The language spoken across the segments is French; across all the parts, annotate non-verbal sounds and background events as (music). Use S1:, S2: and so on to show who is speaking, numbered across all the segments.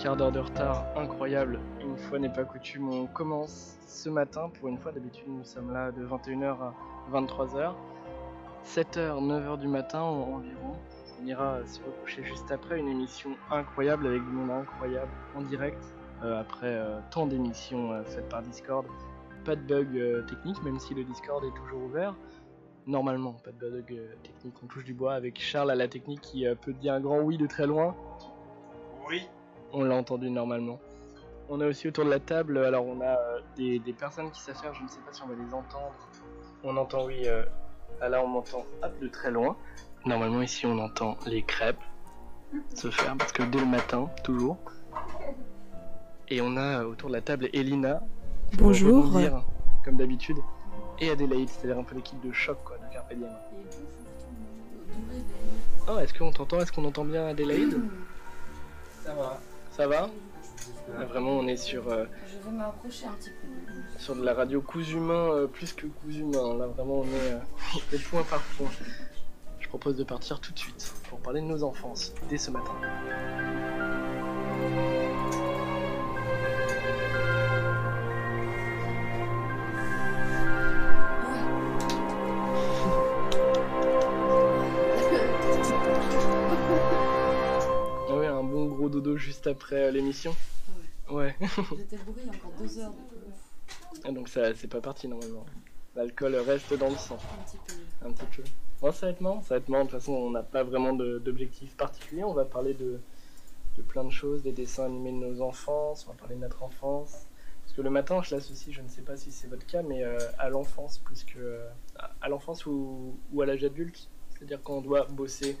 S1: quart d'heure de retard incroyable. Une fois n'est pas coutume, on commence ce matin. Pour une fois, d'habitude, nous sommes là de 21h à 23h. 7h, 9h du matin environ. On ira se recoucher juste après une émission incroyable avec du monde incroyable en direct. euh, après euh, tant d'émissions euh, faites par Discord, pas de bug euh, technique, même si le Discord est toujours ouvert. Normalement, pas de bug euh, technique. On touche du bois avec Charles à la technique qui euh, peut dire un grand oui de très loin.
S2: Oui.
S1: On l'a entendu normalement. On a aussi autour de la table, alors on a euh, des, des personnes qui s'affairent, je ne sais pas si on va les entendre. On entend, oui, euh, ah là on m'entend hop, de très loin. Normalement ici on entend les crêpes se faire, parce que dès le matin, toujours. Et on a euh, autour de la table Elina. qui va
S3: Bonjour.
S1: rebondir, Comme d'habitude. Et Adélaïde, c'est-à-dire un peu l'équipe de choc quoi, de Carpe Diem. Oh, est-ce qu'on t'entend Est-ce qu'on entend bien Adélaïde
S2: Ça va.
S1: Ça va Ah, Vraiment, on est sur... euh,
S4: Je vais m'approcher un petit
S3: (laughs)
S4: peu.
S1: sur de la radio cousumain euh, plus que cousumain. Là vraiment on est euh, des points par point. Je propose de partir tout de suite pour parler de nos enfances dès ce matin. Ah ouais, un bon gros dodo juste après euh, l'émission. Ouais.
S4: J'étais bourrée il y a encore deux heures, donc euh, ouf,
S1: Ah, Donc ça c'est pas parti normalement. L'alcool reste dans le sang.
S4: un petit peu.
S1: un petit peu. Bon, ça va être marrant, ça va être marrant. De toute façon, on n'a pas vraiment de- d'objectif particulier. On va parler de, de plein de choses, des dessins animés de nos enfances, on va parler de notre enfance. Parce que le matin, je l'associe, je ne sais pas si c'est votre cas, mais euh, à l'enfance plus que. euh, à- à l'enfance ou, ou à l'âge adulte. C'est-à-dire qu'on doit bosser.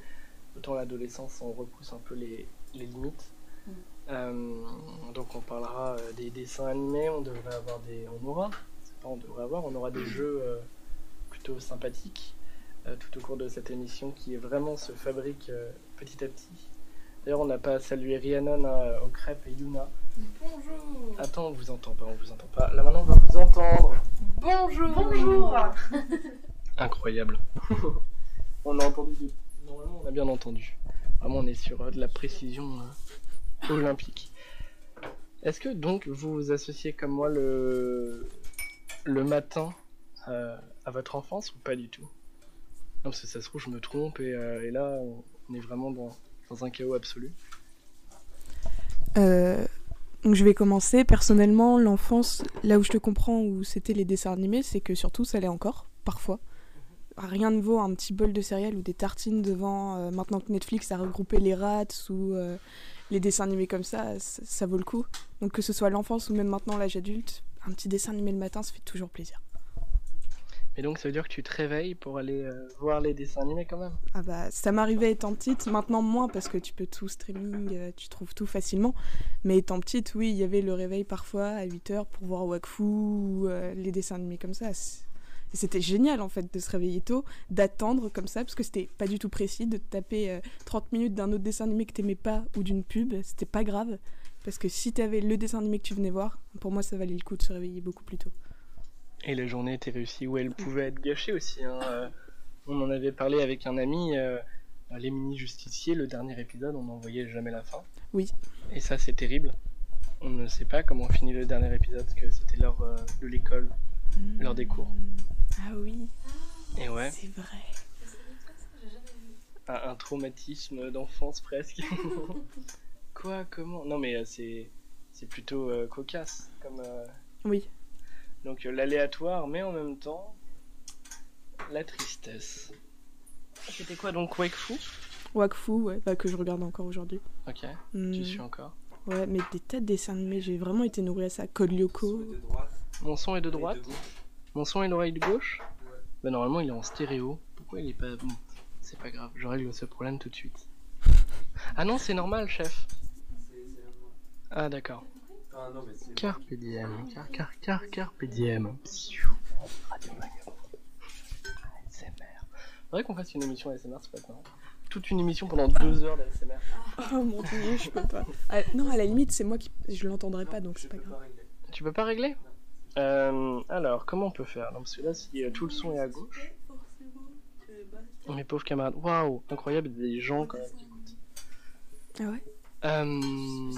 S1: Autant à l'adolescence, on repousse un peu les, les limites.
S4: Mm.
S1: Euh, donc on parlera euh, des dessins animés, on devrait avoir des. On aura, c'est pas on devrait avoir, on aura des jeux euh, plutôt sympathiques euh, tout au cours de cette émission qui est vraiment se fabrique euh, petit à petit. D'ailleurs, on n'a pas salué Rhiannon hein, aux crêpes et Yuna.
S2: Bonjour.
S1: Attends, on vous entend pas, on vous entend pas. Là maintenant, on va vous entendre.
S2: Bonjour.
S4: Bonjour.
S1: Incroyable. (laughs) on a entendu. de- Normalement, on a bien entendu. Vraiment, on est sur euh, de la précision euh, olympique. Est-ce que donc vous vous associez comme moi le le matin euh, à votre enfance ou pas du tout Non, parce que ça se trouve, je me trompe et, euh, et là, on- on est vraiment dans, dans un chaos absolu.
S3: Euh, donc je vais commencer. Personnellement, l'enfance, là où je te comprends, où c'était les dessins animés, c'est que surtout ça l'est encore, parfois. Rien ne vaut un petit bol de céréales ou des tartines devant. euh, maintenant que Netflix a regroupé les rats ou euh, les dessins animés comme ça, c- ça vaut le coup. Donc que ce soit l'enfance ou même maintenant l'âge adulte, un petit dessin animé le matin, ça fait toujours plaisir.
S1: Mais donc ça veut dire que tu te réveilles pour aller euh, voir les dessins animés quand même
S3: Ah bah, ça m'arrivait étant petite, maintenant moins parce que tu peux tout streaming, euh, tu trouves tout facilement. Mais étant petite, oui, il y avait le réveil parfois à 8h pour voir Wakfu ou euh, les dessins animés comme ça. C'est- Et c'était génial en fait de se réveiller tôt, d'attendre comme ça, parce que c'était pas du tout précis, de te taper euh, 30 minutes d'un autre dessin animé que t'aimais pas ou d'une pub, c'était pas grave. Parce que si t'avais le dessin animé que tu venais voir, pour moi ça valait le coup de se réveiller beaucoup plus tôt.
S1: Et la journée était réussie où elle pouvait être gâchée aussi. hein. Euh, on en avait parlé avec un ami, euh, les mini-justiciers, le dernier épisode, on n'en voyait jamais la fin.
S3: Oui.
S1: Et ça c'est terrible. On ne sait pas comment finit le dernier épisode, parce que c'était l'heure euh, de l'école, l'heure des cours.
S3: Ah oui,
S1: Et ouais,
S3: c'est vrai.
S1: un, un traumatisme d'enfance (laughs) presque. Quoi Comment Non mais euh, c'est c'est plutôt euh, cocasse comme... euh,
S3: Oui,
S1: Donc euh, l'aléatoire, mais en même temps, la tristesse. C'était quoi donc Wakefoo
S3: Wakfu, ouais, bah, que je regarde encore aujourd'hui.
S1: Ok,
S3: Hmm.
S1: tu suis encore.
S3: Ouais, mais des tas de dessins animés, j'ai vraiment été nourrie à ça. Code Lyoko.
S2: De droite.
S1: Mon son est de
S2: et
S1: droite,
S2: gauche.
S1: mon son est l'oreille de gauche.
S2: Ouais.
S1: Bah normalement il est en stéréo. Pourquoi il est pas... Bon, c'est pas grave, je règle ce problème tout de (laughs) suite. Ah non, c'est normal, chef.
S2: C'est- c'est la droite.
S1: Ah d'accord.
S2: Ah non, mais c'est.
S1: Carpe diem, car car car carpe diem. Radio Vagabond. ASMR. Faudrait qu'on fasse une émission ASMR, c'est pas marrant. Toute une émission pendant deux heures d'ASMR.
S3: (laughs) Oh mon dieu, je peux pas. Ah, non, à la limite, c'est moi qui. Je l'entendrai pas, donc c'est pas grave.
S1: Tu peux pas régler Euh, alors, comment on peut faire Non, Parce que là, si euh, tout le son est à gauche. Mes pauvres camarades. Waouh, incroyable, il y a des gens quand même.
S3: Ah ouais
S1: Euh,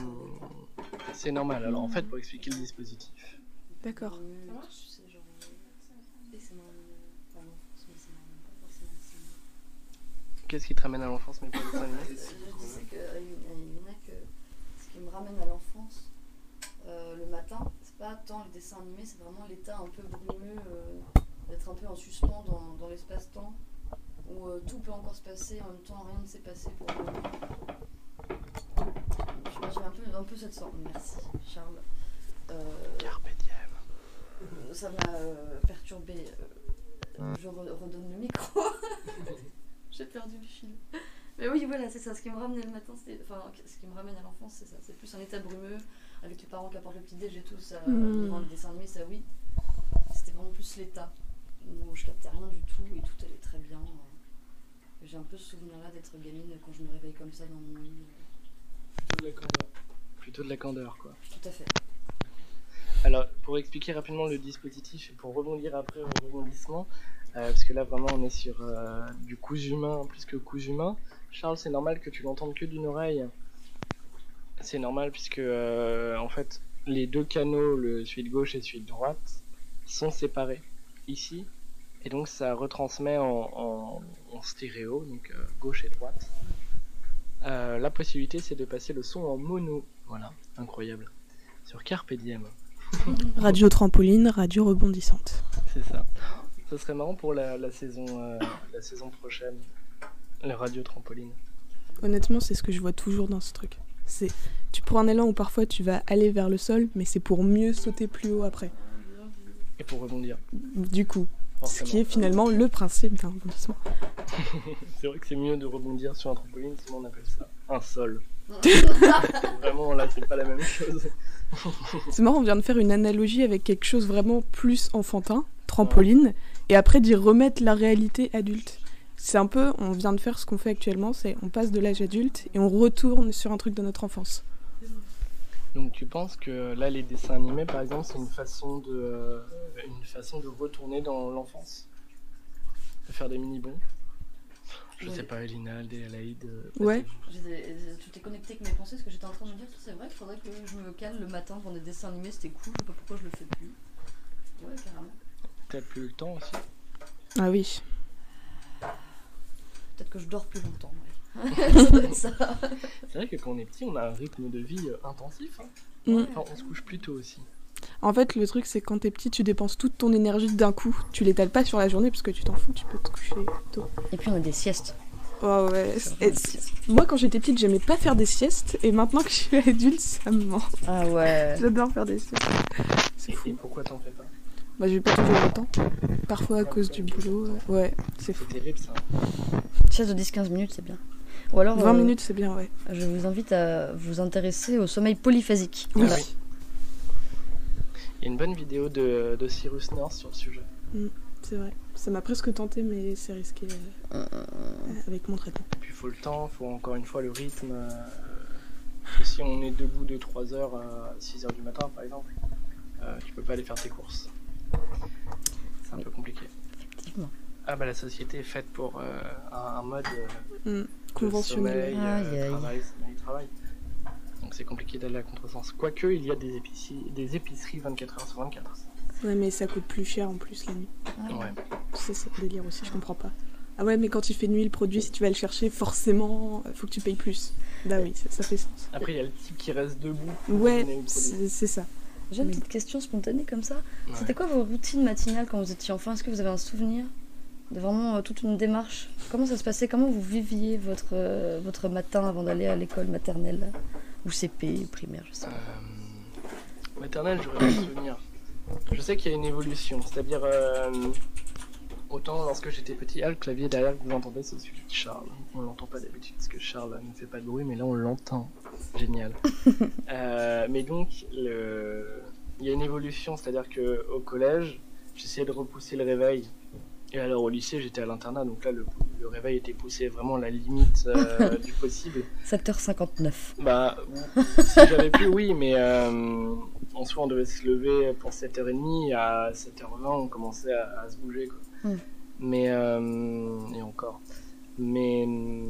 S1: c'est normal. Alors en fait, pour expliquer le dispositif,
S3: D'accord.
S5: Ça marche Tu sais, genre. euh, Et c'est marrant. Pas mon enfance, mais c'est marrant. Pas forcément. c'est
S1: qu'est-ce qui te ramène à l'enfance, mais pas au sein de nous
S5: marrant. Je disais que, à une- à Yuna que ce qui me ramène à l'enfance, euh, le matin, c'est pas tant les dessins animés, c'est vraiment l'état un peu brumeux, euh, d'être un peu en suspens dans, dans l'espace-temps, où euh, tout peut encore se passer, en même temps rien ne s'est passé pour le moment. Je sais pas, J'ai un peu, un peu cette sorte. Merci, Charles. Euh,
S1: Carpe diem.
S5: ça m'a euh, perturbé. euh, Je re- redonne le micro. (laughs) J'ai perdu le fil. Mais oui, voilà, c'est ça. Ce qui me ramenait le matin, c'est enfin, ce qui me ramène à l'enfance, c'est ça. C'est plus un état brumeux avec les parents qui apportent le petit déj et tout ça.
S3: Mm.
S5: Devant le dessin animé, ça oui. C'était vraiment plus l'état où je captais rien du tout et tout allait très bien. euh. J'ai un peu ce souvenir-là d'être gamine quand je me réveille comme ça dans mon lit.
S1: Plutôt de la candeur, quoi.
S5: Tout à fait.
S1: Alors, pour expliquer rapidement le dispositif et pour rebondir après au rebondissement, euh, parce que là vraiment on est sur euh, du cousu humain plus que cousu humain. Charles, c'est normal que tu l'entendes que d'une oreille. C'est normal puisque euh, en fait les deux canaux, le celui de gauche et celui de droite, sont séparés ici, et donc ça retransmet en, en- en stéréo, donc euh, gauche et droite. Euh, la possibilité c'est de passer le son en mono. Voilà, incroyable. Sur Carpe Diem.
S3: Radio trampoline, radio rebondissante.
S1: C'est ça. (gasps) Ce serait marrant pour la, la saison, euh, la saison prochaine. La radio trampoline.
S3: Honnêtement, c'est ce que je vois toujours dans ce truc. C'est tu prends un élan où parfois tu vas aller vers le sol, mais c'est pour mieux sauter plus haut après.
S1: Et pour rebondir.
S3: Du coup, ce
S1: forcément.
S3: qui est finalement le principe d'un rebondissement.
S1: C'est vrai que c'est mieux de rebondir sur un trampoline, sinon on appelle ça un sol. Vraiment, là, c'est pas la même chose.
S3: C'est marrant, on vient de faire une analogie avec quelque chose vraiment plus enfantin, trampoline, et après d'y remettre la réalité adulte. C'est un peu, on vient de faire ce qu'on fait actuellement, c'est on passe de l'âge adulte et on retourne sur un truc de notre enfance.
S1: Donc, tu penses que là, les dessins animés, par exemple, c'est une façon de, euh, une façon de retourner dans l'enfance De faire des mini-bons Je
S5: Ouais.
S1: sais pas, Elina, Adélaïde. euh,
S3: Ouais.
S1: vas-y.
S5: J'étais- euh, Tu t'es connecté avec mes pensées parce que j'étais en train de me dire c'est vrai qu'il faudrait que je me cale le matin pour des dessins animés, c'était cool, je sais pas pourquoi je le fais plus. Ouais, carrément.
S1: Peut-être plus le temps aussi.
S3: Ah oui.
S5: Peut-être que je dors plus longtemps. ouais. (laughs) ça doit être ça.
S1: C'est vrai que quand on est petit, on a un rythme de vie euh, intensif. hein.
S3: Mm.
S1: Enfin, on se couche plus tôt aussi.
S3: En fait, le truc, c'est quand t'es petit, tu dépenses toute ton énergie d'un coup. Tu l'étales pas sur la journée parce que tu t'en fous, tu peux te coucher tôt.
S5: Et puis on a des siestes.
S3: Oh ouais. et c'est- Moi, quand j'étais petite, j'aimais pas faire des siestes, et maintenant que je suis adulte, ça me ment.
S5: Ah ouais.
S3: J'adore faire des siestes. C'est
S1: Et, et
S3: fou.
S1: pourquoi t'en fais pas
S3: Bah, j'ai pas toujours le temps. Parfois à cause du boulot. euh, Ouais, c'est fou.
S1: C'est terrible ça.
S5: (laughs) Sieste de 10-15 minutes, c'est bien. Ou alors,
S3: 20
S5: euh,
S3: minutes, c'est bien, ouais.
S5: je vous invite à vous intéresser au sommeil polyphasique.
S1: Oui.
S5: Voilà.
S1: Il y a une bonne vidéo de, de Cyrus North sur le sujet.
S3: C'est vrai. Ça m'a presque tenté, mais c'est risqué euh, avec mon traitement.
S1: Et puis faut le temps, faut encore une fois le rythme. euh, parce que si on est debout de 3h à 6h du matin par exemple, euh, tu peux pas aller faire tes courses. C'est un peu compliqué.
S5: Effectivement.
S1: Ah bah la société est faite pour euh, un, un mode euh, de
S3: Mm. Conventionnel.
S1: sommeil,
S5: Aïe,
S1: euh,
S5: aïe.
S1: travail, sommeil, travail. Donc c'est compliqué d'aller à contresens. Quoique il y a des épiceries, des épiceries 24h sur 24.
S3: Ouais, mais ça coûte plus cher en plus la nuit.
S5: Ah
S1: Ouais.
S3: C'est ça le délire aussi, je comprends pas. Ah ouais, mais quand il fait nuit, le produit, si tu vas le chercher, forcément, euh, faut que tu payes plus. Bah oui, ça, ça fait sens.
S1: Après il y a le type qui reste debout. pour
S3: Ouais,
S1: donner le produit.
S3: c'est c'est ça.
S5: J'ai une petite question spontanée comme ça.
S1: Ouais.
S5: C'était quoi vos routines matinales quand vous étiez enfant Est-ce que vous avez un souvenir de vraiment euh, toute une démarche Comment ça se passait Comment vous viviez votre, euh, votre matin avant d'aller à l'école maternelle Ou CP, primaire, je sais pas.
S1: Euh, maternelle, j'aurais pas de souvenir. Je sais qu'il y a une évolution, c'est-à-dire euh, autant lorsque j'étais petit, ah, le clavier derrière que vous entendez, c'est celui de Charles. On l'entend pas d'habitude parce que Charles ne fait pas de bruit, mais là on l'entend. Génial. Euh, mais donc, le- il y a une évolution, c'est-à-dire que au collège, j'essayais de repousser le réveil. Et alors au lycée, j'étais à l'internat, donc là le, le réveil était poussé vraiment à la limite euh, du possible.
S5: 7h59.
S3: (laughs)
S1: Bah, si j'avais pu, oui, mais euh, en soi, on devait se lever pour 7h30. À 7h20, on commençait à, à se bouger. Quoi.
S5: Mm.
S1: Mais, euh, et encore. Mais, euh,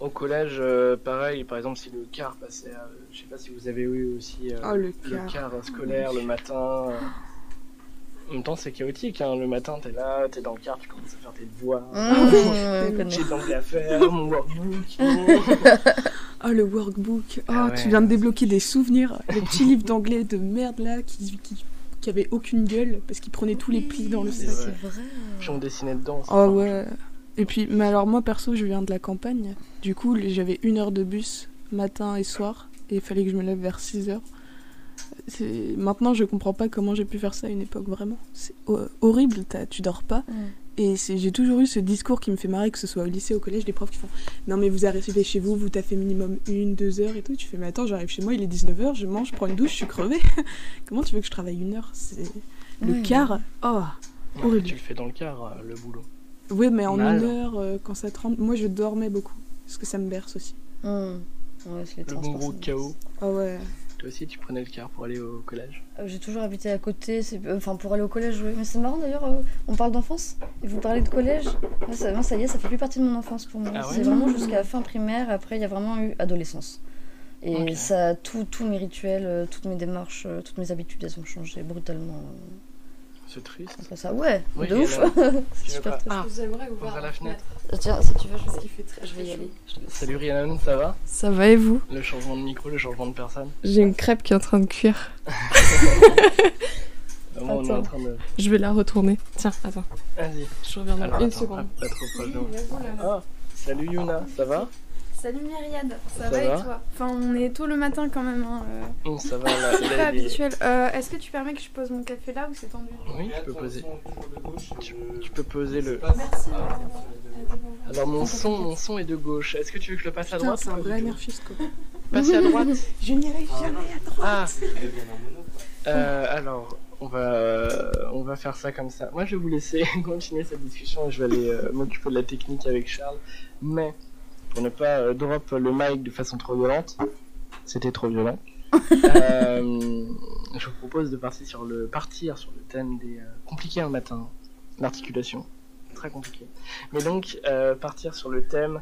S1: Au collège, euh, pareil, par exemple, si le car passait, à- je sais pas si vous avez eu aussi euh,
S3: Oh, le
S1: le
S3: car.
S1: car scolaire le matin. euh. En même temps, c'est chaotique. Hein. Le matin, t'es là, t'es dans le car, tu commences à faire tes devoirs.
S3: Mm. oui.
S5: Mmh,
S1: J'ai de l'anglais à faire, mon workbook. mon-
S3: (laughs) Oh, le workbook. Oh,
S1: Ah ouais,
S3: tu viens de
S1: ouais,
S3: débloquer des souvenirs. Les petits livres d'anglais de merde là qui, qui, qui avaient aucune gueule parce qu'ils prenaient tous les plis dans le
S5: C'est
S3: sac.
S5: vrai.
S1: Puis on dessinait dedans. c'est
S3: Oh
S1: pas-
S3: ouais. Et puis, mais alors moi perso, je viens de la campagne. Du coup, les- j'avais une heure de bus matin et soir et il fallait que je me lève vers 6 heures. C'est- Maintenant, je comprends pas comment j'ai pu faire ça à une époque vraiment. C'est ho- horrible, t'as- tu dors pas.
S5: Mm.
S3: Et c'est- j'ai toujours eu ce discours qui me fait marrer, que ce soit au lycée, au collège, des profs qui font Non, mais vous arrivez chez vous, vous taffez minimum une, deux heures et tout. Tu fais Mais attends, j'arrive chez moi, il est 19h, je mange, je prends une douche, je suis crevée. (laughs) comment tu veux que je travaille une heure C'est Le
S5: Ouais.
S3: quart, oh
S1: Ouais,
S3: horrible.
S1: tu le fais dans le car, euh, le boulot.
S3: oui, mais en
S1: Mal.
S3: une heure, euh, quand ça tremble. Moi, je dormais beaucoup, parce que ça me berce aussi.
S5: Mmh. Ouais, c'est les
S1: Le bon
S5: transports,
S1: gros
S5: ça me-
S1: chaos.
S3: Ah ouais.
S1: Toi aussi, tu prenais le car pour aller au collège.
S5: Euh, J'ai toujours habité à côté, c'est- euh, enfin pour aller au collège, oui. Mais c'est marrant d'ailleurs, euh, on parle d'enfance et vous parlez de collège. Moi ça, moi, ça y est, ça fait plus partie de mon enfance pour moi.
S1: Ah ouais (laughs)
S5: c'est vraiment jusqu'à la fin primaire, après il y a vraiment eu adolescence. Et
S1: Ok.
S5: ça, tout- tous mes rituels, euh, toutes mes démarches, euh, toutes mes habitudes, elles ont changé brutalement. euh,
S1: C'est triste.
S5: après ça, ouais,
S1: Oui,
S5: de
S1: et
S5: ouf.
S1: là,
S5: c'est
S1: veux
S5: super
S1: pas-
S5: triste.
S1: Ah,
S2: J'aimerais
S1: ouvre
S2: ouvrir
S1: à la fenêtre.
S5: (laughs) Tiens, si tu veux, je
S4: Parce
S5: vais,
S4: qu'il fait très,
S5: je vais y
S4: très chaud.
S5: aller. Je te laisse.
S1: Salut Rhiannon, ça va
S6: Ça va et vous
S1: Le changement de micro, le changement de personne.
S6: J'ai une crêpe qui est en train de cuire.
S1: Au moins, on est en
S6: Attends.
S1: train de.
S6: Je vais la retourner. Tiens, attends,
S1: Vas-y.
S6: je reviens dans
S1: Alors,
S6: une
S1: attends,
S6: seconde.
S1: Pas, pas trop proche de moi.
S7: Salut
S1: Ah, salut Yuna, ça va
S7: Myriade,
S1: Ça
S7: ça, va,
S1: va
S7: et toi Enfin, on est tôt le matin quand même. Hein. euh,
S1: Hum, Ça va là,
S7: c'est
S1: là,
S7: pas
S1: il est-
S7: habituel. Euh, Est-ce que tu permets que je pose mon café là ou c'est tendu
S1: Oui, tu peux poser.
S8: euh,
S1: Tu peux poser le.
S7: Merci.
S1: Alors mon son, mon son est de gauche. Est-ce que tu veux que je le passe à
S3: Putain,
S1: droite
S3: c'est un
S1: ou
S3: vrai
S1: du tout
S3: anarchiste, quoi.
S1: Passer à droite.
S3: Je n'irai jamais à droite.
S1: Ah.
S8: Eh
S1: Euh, alors, on va, euh, on va faire ça comme ça. Moi, je vais vous laisser (laughs) continuer cette discussion et je vais aller euh, m'occuper de la technique avec Charles. Mais pour ne pas euh, drop le mic de façon trop violente, c'était trop violent. euh, je vous propose de partir sur le partir sur le thème des euh, compliqué un matin, l'articulation, très compliqué. Mais donc euh, partir sur le thème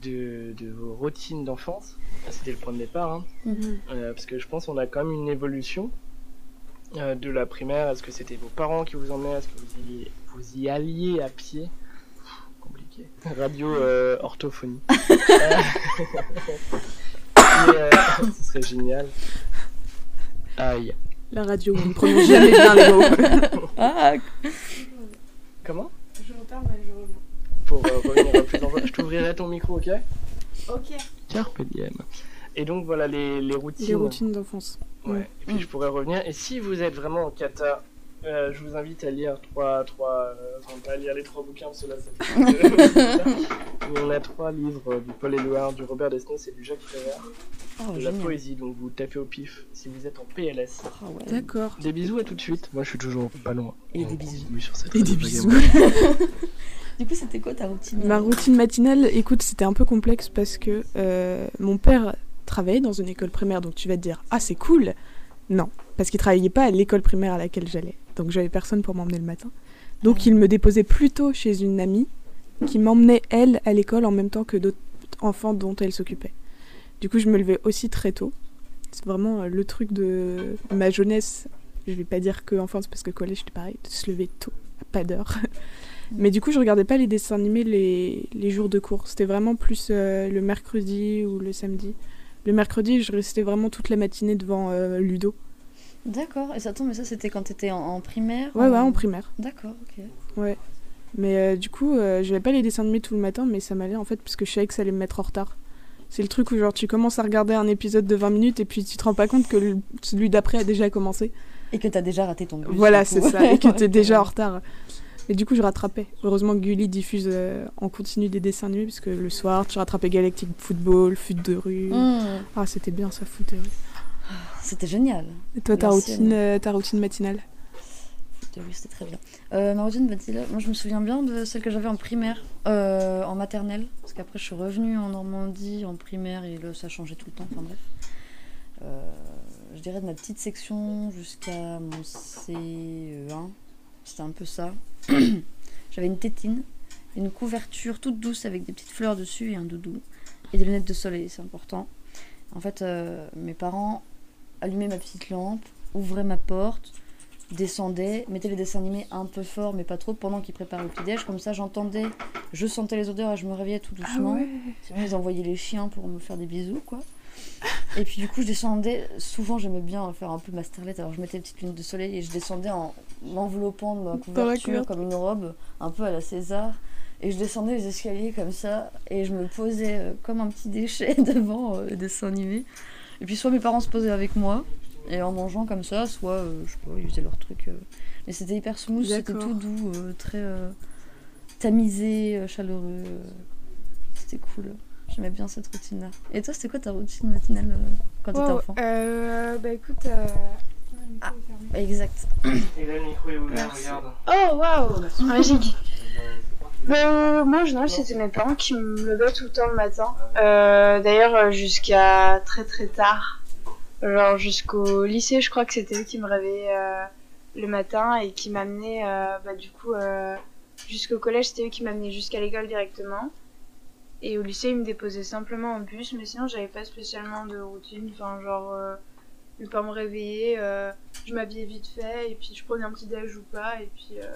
S1: de, de vos routines d'enfance. C'était le point de départ. hein. Euh, parce que je pense qu'on a quand même une évolution euh, de la primaire. Est-ce que c'était vos parents qui vous emmenaient Est-ce que vous y, vous y alliez à pied Pff, Compliqué. Radio euh,
S3: (laughs)
S1: orthophonie. Mais, euh, (laughs) ce serait génial. Aïe.
S3: La radio,
S1: (laughs)
S3: on ne prononce jamais bien les mots.
S5: Ah,
S1: Comment
S7: Je repars, mais je reviens.
S1: Pour euh, revenir au plus en- Je t'ouvrirai ton micro, ok
S7: Ok.
S1: Carpe diem. Et donc voilà les, les routines.
S3: Les routines d'enfance.
S1: Ouais.
S3: Mm.
S1: Et puis je pourrais revenir. Et si vous êtes vraiment en cata, euh, je vous invite à lire trois, trois, euh, enfin, pas à lire les trois bouquins parce que là, ça
S5: (laughs)
S1: fait- Mais on a trois livres euh, du Paul Éluard, du Robert Desnos et du Jacques Prévert,
S5: oh,
S1: de la
S5: génial.
S1: poésie. Donc vous tapez au pif si vous êtes en PLS.
S5: Ah ouais.
S3: D'accord.
S1: Des bisous à tout de suite. Moi je suis toujours pas loin.
S5: Et
S1: on
S5: des bisous.
S1: continue sur cette
S3: Et des
S1: radio
S3: bisous.
S1: vagabonde.
S5: Du coup, c'était quoi ta routine
S3: Ma routine matinale, écoute, c'était un peu complexe parce que euh, mon père travaillait dans une école primaire, donc tu vas te dire ah c'est cool. Non, parce qu'il travaillait pas à l'école primaire à laquelle j'allais, donc j'avais personne pour m'emmener le matin. Donc il me déposait plutôt chez une amie qui m'emmenait elle à l'école en même temps que d'autres enfants dont elle s'occupait. Du coup je me levais aussi très tôt. C'est vraiment euh, le truc de ma jeunesse. Je vais pas dire que enfance parce que collège c'était pareil, de se lever tôt, à pas d'heure. Mais du coup, je regardais pas les dessins animés les, les jours de cours. C'était vraiment plus euh, le mercredi ou le samedi. Le mercredi, je restais vraiment toute la matinée devant euh, Ludo.
S5: D'accord, et ça tombe, mais ça c'était quand t'étais en, en primaire
S3: Ouais,
S5: ou-
S3: ouais, en primaire.
S5: D'accord, ok.
S3: Mais euh, du coup, euh, je pas les dessins animés tout le matin, mais ça m'allait en fait, parce que je savais que ça allait me mettre en retard. C'est le truc où genre tu commences à regarder un épisode de 20 minutes et puis tu te rends pas compte que le- celui d'après a déjà commencé.
S5: Et que t'as déjà raté ton bus.
S3: Voilà,
S5: du
S3: c'est
S5: coup.
S3: ça, et que t'es (laughs)
S5: Ouais. (laughs)
S3: déjà en retard. Et du coup, je rattrapais. Heureusement que Gulli diffuse euh, en continu des dessins animés, parce que le soir, tu rattrapais Galactic Football, Foot de rue.
S5: Mmh,
S3: Ah, c'était bien ça, Foot de rue.
S5: C'était génial.
S3: Et toi, ta
S5: L'ancienne.
S3: routine, euh, ta routine matinale
S5: C'était- Oui, c'était très bien. Euh, ma routine, bah, dis-le, moi je me souviens bien de celle que j'avais en primaire, euh, en maternelle, parce qu'après je suis revenue en Normandie en primaire et là ça changeait tout le temps, enfin bref. Euh, je dirais de ma petite section jusqu'à mon CE1, c'était un peu ça. (clears throat) j'avais une tétine, une couverture toute douce avec des petites fleurs dessus et un doudou. et des lunettes de soleil, c'est important. En fait, euh, mes parents allumaient ma petite lampe, ouvraient ma porte, descendaient, mettaient les dessins animés un peu fort, mais pas trop, pendant qu'ils préparaient le petit-déj. Comme ça, j'entendais, je sentais les odeurs et je me réveillais tout doucement. Sinon, ils envoyaient les chiens pour me faire des bisous, quoi. Et puis, du coup, je descendais. Souvent, j'aimais bien faire un peu ma starlette. Alors, je mettais une petite lune de soleil et je descendais en m'enveloppant de ma couverture
S3: couverture.
S5: comme une robe, un peu à la César. Et je descendais les escaliers comme ça. Et je me posais euh, comme un petit déchet (laughs) devant euh, le dessin animé. Et puis, soit mes parents se posaient avec moi, et en mangeant comme ça, soit, euh, je sais pas, ils faisaient leur truc. euh. Mais c'était hyper smooth, c'était
S3: D'accord.
S5: tout doux, euh, très euh, tamisé, euh, chaleureux. euh. C'était cool. J'aimais bien cette routine-là. Et toi, c'était quoi ta routine matinale euh, quand t'étais
S8: Wow,
S5: enfant
S8: euh, bah écoute. euh,
S5: Ah. Exact.
S1: Et là, le micro est ouvert,
S8: Merci.
S1: regarde.
S7: Oh waouh Magique.
S8: Eh ben,
S7: Euh, moi, en général, c'était mes parents qui me levaient tout le temps le matin. Euh, D'ailleurs, euh, jusqu'à très très tard. Genre jusqu'au lycée, je crois que c'était eux qui me réveillaient euh, le matin et qui m'amenaient, euh, bah, du coup, euh, jusqu'au collège, c'était eux qui m'amenaient jusqu'à l'école directement. Et au lycée, ils me déposaient simplement en bus, mais sinon, j'avais pas spécialement de routine. Enfin, genre, euh, ne pas me réveiller, euh, je m'habillais vite fait, et puis je prenais un petit déj ou pas, et puis euh,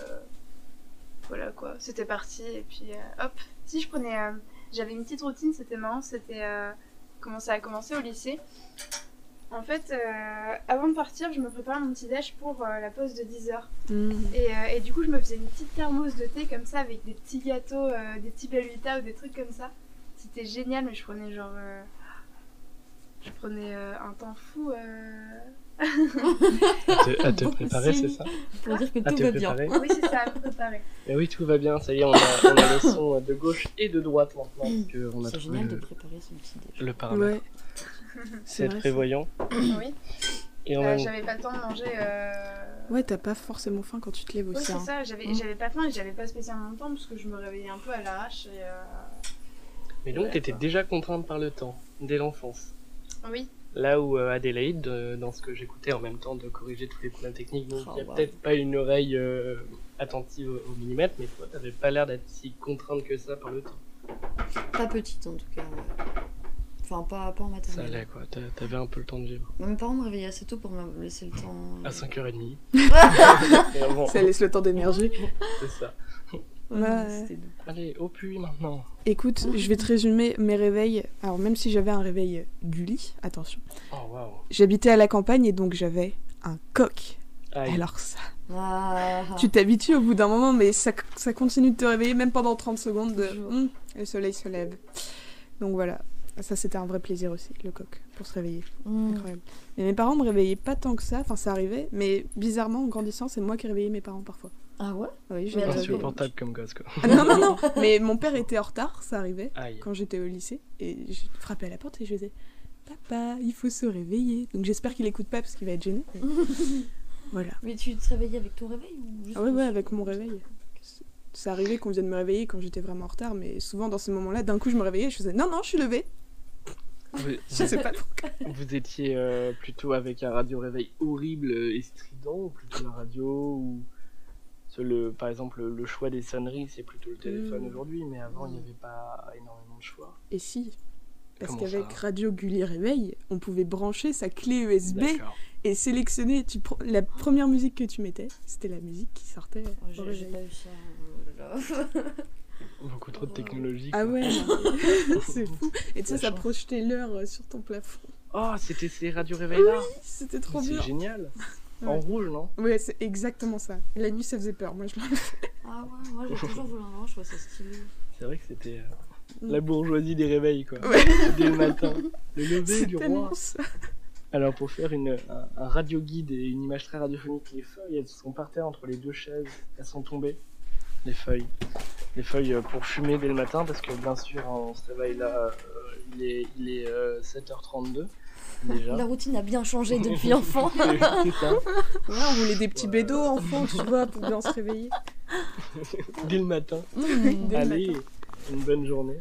S7: voilà quoi, c'était parti, et puis euh, hop. Si je prenais, euh, j'avais une petite routine, c'était marrant, c'était euh, comment ça a commencé au lycée. En fait, euh, avant de partir, je me préparais mon petit déj pour euh, la pause de 10h.
S3: Mm.
S7: Et, euh, et du coup, je me faisais une petite thermos de thé comme ça avec des petits gâteaux, euh, des petits belvita ou des trucs comme ça. C'était génial, mais je prenais genre. euh, je prenais euh, un temps fou. euh,
S1: À te,
S5: (laughs)
S1: à te préparer, c'est ça
S5: Pour dire que
S1: À
S5: tout
S1: te
S5: va bien.
S1: préparer.
S7: Oui, c'est ça, à me préparer.
S1: Et Eh oui, tout va bien, ça y est, on a, on a le son de gauche et de droite maintenant. parce que on a
S5: Mm. C'est
S1: trouvé
S5: génial de
S1: le,
S5: préparer son petit déj.
S1: le paramètre.
S3: Ouais.
S1: c'est être
S3: vrai, ça.
S1: prévoyant.
S7: Oui.
S1: Et en
S7: Euh,
S5: Ah,
S1: même
S7: j'avais pas le temps de manger. euh,
S3: Ouais, t'as pas forcément faim quand tu te lèves
S7: Oui,
S3: aussi.
S7: c'est
S3: hein.
S7: ça, j'avais
S3: Mm.
S7: j'avais pas faim et j'avais pas spécialement le temps parce que je me réveillais un peu à l'arrache. Et, euh,
S1: Mais donc, t'étais déjà contrainte par le temps, dès l'enfance.
S7: Oui,
S1: Là où euh, Adélaïde, euh, dans ce que j'écoutais en même temps de corriger tous les problèmes techniques, donc
S5: Oh,
S1: il y a
S5: wow.
S1: peut-être pas une oreille euh, attentive au, au millimètre, mais toi, t'avais pas l'air d'être si contrainte que ça par le temps.
S5: Pas petite en tout cas. ouais. Enfin, pas, pas en
S1: Ça
S5: maternelle.
S1: allait, quoi. T'a- T'avais un peu le temps de vivre.
S5: Bon, mes parents me réveillaient assez tôt pour me laisser le temps. euh,
S1: À 5h30. Vraiment,
S3: Ça laisse le temps d'énergie.
S1: c'est ça.
S3: Ouais.
S5: c'était doux.
S1: Allez, au puits maintenant.
S3: Écoute, je vais te résumer mes réveils. Alors, même si j'avais un réveil du lit, attention,
S1: Oh, waouh.
S3: j'habitais à la campagne et donc j'avais un coq.
S1: Aïe.
S3: Alors, ça,
S5: Ah,
S3: tu t'habitues au bout d'un moment, mais ça, ça continue de te réveiller, même pendant 30 secondes, de
S5: Toujours.
S3: Hum, le soleil se lève. Donc voilà, ça c'était un vrai plaisir aussi, le coq, pour se réveiller.
S5: mm.
S3: Incroyable. Mais mes parents me réveillaient pas tant que ça, enfin ça arrivait, mais bizarrement en grandissant, c'est moi qui réveillais mes parents parfois.
S5: Ah ouais
S3: Oui,
S5: Mais
S3: je les
S5: attends,
S3: réveillais.
S1: Insupportable comme gosse, quoi.
S3: Ah, non, non, non, mais mon père était en retard, ça arrivait.
S1: Aïe.
S3: quand j'étais au lycée et je frappais à la porte et je disais Papa, il faut se réveiller. Donc j'espère qu'il écoute pas parce qu'il va être gêné. mais voilà.
S5: Mais tu te réveillais avec ton réveil ou juste
S3: Ah ouais,
S5: au-
S3: ouais, avec mon réveil. Ça arrivait qu'on vienne me réveiller quand j'étais vraiment en retard, mais souvent dans ces moments-là, d'un coup je me réveillais et je faisais Non, non, je suis levée.
S1: Vous,
S3: Je sais pas pourquoi.
S1: vous étiez euh, plutôt avec un radio réveil horrible et strident, ou plutôt la radio, ou ce- le, par exemple le choix des sonneries, c'est plutôt le téléphone
S3: Mm.
S1: aujourd'hui, mais avant il n'y
S5: Mm.
S1: avait pas énormément de choix.
S3: Et si parce
S1: Comment ça
S3: qu'avec Radio Gulli Réveil, on pouvait brancher sa clé USB
S1: D'accord.
S3: et sélectionner. Tu pr- la première musique que tu mettais, c'était la musique qui sortait.
S5: Oh,
S3: au
S5: j'ai- J'ai
S3: réveil.
S5: pas eu ça. oh là là. (laughs)
S1: Beaucoup trop de technologie.
S3: Ah
S1: quoi.
S3: ouais, (laughs) c'est fou. Et tu sais,
S1: La
S3: ça
S1: chance.
S3: projetait l'heure euh, sur ton plafond. (laughs)
S1: Oh, c'était ces radios réveil là
S3: C'était trop
S1: C'est
S3: bien.
S1: génial
S3: (laughs) Ouais.
S1: En rouge, non
S3: Ouais, c'est exactement ça. La nuit, ça faisait peur. Moi, je me-
S5: Ah ouais, moi j'ai toujours voulu un orange, je trouvais ça stylé.
S1: C'est vrai que c'était euh,
S3: Mm.
S1: la bourgeoisie des réveils, quoi.
S3: Ouais.
S1: Dès le matin, le lever
S3: C'est
S1: du
S3: tellement
S1: roi.
S3: ça.
S1: Alors pour faire une, un, un radio guide et une image très radiophonique, les feuilles elles sont par terre entre les deux chaises, elles sont tombées. Les feuilles. Les feuilles euh, pour fumer dès le matin parce que bien sûr on se réveille là, euh, il est, il est euh, 7h32 déjà. (laughs)
S5: La routine a bien changé depuis enfant.
S1: C'est ça.
S3: Ouais, on voulait des petits bédos enfants, tu vois, pour bien se (laughs) réveiller.
S1: Dès le matin.
S3: Dès le
S1: Allez, une bonne journée.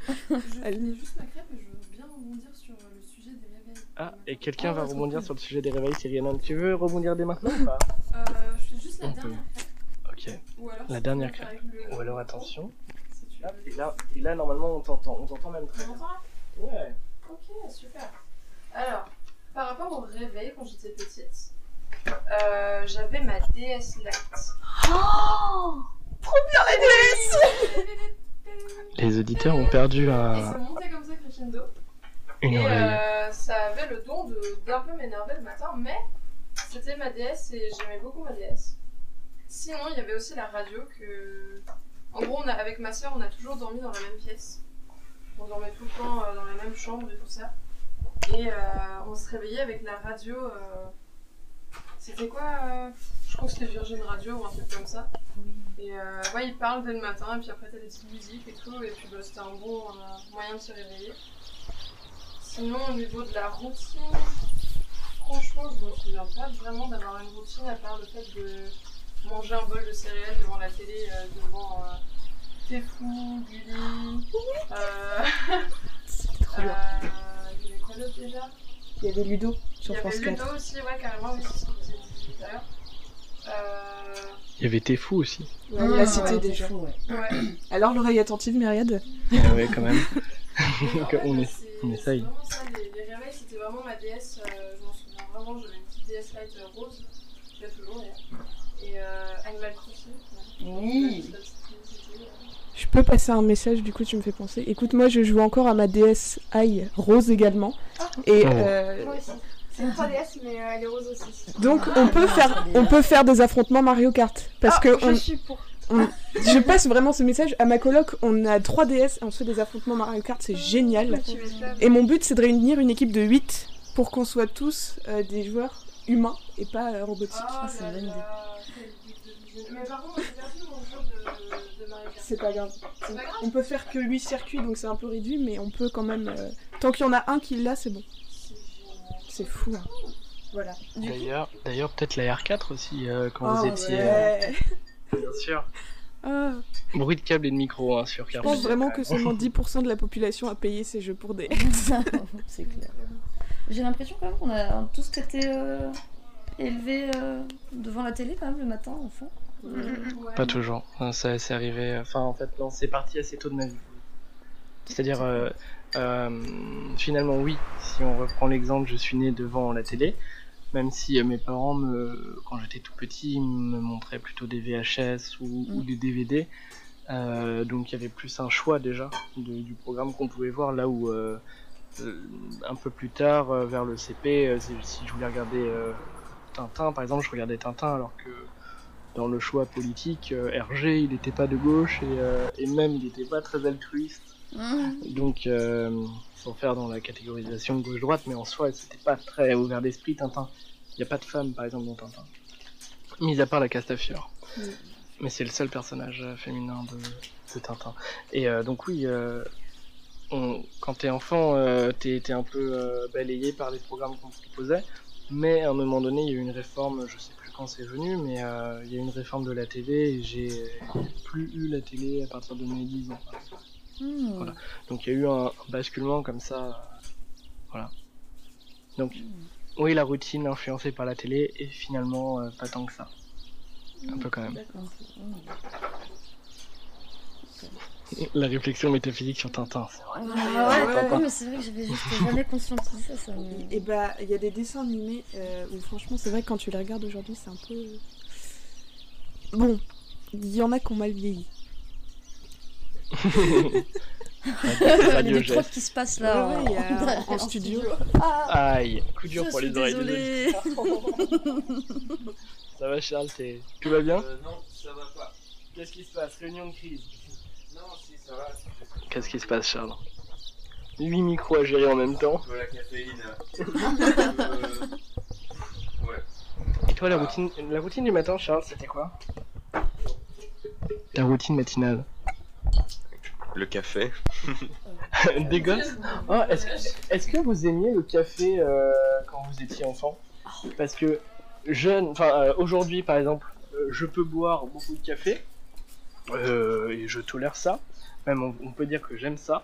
S3: Elle-
S2: Je finis juste ma crêpe et je veux bien rebondir sur euh, le sujet des réveils.
S1: Ah, et quelqu'un
S2: Ah,
S1: va
S2: trop
S1: rebondir
S2: cool.
S1: sur le sujet des réveils, Cyriana. Tu veux rebondir dès maintenant ou pas
S2: Euh, je fais juste la
S1: On
S2: dernière crêpe.
S1: Ok.
S2: Ou alors,
S1: La
S2: si
S1: dernière
S2: tu veux
S1: crêpe.
S2: faire avec le-
S1: Ou alors attention.
S2: Si tu veux.
S1: Hop, et là, et là normalement on t'entend, on t'entend même
S2: Tu
S1: très bien.
S2: m'entends, là
S1: Ouais.
S2: Ok, super. Alors, par rapport au réveil quand j'étais petite, euh, j'avais ma DS Lite. Oh Trop bien
S1: Les auditeurs ont perdu
S2: la DS Et ça
S1: un-
S2: montait comme ça crescendo.
S1: une
S2: Et
S1: oreille.
S2: euh, ça avait le don de- d'un peu m'énerver le matin, mais c'était ma DS et j'aimais beaucoup ma DS. Sinon, il y avait aussi la radio que. En gros, on a- avec ma soeur, on a toujours dormi dans la même pièce. On dormait tout le temps euh, dans la même chambre et tout ça. Et euh, on se réveillait avec la radio. euh, C'était quoi euh, Je crois que c'était Virgin Radio ou un truc comme ça. Et euh, ouais, ils parlent dès le matin, et puis après, t'as des petites musiques et tout, et puis bah, c'était un bon euh, moyen de se réveiller. Sinon, au niveau de la routine, franchement, je me souviens pas vraiment d'avoir une routine à part le fait de manger un bol de céréales devant la télé, euh, devant euh, Tefou, Gulli, euh,
S3: C'était trop bien.
S2: euh, il y avait quoi d'autre déjà
S3: Il y avait Ludo
S2: Il
S3: sur
S2: y avait
S3: France 4.
S2: Ludo aussi, ouais, carrément, oui, c'est ce que vous avez dit tout à l'heure. Euh,
S1: Il y avait T'es fou aussi.
S3: Ouais, il l'a
S5: Ah,
S3: cité
S5: ouais,
S3: déjà.
S5: fou, ouais.
S2: ouais.
S3: Alors l'oreille attentive, Myriade
S1: Ah ouais, quand même. (laughs)
S2: Donc, en
S1: Donc,
S2: fait,
S1: on, est...
S2: euh, c'est-
S1: on
S2: c'est
S1: essaye.
S2: vraiment ça, les, les réveils, c'était vraiment ma DS. euh, je m'en souviens vraiment, j'avais une petite DS Lite euh, rose, je l'ai toujours d'ailleurs. Et euh, Animal Crossing. ouais.
S5: Oui.
S2: La petite musique, euh,
S3: Je peux passer un message, du coup tu me fais penser. Écoute, moi je joue encore à ma DS Aïe, rose également. Et
S1: Oh.
S3: euh,
S7: Moi aussi. C'est une 3DS, mais euh, elle est rose aussi.
S3: donc on peut faire on peut faire des affrontements Mario Kart parce
S7: Ah,
S3: que
S7: je
S3: on-
S7: suis pour.
S3: je passe vraiment ce message à ma coloc, on a 3 DS et on se fait des affrontements Mario Kart, c'est génial.
S7: Tu m'étonnes.
S3: Et mon but, c'est de réunir une équipe de 8 pour qu'on soit tous euh, des joueurs humains et pas euh, robotiques.
S2: Oh
S5: c'est
S2: là
S5: une bonne idée.
S2: là, quelle idée de vision. Mais par contre, j'ai perdu mon jeu de, de Mario Kart.
S3: C'est pas grave.
S2: C'est pas grave.
S3: On peut faire que 8 circuits, donc c'est un peu réduit, mais on peut quand même. euh, Tant qu'il y en a un qui l'a, c'est bon.
S2: C'est génial.
S3: C'est fou. hein. Voilà.
S1: D'ailleurs, d'ailleurs peut-être la R4 aussi, euh, quand vous
S3: Ah
S1: étiez.
S3: ouais.
S1: euh, Bien sûr.
S3: Ah,
S1: Bruit de câble et de micro hein, sur
S3: je
S1: Carpet.
S3: pense vraiment que (laughs) seulement 10% de la population a payé ces jeux pour des.
S5: c'est clair. (laughs) J'ai l'impression quand même qu'on a tous été euh, élevés euh, devant la télé quand même le matin, enfant.
S2: Ouais.
S1: Pas toujours. Euh, Ça, c'est arrivé. Enfin, en fait, non, c'est parti assez tôt de ma vie. C'est-à-dire, euh, euh, finalement, oui. Si on reprend l'exemple, je suis né devant la télé. Même si euh, mes parents, me, quand j'étais tout petit, ils me montraient plutôt des VHS ou, ou des DVD. Euh, donc, il y avait plus un choix déjà de- du programme qu'on pouvait voir. Là où, euh, euh, un peu plus tard, euh, vers le CP, euh, si, si je voulais regarder euh, Tintin, par exemple, je regardais Tintin alors que dans le choix politique, euh, Hergé, il n'était pas de gauche et, euh, et même il n'était pas très altruiste. Donc, euh, sans faire dans la catégorisation gauche-droite, mais en soi, c'était pas très ouvert d'esprit, Tintin. Il n'y a pas de femme, par exemple, dans Tintin. Mis à part la Castafiore. Mais c'est le seul personnage euh, féminin de, de Tintin. Et euh, donc, oui, euh, on- quand t'es enfant, euh, t'es t'es un peu euh, balayé par les programmes qu'on te proposait. Mais à un moment donné, il y a eu une réforme, je sais plus quand c'est venu, mais euh, il y a eu une réforme de la télé et j'ai plus eu la télé à partir de mes 10 ans.
S5: Hmm.
S1: Voilà. Donc il y a eu un un basculement comme ça. euh, Voilà. Donc
S5: Hmm.
S1: oui, la routine influencée par la télé et finalement euh, pas tant que ça. Un peu quand même.
S5: D'accord. Hmm.
S1: La réflexion métaphysique sur Tintin.
S5: (laughs)
S1: c'est vrai.
S5: Ah
S3: ouais,
S5: ouais,
S3: ouais.
S5: ouais, mais c'est vrai que j'avais juste jamais conscientisé ça. ça
S2: Mm.
S3: (laughs)
S5: me-
S3: Et bah, il y a des dessins animés euh, où franchement, c'est vrai que quand tu les regardes aujourd'hui, c'est un peu. euh, Bon, il y en a qui ont mal vieilli.
S5: Il y a des
S1: Radio
S5: trucs
S1: geste.
S5: qui se passent là
S3: Ouais,
S5: en-
S3: ouais, il y a-
S2: (laughs)
S5: derrière,
S3: en studio.
S1: Aïe, coup
S5: Je
S1: dur pour
S5: suis
S1: les oreilles. désolé.
S5: désolée.
S1: (laughs) Ça va Charles, t'es- tout va bien
S8: Euh, non, ça va pas.
S1: Qu'est-ce qui se passe Réunion de crise.
S8: Non, si, ça va.
S1: Qu'est-ce
S8: euh,
S1: qui se passe Charles 8 micros à gérer en même temps.
S8: Voilà, caféine. Euh,
S1: Et toi la routine, la routine du matin Charles, c'était quoi La routine matinale.
S8: Le café.
S1: (laughs) Des gosses Ah, est-ce que, est-ce que vous aimiez le café euh, quand vous étiez enfant Parce que jeune, enfin euh, aujourd'hui par exemple, euh, je peux boire beaucoup de café euh, et je tolère ça. Même on, on peut dire que j'aime ça.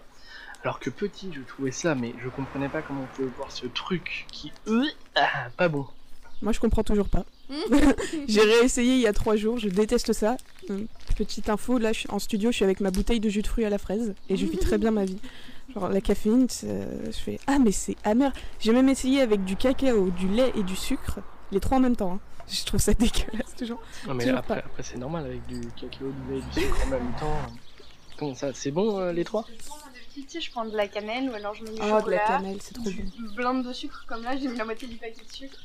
S1: Alors que petit, je trouvais ça, mais je comprenais pas comment on pouvait boire ce truc qui, euh, ah, pas bon.
S3: Moi, je comprends toujours (laughs) pas. J'ai réessayé il y a trois jours, je déteste ça. Hum, Petite info, là, je suis en studio, je suis avec ma bouteille de jus de fruits à la fraise et je vis très bien ma vie. Genre la caféine, ça- je fais ah mais c'est amer. J'ai même essayé avec du cacao, du lait et du sucre, les trois en même temps. hein. Je trouve ça (laughs) dégueulasse toujours.
S1: Non mais
S3: Toujours
S1: après,
S3: pas.
S1: après c'est normal avec du cacao, du lait et du sucre en même temps. Comment ça C'est bon euh, les trois
S7: D'habitude, tu sais, je prends de Ah, la cannelle ou alors je mets du
S3: Oh de la
S7: chocolat.
S3: cannelle, c'est trop bon.
S7: Blinde de sucre comme là, j'ai mis la moitié du paquet de sucre.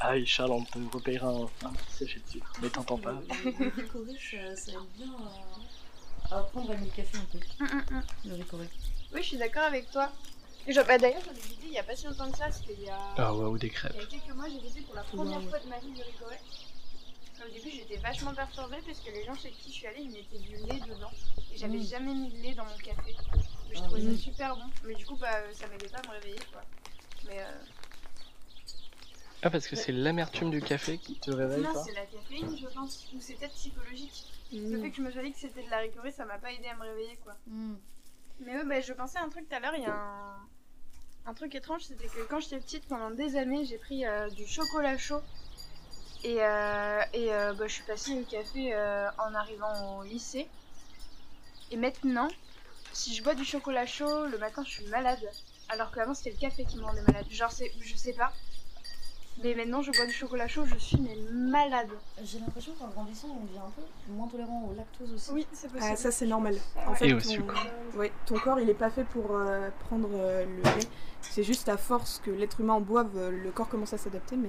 S1: Ah oui Charles, on te repayera un, un petit sachet de sucre. Mais t'entends pas.
S2: euh, Le riz coré, ça, ça aide bien euh, à, à apprendre à aimer le café un peu.
S7: Mm,
S2: Le riz coré.
S7: Oui, je suis d'accord avec toi. Et j'en- bah, D'ailleurs, j'en ai goûté il n'y a pas si longtemps que ça, c'était il y a.
S1: Ah waouh des
S7: Il
S1: crêpes.
S7: y a quelques mois, j'ai goûté pour la première fois de ma vie du riz coré. Au début, j'étais vachement perturbée parce que les gens chez qui je suis allée, ils mettaient du (laughs) lait dedans. Et j'avais
S5: Mm.
S7: jamais mis de lait dans mon café. Mais je
S5: Ah
S7: trouvais
S5: oui.
S7: ça super bon. Mais du coup, bah, euh, ça m'aidait pas à me réveiller, quoi. Mais euh,
S1: Ah parce que c'est l'amertume du café qui te réveille
S7: non,
S1: pas
S7: c'est la caféine, je pense. Ou c'est peut-être psychologique.
S3: Mm.
S7: Le fait que je me sois dit que c'était de la riz coré, ça m'a pas aidé à me réveiller, quoi.
S5: Mm.
S7: Mais ouais, bah, je pensais à un truc tout à l'heure, il y a un... un truc étrange, c'était que quand j'étais petite, pendant des années, j'ai pris euh, du chocolat chaud. Et, euh, et euh, bah, je suis passée au café euh, en arrivant au lycée. Et maintenant, si je bois du chocolat chaud, le matin, je suis malade. Alors qu'avant, c'était le café qui me rendait malade. Genre, c'est- je sais pas. Mais maintenant, je bois du chocolat chaud, je suis mais malade.
S5: J'ai l'impression qu'en grandissant, on devient un peu moins tolérant au lactose aussi.
S7: Oui, c'est possible.
S3: Ah ça c'est normal.
S7: Et
S1: au
S3: ton-
S1: sucre.
S3: ouais, ton corps il est pas fait pour euh, prendre euh, le lait. C'est juste à force que l'être humain en boive, euh, le corps commence à s'adapter, mais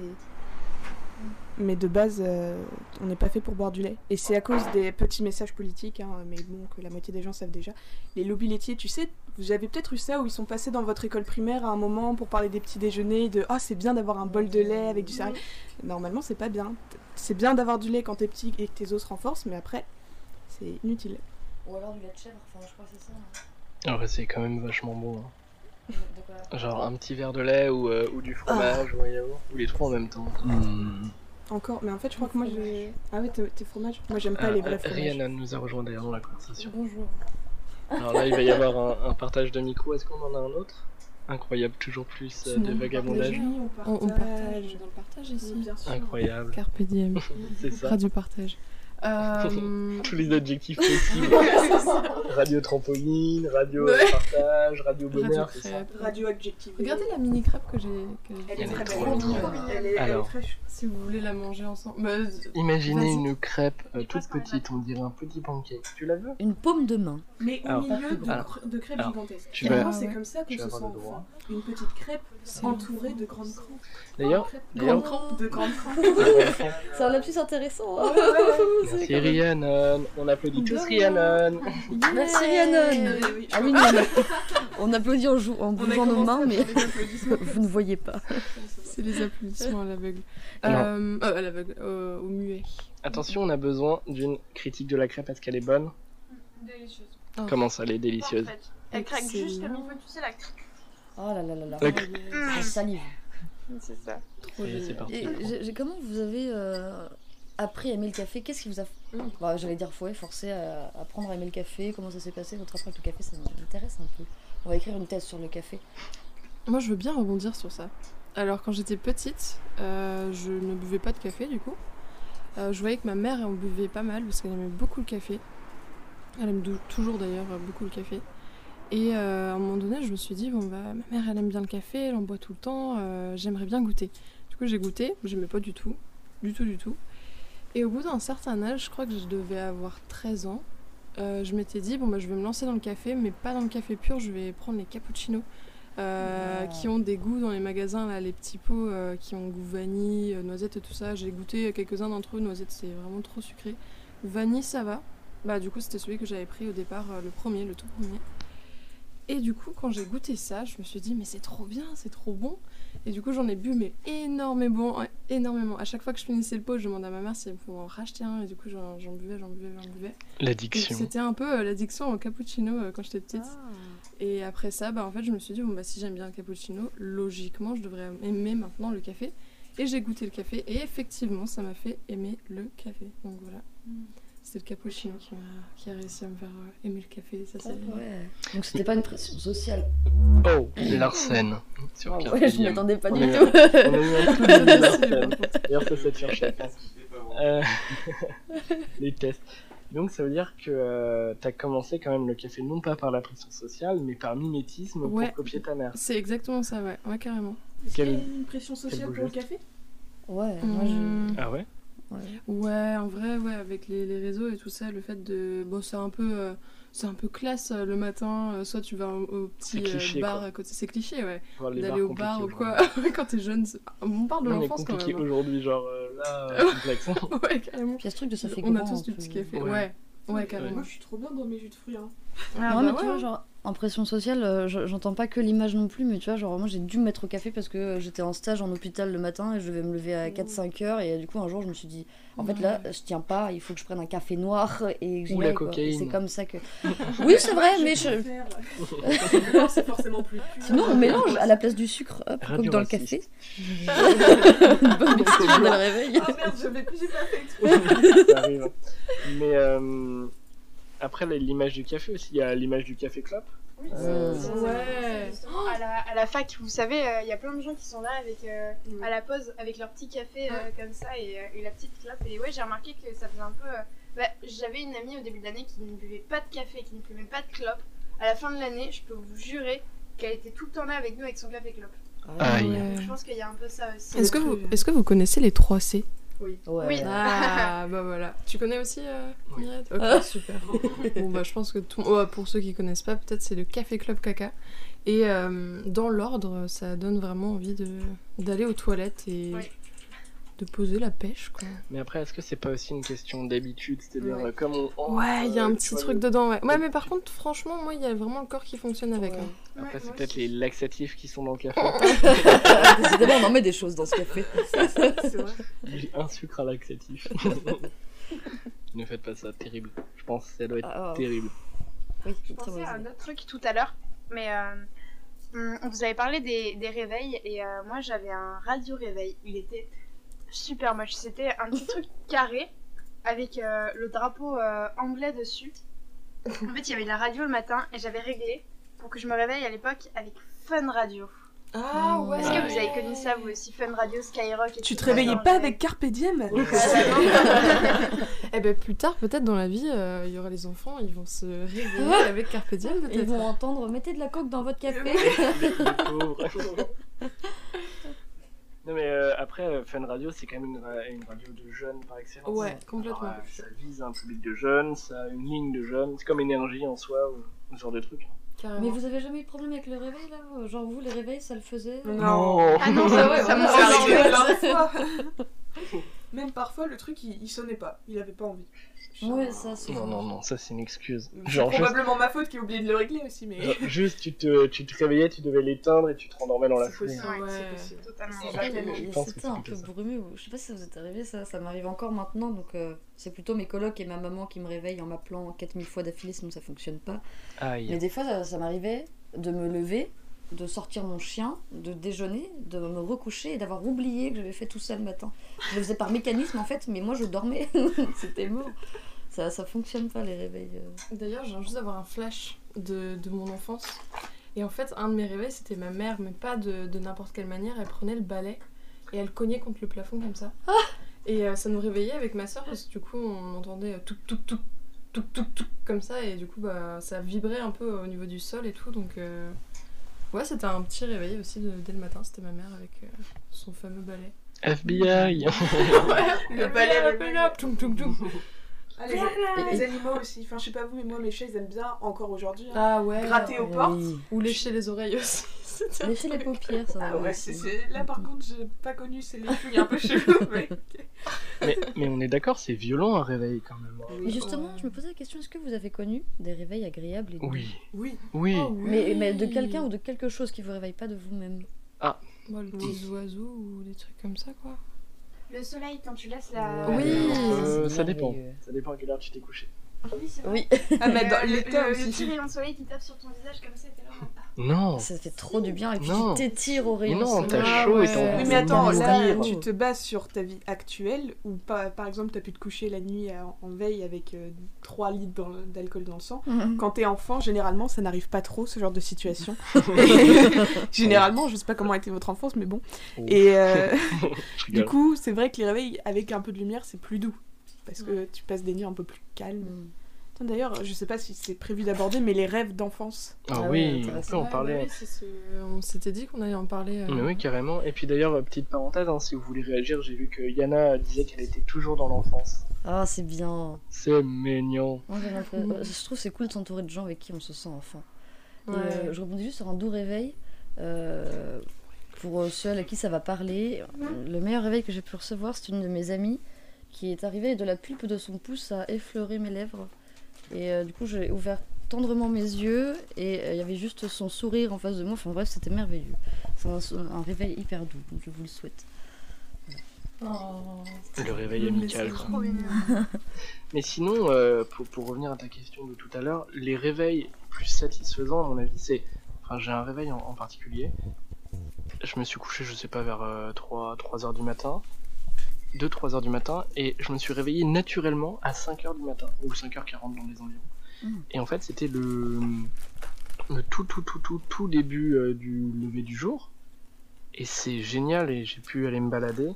S3: mais de base euh, on n'est pas fait pour boire du lait. Et c'est à cause des petits messages politiques, hein, mais bon que la moitié des gens savent déjà. Les lobbies laitiers, tu sais, vous avez peut-être eu ça où ils sont passés dans votre école primaire à un moment pour parler des petits déjeuners, de ah c'est bien d'avoir un bol de lait avec du céréal. Normalement c'est pas bien. C'est bien d'avoir du lait quand t'es petit et que tes os se renforcent, mais après c'est inutile.
S5: Ou alors du lait de chèvre, enfin je crois que c'est ça. hein.
S1: Ah ouais c'est quand même vachement bon. hein.
S5: De quoi
S1: Genre un petit verre de lait ou, euh, ou du fromage
S3: Ah.
S1: ou un yaourt. Ou les trois en même temps.
S3: Hmm. Encore, mais en fait, je crois que moi j'ai. Ah ouais, tes tes fromages Moi j'aime pas
S1: Ah,
S3: les vrais
S1: euh,
S3: fromages.
S1: Rihanna nous a rejoint derrière dans la conversation.
S5: Bonjour.
S1: Alors là, il va y avoir un, un partage de micro. Est-ce qu'on en a un autre Incroyable, toujours plus euh, de
S9: Sinon,
S1: vagabondage.
S9: On, Oh, on partage. Dans le partage
S3: Oui,
S9: ici.
S3: bien sûr.
S1: Incroyable, (laughs)
S9: Carpe diem.
S1: c'est
S9: On
S1: ça.
S9: fera du partage. Euh,
S1: Tous les adjectifs possibles. radio trampoline, radio euh, partage, radio
S9: radio
S1: bonheur, c'est ça.
S9: crêpe.
S3: Radio adjective.
S9: Regardez la mini crêpe que j'ai. que j'ai-
S3: Elle est
S1: Elle est
S3: très
S1: trop
S3: belle.
S1: mignonne.
S3: Elle est- elle est
S1: Alors.
S3: fraîche.
S9: Si vous voulez la manger ensemble. Bah, euh,
S1: Imaginez
S9: Vas-y.
S1: une crêpe euh,
S7: Je pense
S1: toute
S7: qu'on est
S1: petite, on dirait un petit pancake. Tu la veux
S5: Une paume de main.
S3: Mais au
S1: Alors.
S3: milieu de,
S1: Alors.
S3: cr- de crêpes
S1: Alors.
S3: gigantesques.
S1: Tu
S3: Clairement,
S9: vas-
S3: c'est
S9: ouais.
S3: comme ça qu'on
S1: Tu vas
S3: se sent
S1: avoir le droit.
S3: enfin une petite crêpe entourée de grandes crampes.
S1: D'ailleurs,
S3: Crêpes-
S1: d'ailleurs-
S3: grandes crampes, de grandes crampes.
S5: C'est un lapsus intéressant. hein.
S1: merci Rhiannon. On applaudit tous Rhiannon.
S5: Merci
S3: Oui,
S5: Rhiannon.
S3: oui,
S5: Ah oui, non, mais- on applaudit en, jou- en bougeant nos mains, mais (laughs) vous ne voyez pas.
S9: c'est les applaudissements à l'aveugle.
S1: Non.
S9: Euh, euh, à l'aveugle, euh, au muet.
S1: Attention, on a besoin d'une critique de la crêpe. Est-ce qu'elle est bonne
S7: Délicieuse.
S1: Comment ça, elle est délicieuse
S7: Parfaite. Elle craque juste
S9: Excellent.
S7: comme il faut, tu sais, la craque.
S5: Oh là là là là.
S1: La
S5: Je salive.
S7: C'est ça.
S9: Trop
S1: Et
S9: génial.
S1: c'est parti.
S5: Et j'ai- j'ai- comment vous avez euh, appris à aimer le café Qu'est-ce qui vous a. Bah, J'allais dire fouet, forcé à à apprendre à aimer le café. Comment ça s'est passé Votre rapport avec le café, ça m'intéresse un peu. On va écrire une thèse sur le café.
S9: Moi, je veux bien rebondir sur ça. Alors, quand j'étais petite, euh, je ne buvais pas de café, du coup. Euh, je voyais que ma mère en buvait pas mal parce qu'elle aimait beaucoup le café. Elle aime dou- toujours d'ailleurs euh, beaucoup le café. Et euh, à un moment donné, je me suis dit, bon, bah, ma mère, elle aime bien le café, elle en boit tout le temps, euh, j'aimerais bien goûter. Du coup, j'ai goûté, j'aimais pas du tout, du tout, du tout. Et au bout d'un certain âge, je crois que je devais avoir 13 ans, euh, je m'étais dit, bon, bah, je vais me lancer dans le café, mais pas dans le café pur, je vais prendre les cappuccinos euh,
S5: Ah.
S9: qui ont des goûts dans les magasins, là, les petits pots euh, qui ont goût vanille, euh, noisette et tout ça. J'ai goûté quelques-uns d'entre eux, noisette, c'est vraiment trop sucré. Vanille, ça va. Bah, du coup, c'était celui que j'avais pris au départ, euh, le premier, le tout premier. Et du coup, quand j'ai goûté ça, je me suis dit, mais c'est trop bien, c'est trop bon. Et du coup, j'en ai bu, mais énormément, hein, énormément. À chaque fois que je finissais le pot, je demandais à ma mère si elle pouvait en racheter un. Et du coup, j'en j'en buvais, j'en buvais, j'en buvais. Donc,
S1: L'addiction.
S9: C'était un peu euh, l'addiction au cappuccino euh, quand j'étais petite. Et après ça, bah, en fait, je me suis dit, bon, bah, si j'aime bien le cappuccino, logiquement, je devrais aimer maintenant le café. Et j'ai goûté le café, et effectivement, ça m'a fait aimer le café. Donc voilà. C'est le cappuccino qui m'a- qui a, réussi à me faire euh, aimer le café. Ça, c'est...
S5: Ouais. Donc c'était pas une pression sociale.
S1: Oh, Larsen. Sur Carpe
S5: Ah Ouais, je
S1: Diem.
S5: m'y attendais pas
S1: On
S5: du
S1: est-
S5: tout.
S1: On a eu un peu de Larsen. D'ailleurs, ça, ça te cherche. Euh, (laughs) les tests. Donc ça veut dire que euh, t'as commencé quand même le café non pas par la pression sociale, mais par mimétisme
S9: Ouais.
S1: pour copier ta mère.
S9: C'est exactement ça, ouais, ouais carrément.
S1: Est-ce qu'il y a Quel-
S3: une pression
S1: sociale beau pour
S3: pour
S1: le
S3: le
S1: geste.
S3: café
S5: Ouais, moi je.
S9: Hmm.
S1: Ah ouais
S5: ouais.
S9: Ouais, en vrai, ouais, avec les, les réseaux et tout ça, le fait de. Bon, c'est un peu. euh, C'est un peu classe euh, le matin, euh, soit tu vas au, au petit
S1: C'est cliché,
S9: euh, bar
S1: quoi.
S9: à côté, c'est cliché, ouais.
S1: Voir les
S9: D'aller
S1: bars
S9: au bar ou
S1: compliqués
S9: quoi, (laughs) quand t'es jeune, c'est- on parle
S1: aujourd'hui.
S9: de
S1: Non mais
S9: l'enfance quand
S1: compliqué
S9: même. hein.
S1: aujourd'hui, genre euh,
S9: (laughs)
S1: là, euh, complexe.
S9: ouais, carrément.
S5: Puis il y a ce truc de ça fait
S9: On a
S5: grand,
S9: tous
S5: un
S9: du
S5: peu.
S9: petit café,
S1: Ouais.
S9: ouais. Ouais, carrément.
S3: Moi, je suis trop bien dans mes jus de fruits. Hein.
S5: non,
S9: Ah
S5: mais
S9: bah
S5: tu
S9: ouais,
S5: vois, genre, en pression sociale, euh, je- j'entends pas que l'image non plus, mais tu vois, genre, moi j'ai dû me mettre au café parce que euh, j'étais en stage en hôpital le matin et je devais me lever à 4-5 heures. Et euh, du coup, un jour, je me suis dit, en fait, là, je tiens pas, il faut que je prenne un café noir (laughs) et que j'y
S1: Ou la
S5: aille, quoi. Et C'est
S1: cocaïne.
S5: comme ça que. Oui, c'est vrai, Eh, mais
S3: (laughs)
S5: je.
S3: c'est forcément plus pur.
S5: Sinon, on mélange à la place du sucre, hop,
S1: Radio
S5: comme dans le
S1: raciste.
S5: café. Une
S1: (laughs)
S5: bonne excuse de le réveil.
S10: Ah merde, je l'ai- j'ai pas fait exprès.
S1: Ça arrive. Mais euh, après là, l'image du café aussi, il y a l'image du café club.
S7: Oui,
S1: Euh,
S7: c'est- c'est-
S9: Ouais.
S7: justement, à, la, à la fac, vous savez, euh, il y a plein de gens qui sont là avec, euh,
S9: Mm.
S7: à la pause avec leur petit café euh, comme ça et, euh, et la petite clope. Et ouais, j'ai remarqué que ça faisait un peu. euh, bah, J'avais une amie au début de l'année qui ne buvait pas de café, qui ne fumait pas de clope. À la fin de l'année, je peux vous jurer qu'elle était tout le temps là avec nous avec son café clope.
S1: Aïe.
S9: Ah ouais.
S7: Je pense qu'il y a un peu ça aussi.
S9: Est-ce que, vous, est que vous connaissez les 3C
S5: Ouais.
S7: Oui.
S9: (laughs) Ah, bah voilà. Tu connais aussi euh,
S1: Oui.
S9: Myriad Ok, super. (laughs) bon, bah je pense que tout... oh, pour ceux qui connaissent pas, peut-être c'est le Café Club Caca. Et euh, dans l'ordre, ça donne vraiment envie de d'aller aux toilettes et
S7: Oui.
S9: de poser la pêche, quoi.
S1: Mais après, est-ce que c'est pas aussi une question d'habitude C'est-à-dire,
S9: Ouais.
S1: euh, comme on. on-
S9: Ouais, il y a
S1: euh,
S9: un
S1: tu
S9: petit
S1: vois,
S9: truc
S1: le-
S9: dedans, ouais. Ouais, mais par contre, franchement, moi, il y a vraiment le corps qui fonctionne avec. hein.
S1: Après,
S7: Ouais,
S1: c'est
S7: moi
S1: peut-être les
S7: aussi.
S1: laxatifs qui sont dans le café.
S5: (laughs) Décidément, on en met des choses dans ce café.
S1: J'ai un sucre à laxatif. ne faites pas ça, terrible. Je pense que ça doit être
S5: Ah, ah,
S1: terrible.
S5: oui, très
S7: Je pensais
S5: mauvaise
S7: à un
S5: idée.
S7: autre truc tout à l'heure, mais euh, hum, on vous avait parlé des, des réveils et euh, moi j'avais un radio réveil. Il était super moche. C'était un petit truc carré avec euh, le drapeau euh, anglais dessus. En fait, il y avait la radio le matin et j'avais réglé pour que je me réveille à l'époque avec Fun Radio.
S5: Ah, ouais.
S7: Est-ce que vous avez connu ça vous aussi, Fun Radio, Skyrock et
S3: Tu te
S7: tout ça,
S3: réveillais
S7: genre,
S3: pas
S7: j'avais-
S3: avec Carpe Diem
S9: Eh ben plus tard, peut-être dans la vie, euh, il y aura les enfants, ils vont se réveiller avec Carpe Diem,
S5: Ils
S9: peut-être.
S5: vont entendre mettez de la coke dans votre café.
S1: Les pauvres. non, mais euh, après, euh, Fun Radio, c'est quand même une, ra- une radio de jeunes par excellence.
S9: Ouais,
S1: Alors,
S9: complètement.
S1: euh, ça vise un public de jeunes, ça a une ligne de jeunes. C'est comme énergie en soi ou ou ce genre de truc. hein.
S9: Carrément.
S5: Mais vous avez jamais eu de problème avec le réveil là Genre vous, les réveils, ça le faisait
S1: Non.
S7: Ah non,
S3: (laughs)
S7: ça, ça
S5: on
S7: m'en est
S5: s'est
S7: arrivé.
S3: Ah,
S5: engueulé.
S3: Même parfois, le truc, il, il sonnait pas. Il avait pas envie.
S5: Ouais, ça c'est.
S1: euh, Non, non, non, ça c'est une excuse.
S3: C'est
S1: Genre, juste,
S3: probablement ma faute qui a oublié de le régler aussi, mais.
S1: genre, juste, tu, te, tu te réveillais, tu devais l'éteindre et tu te rendormais dans la
S3: C'est
S1: foulée.
S3: possible,
S9: Ouais.
S3: c'est possible.
S7: Totalement.
S5: C'est
S1: Je
S5: vrai, il y avait-
S1: pense
S5: il y
S1: que
S5: a- C'était
S1: c'est
S5: un
S1: plutôt
S5: peu
S1: ça.
S5: brumeux. Je sais pas si ça vous est arrivé ça, ça m'arrive encore maintenant. Donc euh, c'est plutôt mes colocs et ma maman qui me réveillent en m'appelant 4000 fois d'affilée, sinon ça fonctionne pas. Mais
S1: Aïe.
S5: des fois, ça, ça m'arrivait de me lever, de sortir mon chien, de déjeuner, de me recoucher et d'avoir oublié que j'avais fait tout ça le matin. Je le faisais par mécanisme en fait, mais moi je dormais. (laughs) C'était mort. Ça, ça fonctionne pas les réveils. euh.
S9: D'ailleurs, j'ai juste d'avoir un flash de, de mon enfance. Et en fait, un de mes réveils, c'était ma mère, mais pas de, de n'importe quelle manière. Elle prenait le balai et elle cognait contre le plafond comme ça. et euh, ça nous réveillait avec ma soeur parce que du coup, on entendait euh, touc touc touc touc touc touc comme ça. Et du coup, bah, ça vibrait un peu au niveau du sol et tout. Donc, euh, ouais, c'était un petit réveil aussi de- dès le matin. C'était ma mère avec euh, son fameux balai.
S1: FBI
S9: Le
S7: balai, le balai.
S9: touc touc touc.
S3: Ah, les, les- les animaux aussi. Enfin, je sais pas vous, mais moi, mes chats, ils aiment bien, encore aujourd'hui, hein,
S9: Ah ouais.
S3: gratter aux portes.
S9: Ou lécher les oreilles aussi. (laughs) C'était un
S5: Laisser les
S9: truc.
S5: paupières, ça
S3: Ah
S5: va
S3: ouais,
S5: aussi.
S3: c'est- c'est- là par contre, j'ai pas connu, c'est les fouilles un peu (laughs) chelou, mais.
S1: mais, mais on est d'accord, c'est violent un réveil quand même. hein.
S5: Mais justement, je me posais la question est-ce que vous avez connu des réveils agréables et doux
S1: Oui.
S3: Oui.
S1: Oui.
S9: Oh,
S5: mais, mais de
S9: oui.
S5: quelqu'un ou de quelque chose qui vous réveille pas de vous-même.
S9: Bon, Bah,
S1: Oui.
S9: les petits oiseaux ou des trucs comme ça, quoi.
S7: Le soleil quand tu laisses la.
S9: Oui.
S1: Euh, ça
S5: C'est
S1: dépend.
S5: merveilleux.
S1: Ça dépend à quelle heure tu t'es couché.
S7: Oui, c'est vrai.
S5: Oui,
S3: Ah, mais dans
S7: Le-
S3: l'état
S7: le- Le petit
S3: aussi.
S7: rayon de soleil qui tape sur ton visage comme ça, t'es là. en-
S1: Non.
S5: ça fait trop du bien et puis
S1: Non.
S5: tu t'étires au
S1: Mais
S5: rayon.
S1: non,
S5: soleil.
S1: t'as
S9: Ah
S1: chaud et
S9: ouais.
S1: t'as envie
S3: Oui,
S1: de
S3: mais attends, là,
S1: mourir.
S3: tu te bases sur ta vie actuelle ou pas. Par exemple, t'as pu te coucher la nuit en, en veille avec euh, 3 litres dans le- d'alcool dans le sang.
S5: Mhm.
S3: Quand t'es enfant, généralement, ça n'arrive pas trop, ce genre
S1: (laughs)
S3: de situation. (laughs) généralement, je sais pas comment a été votre enfance, mais bon.
S1: Oh.
S3: Et euh,
S1: Je (laughs)
S3: du
S1: rigole.
S3: coup, c'est vrai que les réveils avec un peu de lumière, c'est plus doux. parce que tu passes des nuits un peu plus calmes.
S5: Mm.
S3: Tiens, D'ailleurs, je sais pas si c'est prévu d'aborder, mais les rêves d'enfance.
S1: Ah,
S5: Ah ouais,
S1: oui, on peut
S5: intéressant.
S1: en
S9: Ouais,
S1: parler.
S9: bah oui, c'est ce- On s'était dit qu'on allait en parler. euh,
S1: Mais oui, carrément. Et puis d'ailleurs, euh, petite parenthèse, hein, si vous voulez réagir, j'ai vu que Yana disait qu'elle était toujours dans l'enfance. (laughs)
S5: Ah, c'est bien.
S1: C'est mignon.
S5: Moi, j'ai l'impression- euh, je trouve que c'est cool de s'entourer de gens avec qui on se sent enfant. Et,
S9: Ouais.
S5: euh, je rebondis juste sur un doux réveil euh, pour euh, ceux à qui ça va parler. Le meilleur réveil que j'ai pu recevoir, c'est une de mes amies qui est arrivée et de la pulpe de son pouce a effleuré mes lèvres. Et euh, du coup, j'ai ouvert tendrement mes yeux et euh, il y avait juste son sourire en face de moi. Enfin bref, c'était merveilleux. C'est un, sou- un réveil hyper doux, donc je vous le souhaite.
S1: Le réveil
S9: Le
S1: amical.
S9: message.
S1: quoi.
S7: Trop mignon.
S1: Mais sinon, euh, pour, pour revenir à ta question de tout à l'heure, les réveils plus satisfaisants, à mon avis, c'est. Enfin, j'ai un réveil en, en particulier. Je me suis couché, je sais pas, vers 3, 3 heures du matin. 2-3 heures du matin, et je me suis réveillé naturellement à 5 heures du matin, ou 5h40 dans les environs.
S5: Mm.
S1: Et en fait, c'était le, le tout, tout, tout, tout, tout début euh, du lever du jour. Et c'est génial, et j'ai pu aller me balader.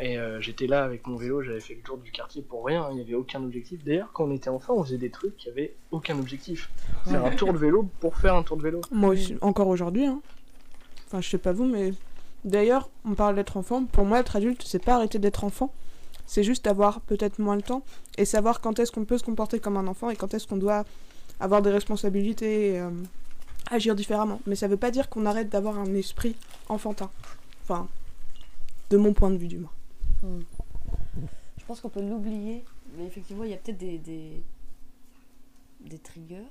S1: Et euh, j'étais là avec mon vélo, j'avais fait le tour du quartier pour rien, il n'y avait aucun objectif. D'ailleurs, quand on était enfant, on faisait des trucs qui avaient aucun objectif. Faire un tour de vélo pour faire un tour de vélo.
S3: Moi aussi, encore aujourd'hui. hein. Enfin, je sais pas vous, mais d'ailleurs, on parle d'être enfant. Pour moi, être adulte, c'est pas arrêter d'être enfant. C'est juste avoir peut-être moins le temps et savoir quand est-ce qu'on peut se comporter comme un enfant et quand est-ce qu'on doit avoir des responsabilités et euh, agir différemment. Mais ça veut pas dire qu'on arrête d'avoir un esprit enfantin. Enfin, de mon point de vue, du moins.
S5: Je pense qu'on peut l'oublier, mais effectivement, il y a peut-être des, des, des triggers.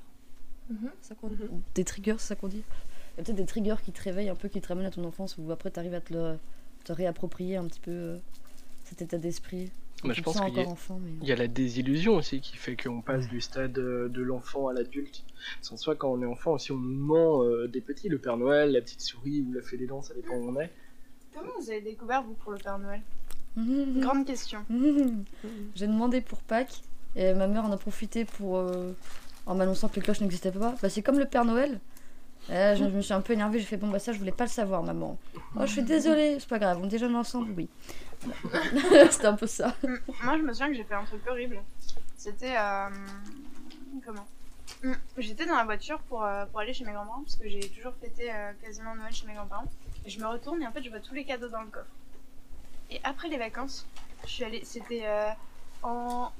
S9: Mhm.
S5: C'est ça qu'on- Des triggers, c'est ça qu'on dit Il y a peut-être des triggers qui te réveillent un peu, qui te ramènent à ton enfance, où après tu arrives à te, le, te réapproprier un petit peu euh, cet état d'esprit.
S1: Bah, je
S5: Tu te
S1: pense
S5: sens
S1: qu'il y,
S5: encore
S1: a-
S5: enfant, mais.
S1: il y a la désillusion aussi qui fait qu'on passe du stade euh, de l'enfant à l'adulte. Sans soi, quand on est enfant aussi, on nous ment euh, des petits, le Père Noël, la petite souris ou la fée des dents, ça dépend où on est.
S7: Comment vous avez découvert, vous, pour le Père Noël
S5: Mhm.
S7: Grande question.
S5: Mhm. (laughs) J'ai demandé pour Pâques, et ma mère en a profité pour. euh, en m'annonçant que les cloches n'existaient pas. Bah, c'est comme le Père Noël. Et là, je, je me suis un peu énervée, j'ai fait bon, bah ça, je voulais pas le savoir, maman. Oh, je suis désolée, c'est pas grave, on déjeune ensemble, oui. (laughs) C'était un peu ça.
S7: Mm, Moi, je me souviens que j'ai fait un truc horrible. C'était. euh, Comment Mm, J'étais dans la voiture pour, euh, pour aller chez mes grands-parents, parce que j'ai toujours fêté euh, quasiment Noël chez mes grands-parents. Et je me retourne et en fait, je vois tous les cadeaux dans le coffre. Et après les vacances, je suis allée. C'était euh, en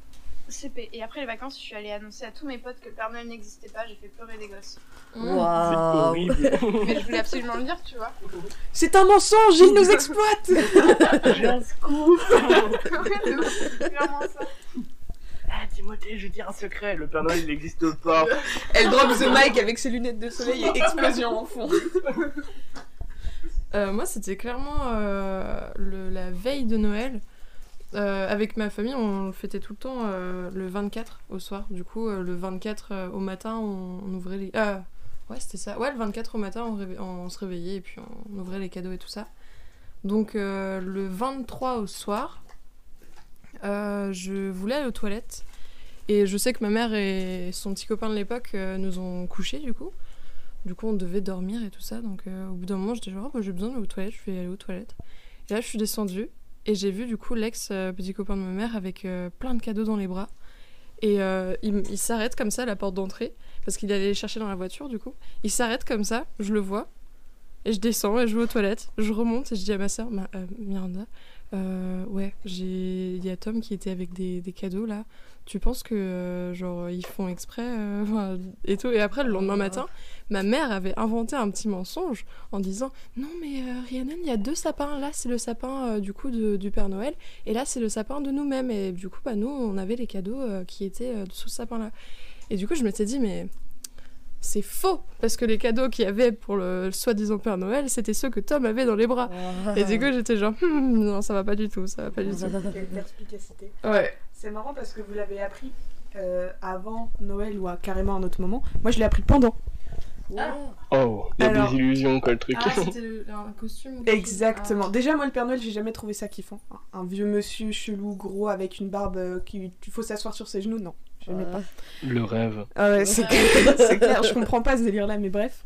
S7: CP. Et après les vacances, je suis allée annoncer à tous mes potes que le Père Noël n'existait pas. J'ai fait pleurer des gosses.
S9: Mm.
S1: C'est
S5: Waouh!
S1: horrible.
S7: Mais je voulais absolument le dire, tu vois.
S3: C'est un mensonge, il nous exploite (laughs)
S7: (laughs) Ouais, de ouf, c'est clairement ça.
S1: Ah, Timothée, je vais dire un secret, le Père Noël il n'existe pas.
S3: Elle drop the mic avec ses lunettes de soleil et explosion en fond.
S9: Euh, moi, c'était clairement euh, le- la veille de Noël. Euh, avec ma famille, on le fêtait tout le temps euh, le 24 au soir. Du coup, euh, le 24 euh, au matin, on, on ouvrait les. ah, ouais, c'était ça. Ouais, le 24 au matin, on, réve- on se réveillait et puis on ouvrait les cadeaux et tout ça. Donc, euh, le 23 au soir, euh, je voulais aller aux toilettes. Et je sais que ma mère et son petit copain de l'époque euh, nous ont couchés, du coup. Du coup, on devait dormir et tout ça. Donc, euh, au bout d'un moment, j'étais genre, Oh, bah, j'ai besoin d'aller aux toilettes, je vais aller aux toilettes. Et là, je suis descendue et j'ai vu du coup l'ex-petit copain de ma mère avec euh, plein de cadeaux dans les bras. Et euh, il, m- il s'arrête comme ça à la porte d'entrée, parce qu'il allait les chercher dans la voiture du coup. Il s'arrête comme ça, je le vois, et je descends et je vais aux toilettes. Je remonte et je dis à ma soeur, Miranda, euh, ouais, j'ai- il y a Tom qui était avec des, des cadeaux là. Tu penses que euh, genre ils font exprès euh, (laughs) enfin, et tout. Et après, le lendemain matin, ma mère avait inventé un petit mensonge en disant Non, mais euh, Rhiannon, il y a deux sapins. Là, c'est le sapin euh, du coup de- du Père Noël. Et là, c'est le sapin de nous-mêmes. Et du coup, bah, nous, on avait les cadeaux euh, qui étaient euh, sous ce sapin-là. Et du coup, je m'étais dit Mais c'est faux Parce que les cadeaux qu'il y avait pour le soi-disant Père Noël, c'était ceux que Tom avait dans les bras.
S5: Ah.
S9: Et du coup, j'étais genre (laughs) Hum, Non, ça va pas du tout, ça va pas du tout.
S3: perspicacité.
S9: Ouais.
S3: C'est marrant parce que vous l'avez appris euh, avant Noël ou à carrément un autre moment. Moi, je l'ai appris pendant.
S1: Oh, il y a
S3: Alors-
S1: des illusions, quoi, le truc.
S9: Ah, c'était le- un costume ou quelque chose
S3: Exactement. Déjà, moi, le Père Noël, j'ai jamais trouvé ça kiffant. Un- Un vieux monsieur chelou, gros, avec une barbe euh, qui il faut s'asseoir sur ses genoux, non. J'aimais pas.
S1: le rêve.
S3: Ah ouais, c'est clair, (laughs) c'est clair, je comprends pas ce délire-là, mais bref.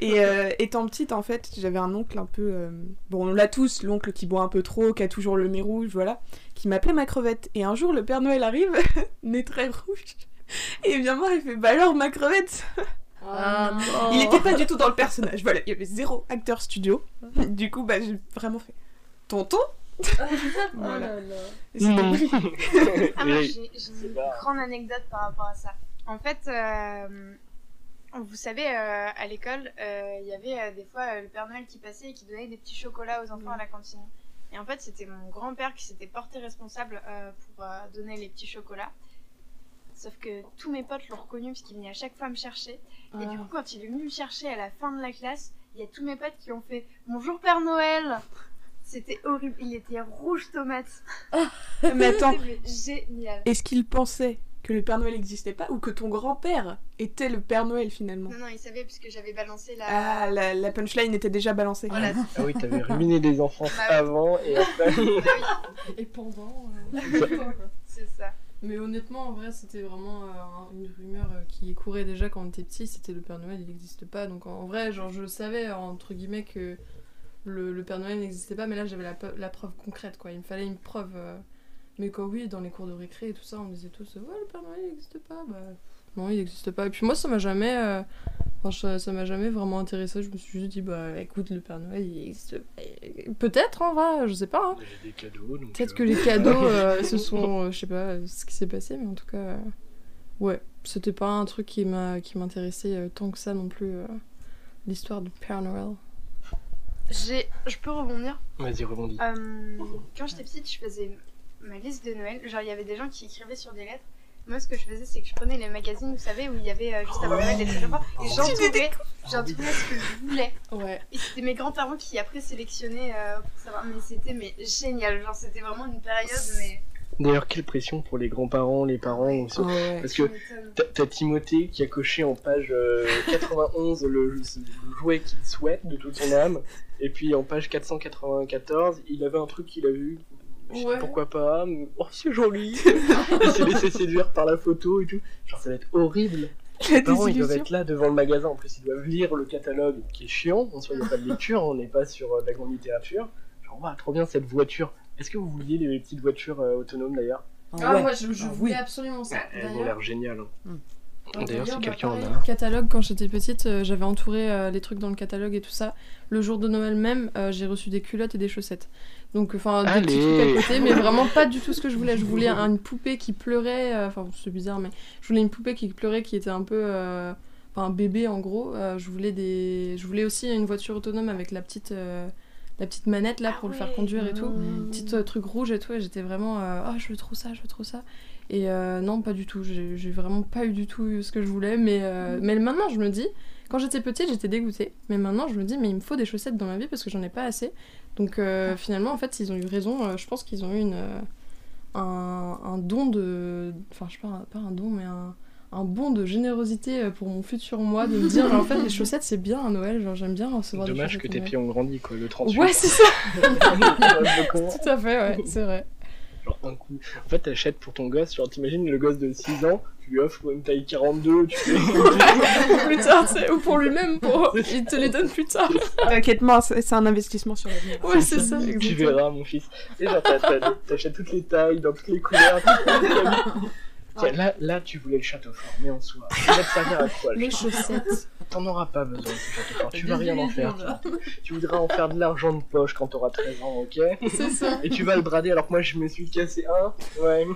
S3: Et euh, étant petite, en fait, j'avais un oncle un peu. euh, Bon, on l'a tous, l'oncle qui boit un peu trop, qui a toujours le nez rouge, voilà, qui m'appelait ma crevette. Et un jour, le Père Noël arrive, (laughs) nez très rouge. Et il vient me voir, il fait Bah alors, ma crevette
S5: Ah non.
S3: Il était pas du tout dans le personnage, voilà, il y avait zéro acteur studio. Du coup, bah, j'ai vraiment fait Tonton (laughs) Voilà. Et c'était-
S1: Non.
S7: Ah, moi,
S1: Et-
S7: j'ai j'ai une
S1: pas-
S7: grande anecdote par rapport à ça. En fait, euh, vous savez, euh, à l'école, euh, il y avait euh, des fois euh, le Père Noël qui passait et qui donnait des petits chocolats aux enfants à la cantine. Et en fait, c'était mon grand-père qui s'était porté responsable euh, pour euh, donner les petits chocolats. Sauf que tous mes potes l'ont reconnu parce qu'il venait à chaque fois me chercher. Et du coup, quand il est venu me chercher à la fin de la classe, il y a tous mes potes qui ont fait Bonjour Père Noël C'était horrible, il était rouge tomate.
S3: Ah, Mais
S7: (laughs)
S3: attends,
S7: C'était génial.
S3: est-ce qu'il pensait que le Père Noël n'existait pas ou que ton grand-père était le Père Noël finalement
S7: Non, non, il savait parce que j'avais balancé la.
S3: Ah, la, la punchline était déjà balancée.
S7: Voilà.
S1: Ah oui, t'avais ruiné des enfants
S7: Bah oui.
S1: avant et (laughs) après.
S9: Et pendant. euh,
S7: C'est ça.
S9: Mais honnêtement, en vrai, c'était vraiment euh, un- une rumeur euh, qui courait déjà quand on était petit. C'était le Père Noël, il n'existe pas. Donc en en vrai, genre, je savais euh, entre guillemets que le, le Père Noël n'existait pas, mais là, j'avais la, pe- la preuve concrète, quoi. Il me fallait une preuve. euh, Mais quand oui, dans les cours de récré et tout ça, on disait tous, ouais, le Père Noël, il n'existe pas. Bah, non, il n'existe pas. Et puis moi, ça m'a jamais. euh, Enfin, ça- ça m'a jamais vraiment intéressé. Je me suis juste dit, bah écoute, le Père Noël, il existe. euh, Peut-être, en vrai, je sais pas. hein.
S1: J'ai des cadeaux, donc.
S9: Peut-être
S1: euh,
S9: que les cadeaux euh,
S5: (laughs)
S9: se sont, euh, je sais pas euh, ce qui s'est passé, mais en tout cas, euh, ouais, c'était pas un truc qui m'a qui m'intéressait euh, tant que ça non plus. euh, L'histoire du Père Noël.
S7: J'ai... Je peux rebondir
S1: Vas-y, rebondis.
S7: Euh, Quand j'étais petite, je faisais ma liste de Noël. Genre, il y avait des gens qui écrivaient sur des lettres. Moi, ce que je faisais, c'est que je prenais les magazines, vous savez, où il y avait euh, juste avant Noël des trucs comme ça,
S3: Oh.
S7: et j'entourais, j'entourais ce que je voulais.
S9: Ouais.
S7: Et c'était mes grands-parents qui après sélectionnaient euh, pour savoir. Mais c'était mais génial. Genre, c'était vraiment une période, mais.
S1: D'ailleurs, quelle pression pour les grands-parents, les parents ou ceux-
S3: Ah ouais.
S1: Parce que
S7: tu m'étonnes.
S1: T'as- T'as Timothée qui a coché en page euh, 91 le, le jouet qu'il souhaite de toute son âme, et puis en page 494, il avait un truc qu'il a vu. je sais
S9: Ouais.
S1: Pourquoi pas mais- Oh, c'est joli
S9: (laughs)
S1: Il s'est laissé séduire par la photo et tout. Genre, ça va être horrible.
S3: La
S1: Les parents, ils doivent
S3: désillusion.
S1: être là devant le magasin. En plus, ils doivent lire le catalogue, qui est chiant. En soi, il n'y a pas de lecture, on n'est pas sur euh, de la grande littérature. Genre, waouh, trop bien cette voiture. Est-ce que vous vouliez les petites voitures euh, autonomes d'ailleurs
S9: Ah,
S5: Ah ouais.
S9: moi, je, je
S5: Ah,
S9: voulais
S5: oui.
S9: absolument ça.
S1: Elles ont
S9: D'ailleurs,
S1: l'air géniales. hein.
S9: Ah,
S1: D'ailleurs, si
S9: bah,
S1: quelqu'un en a
S9: pareil,
S1: un.
S9: Catalogue, quand j'étais petite, euh, j'avais entouré euh, les trucs dans le catalogue et tout ça. Le jour de Noël même, euh, j'ai reçu des culottes et des chaussettes. Donc, enfin, des petits
S1: Allez.
S9: trucs à
S1: (laughs)
S9: côté, mais vraiment pas du tout ce que je voulais. Je voulais un- une poupée qui pleurait, euh, enfin, c'est bizarre, mais je voulais une poupée qui pleurait, qui était un peu. euh, Enfin, un bébé en gros. Euh, je, voulais des... je voulais aussi une voiture autonome avec la petite, euh, la petite manette là
S7: Ah
S9: pour le faire
S7: ouais.
S9: conduire et tout
S5: Mmh.
S9: petit euh, truc rouge et tout, et j'étais vraiment euh, ah je veux trop ça, je veux trop ça. Et euh, non, pas du tout, j'ai j'ai vraiment pas eu du tout eu ce que je voulais, mais, euh, mais maintenant je me dis, quand j'étais petite j'étais dégoûtée, mais maintenant je me dis, mais il me faut des chaussettes dans la vie parce que j'en ai pas assez. Donc euh, finalement, en fait, ils ont eu raison, euh, je pense qu'ils ont eu une, euh, un, un don de. Enfin, je sais pas, un- pas un don, mais un, un bon de générosité euh, pour mon futur moi, de me (laughs) dire, en fait, les chaussettes c'est bien à Noël, genre j'aime bien recevoir des
S1: Dommage
S9: chaussettes
S1: que
S9: à
S1: tes
S9: Noël.
S1: pieds ont grandi, quoi, le 38.
S9: Ouais, c'est ça,
S1: (laughs) Comment
S9: tout à fait, ouais, c'est (laughs) vrai.
S1: Genre, un coup. En fait, t'achètes pour ton gosse, genre, t'imagines le gosse de 6 ans, tu lui offres une taille 42, tu fais.
S9: (laughs) plus tard, tu sais, ou pour lui-même, pour... il te les donne plus tard.
S3: T'inquiète, moi, c'est c'est un investissement sur l'avenir.
S9: Ouais, c'est ça,
S1: tu
S9: exactement.
S1: verras, mon fils. Et genre, t'as- t'as- t'achètes toutes les tailles, dans toutes les couleurs. toutes les
S9: (laughs)
S1: familles. Tiens, là, là, tu voulais le château fort, mais en soi, il va te servir à quoi le
S9: Les
S1: château
S9: chaussettes.
S1: T'en auras pas besoin, ce château fort, tu vas rien en faire. Tu voudras en faire de l'argent de poche quand t'auras 13 ans, ok
S9: C'est ça.
S1: Et tu vas le brader alors que moi, je me suis cassé un.
S9: (laughs)
S1: Ouais.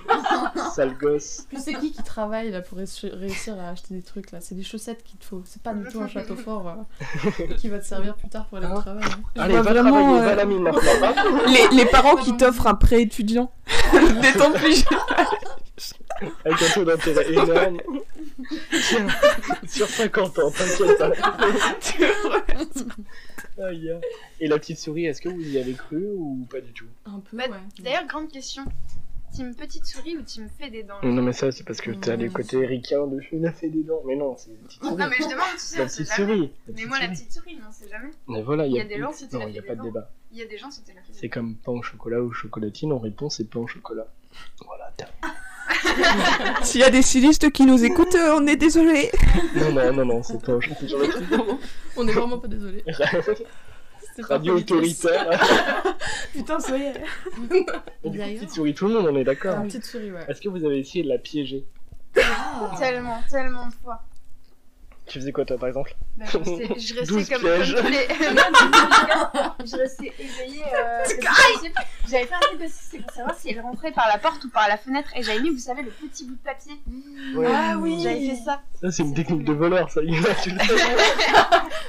S1: Sale gosse.
S9: Puis c'est qui qui travaille là pour réussi- réussir à acheter des trucs là C'est des chaussettes qu'il te faut. C'est pas du tout un château fort (laughs) euh, qui va te servir plus tard pour aller au
S1: Hein
S9: travail.
S1: Allez,
S3: vois
S1: va
S3: vraiment,
S1: travailler,
S3: euh,
S1: va à la mine maintenant. va.
S3: Les, les parents qui t'offrent un prêt (laughs) étudiant dès ton plus jeune.
S1: (laughs) Avec un taux
S3: (laughs)
S1: d'intérêt énorme. Tiens, sur 50 ans, t'inquiète pas.
S3: (laughs)
S1: Aïe, aïe. Et la petite souris, est-ce que vous y avez cru ou pas du tout
S9: Un peu,
S7: Bah, D'ailleurs, grande question. team petite souris ou team fée des dents
S1: Non, mais ça, c'est parce que t'as les côtés ricains de je la fée des dents. Mais non, c'est la petite souris.
S7: Non, mais je demande, tu sais,
S1: La
S7: on sait
S1: petite
S7: jamais.
S1: souris. la
S7: Mais
S1: petite
S7: moi, la
S1: souris.
S7: petite souris, non, c'est jamais.
S1: Mais voilà, il
S7: Il
S1: n'y
S7: y
S1: a,
S7: a des gens, c'était la
S1: non, il y a
S7: fée
S1: pas
S7: des
S1: de
S7: dents.
S1: débat.
S7: Il y a des gens, c'était la fée
S1: C'est comme pain au chocolat ou chocolatine, on répond c'est pain au chocolat. Voilà, terme.
S3: S'il y a des stylistes qui nous écoutent, euh, on est désolé.
S1: Non, non, non, non, c'est pain au (laughs) chocolat.
S9: On est vraiment pas (laughs) désolé.
S1: (laughs) Radio autoritaire.
S3: Putain, ça y est.
S1: Et du coup,
S5: D'ailleurs.
S1: petite souris, tout le monde, on est d'accord.
S9: Ah, petite souris, (laughs) ouais.
S1: Est-ce que vous avez essayé de la piéger
S7: dents. Tellement, tellement de fois.
S1: Tu faisais quoi, toi, par exemple
S7: Bah, je restais, je
S1: Douze
S7: restais comme, comme
S1: pièges.
S7: tous les. (laughs) Non, mais je restais éveillée. euh, le plus possible. J'avais fait un truc aussi, c'est pour savoir si elle rentrait par la porte ou par la fenêtre. Et j'avais mis, vous savez, le petit bout de papier.
S1: Ah
S7: oui J'avais fait ça.
S1: Ça, c'est une technique de voleur, ça. (laughs) Il y en a, tu le sais.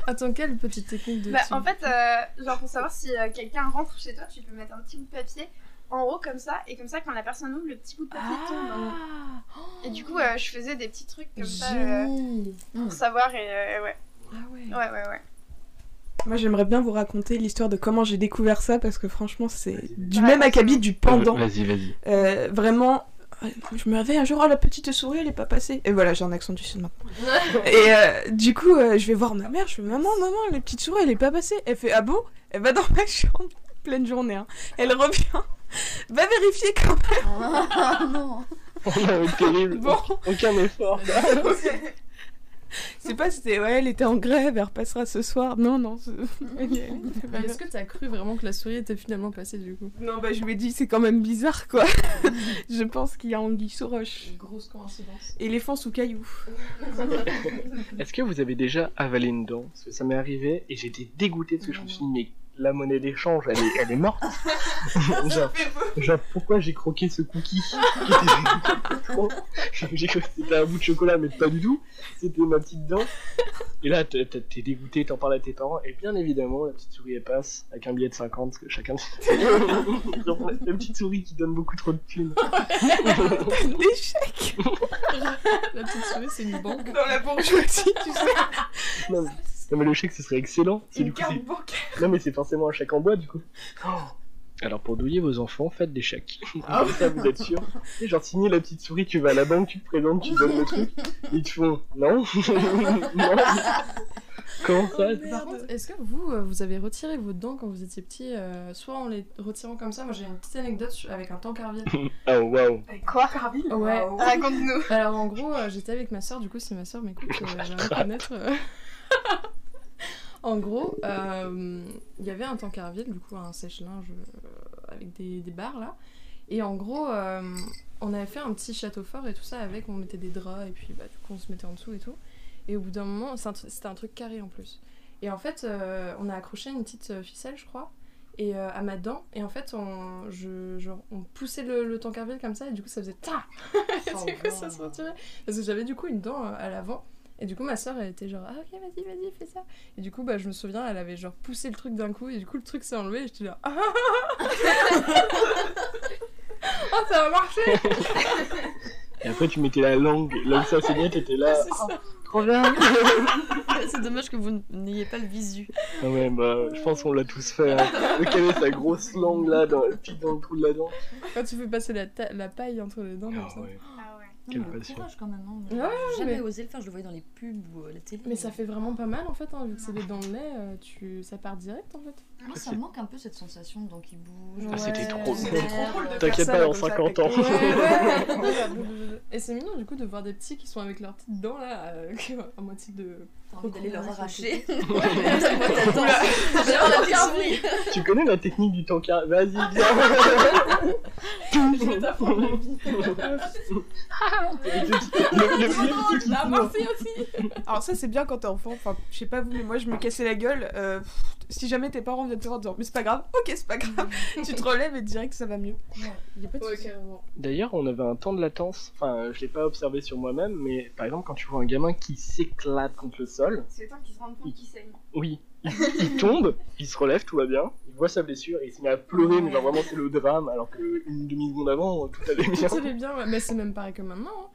S9: Attends, quelle petite technique de.
S7: Bah,
S9: team
S7: en fait, euh, genre pour savoir si euh, quelqu'un rentre chez toi, tu peux mettre un petit bout de papier en haut comme ça, et comme ça, quand la personne ouvre, le petit bout de papier tombe.
S9: Ah,
S7: Et du coup, euh, je faisais des petits trucs comme ça euh,
S9: génie.
S7: pour savoir, et, euh, et ouais.
S9: Ah ouais.
S7: Ouais, ouais, ouais.
S3: Moi, j'aimerais bien vous raconter l'histoire de comment j'ai découvert ça parce que franchement, c'est du
S7: Ouais,
S3: même
S7: vas-y.
S3: acabit du pendant.
S8: Vas-y, vas-y.
S3: Euh, vraiment, je me réveille un jour, oh la petite souris, elle est pas passée. Et voilà, j'ai un accent du sud maintenant. Et euh, du coup, euh, je vais voir ma mère, je fais maman, maman, la petite souris, elle est pas passée. Elle fait ah bon Elle va dans ma chambre, (laughs) pleine journée. hein. Elle revient, (laughs) va vérifier quand même.
S5: Ah non
S1: Non, mais terrible. (laughs)
S3: Bon,
S1: Aucun effort.
S3: c'est pas, c'était ouais, elle était en grève, elle repassera ce soir. Non, non. c'est-
S9: Mais Bah, Est-ce que t'as cru vraiment que la souris était finalement passée du coup
S3: Non, bah je lui ai dit, c'est quand même bizarre quoi. (laughs) je pense qu'il y a anguille sous roche.
S9: Grosse coïncidence.
S3: Éléphant sous caillou.
S1: Est-ce que vous avez déjà avalé une dent Parce que ça m'est arrivé et j'étais dégoûté parce que je me suis dit, mais la monnaie d'échange, elle est, elle est
S3: (laughs)
S1: morte. genre, genre, pourquoi j'ai croqué ce cookie (laughs) qui était trop- J'ai cru que c'était un bout de chocolat, mais pas du tout. C'était ma petite dent. Et là, t'es t'es- t'es dégoûté, t'en parles à tes parents. Et bien évidemment, la petite souris, elle passe avec un billet de 50, parce que chacun. (laughs) Genre, la petite souris qui donne beaucoup trop de thunes.
S3: Des chèques
S9: La petite souris, c'est (laughs) une banque.
S3: dans la (laughs) bourgeoisie, tu sais.
S1: Non, mais- non, mais le chèque, ce serait excellent. C'est
S3: Une
S1: du coup,
S3: carte
S1: c'est-
S3: bancaire.
S1: Non, mais c'est forcément un chèque en bois, du coup. Oh. Alors, pour douiller vos enfants, faites des chèques. Comme Ah, ça, vous êtes sûr. Et genre, signer la petite souris, tu vas à la banque, tu te présentes, tu donnes le truc. Ils te font non. (laughs) non. Comment ça
S9: Par contre, est-ce que vous, euh, vous avez retiré vos dents quand vous étiez petit euh, Soit en les retirant comme ça, moi j'ai une petite anecdote sur- avec un tankerville.
S1: Oh, waouh.
S7: Quoi
S9: (laughs)
S3: Oh.
S9: Ouais.
S7: Raconte-nous.
S9: Alors en gros, euh, j'étais avec ma soeur, du coup, si ma soeur m'écoute, euh, elle va reconnaître. euh. (laughs) en gros, euh, il y avait un tankerville, du coup, un sèche-linge euh, avec des, des barres là. Et en gros, euh, on avait fait un petit château fort et tout ça avec, on mettait des draps et puis bah, du coup, on se mettait en dessous et tout. Et au bout d'un moment, c'est un tru- c'était un truc carré en plus. Et en fait, euh, on a accroché une petite euh, ficelle, je crois, et euh, à ma dent. Et en fait, on, je, genre, on poussait le, le tankerville comme ça, et du coup, ça faisait ta Et Du coup, ça se retirait. Parce que j'avais du coup une dent euh, à l'avant. Et du coup, ma soeur, elle était genre, ah ok, vas-y, vas-y, fais ça. Et du coup, bah, je me souviens, elle avait genre poussé le truc d'un coup, et du coup, le truc s'est enlevé, et j'étais là, ah ah, ah, ah. Oh, ça a marché
S1: Et après, tu mettais la langue, là où ça saignait, t'étais là.
S5: (laughs)
S9: Oh.
S5: Trop bien (laughs) C'est dommage que vous n'ayez pas le visu.
S1: Ah ouais, bah, je pense qu'on l'a tous fait. Hein. Le avait sa grosse langue là, dans, pile dans le trou de la dent.
S9: Quand tu fais passer la, ta- la paille entre les dents, comme
S1: Ah
S9: ça.
S1: ouais.
S7: Ah ouais.
S1: Quelle
S5: Non, mais
S1: passion.
S5: courage quand même. hein.
S9: Ouais,
S5: J'ai jamais
S9: mais-
S5: osé le faire, je le voyais dans les pubs ou à la télé.
S9: Mais ça fait vraiment pas mal en fait, hein, vu que c'est des dents de lait, euh, tu... ça part direct
S1: (laughs)
S9: en fait.
S5: Moi, ça me manque un peu cette sensation de dents qui bougent.
S1: Ah, c'était trop
S5: c'est
S1: drôle.
S5: trop drôle de
S1: T'inquiète pas, dans 50 ans.
S9: (laughs) Et c'est mignon du coup de voir des petits qui sont avec leurs petites dents là, euh, (laughs) à moitié de.
S5: T'as envie d'aller leur
S9: Recouvrir
S5: arracher. (laughs) J'ai la petite souris.
S1: Tu connais la technique du tankard Vas-y, viens Le petit- le- le petit qui
S3: Ah,
S1: court.
S3: Marseille aussi Alors ça c'est bien quand t'es enfant, enfin je sais pas vous mais moi je me cassais la gueule, euh, pff, si jamais tes parents viennent te voir en disant mais c'est pas grave, ok c'est pas grave, tu te relèves et direct ça va mieux.
S9: Il y a pas de
S2: Ouais,
S9: soucis.
S2: carrément.
S1: D'ailleurs, on avait un temps de latence. Enfin, je l'ai pas observé sur moi-même, mais par exemple, quand tu vois un gamin qui s'éclate contre le sol,
S7: C'est le temps qu'ils se rendent compte qu'ils saignent.
S1: oui, il tombe, il se relève, tout va bien, il voit sa blessure, et il se met à pleurer, mais genre vraiment c'est le drame, alors qu'une demi-seconde avant, tout allait bien.
S9: Ça fait bien, ouais. mais c'est même pareil que maintenant. hein.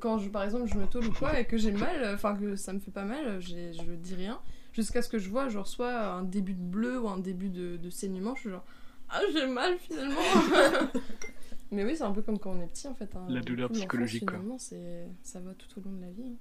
S9: Quand je, par exemple, je me tôle ou quoi et que j'ai mal, euh, enfin que ça me fait pas mal, j'ai- je dis rien. Jusqu'à ce que je vois, genre, soit un
S5: (laughs)
S9: début de bleu ou un début de, de saignement, je suis genre, ah, j'ai mal finalement.
S6: Mais oui, c'est un peu comme quand on est petit en fait. hein.
S1: La
S6: Du
S1: douleur
S6: coup, l'enfance,
S1: psychologique, quoi.
S6: Finalement, c'est- ça va tout au long de la vie. hein.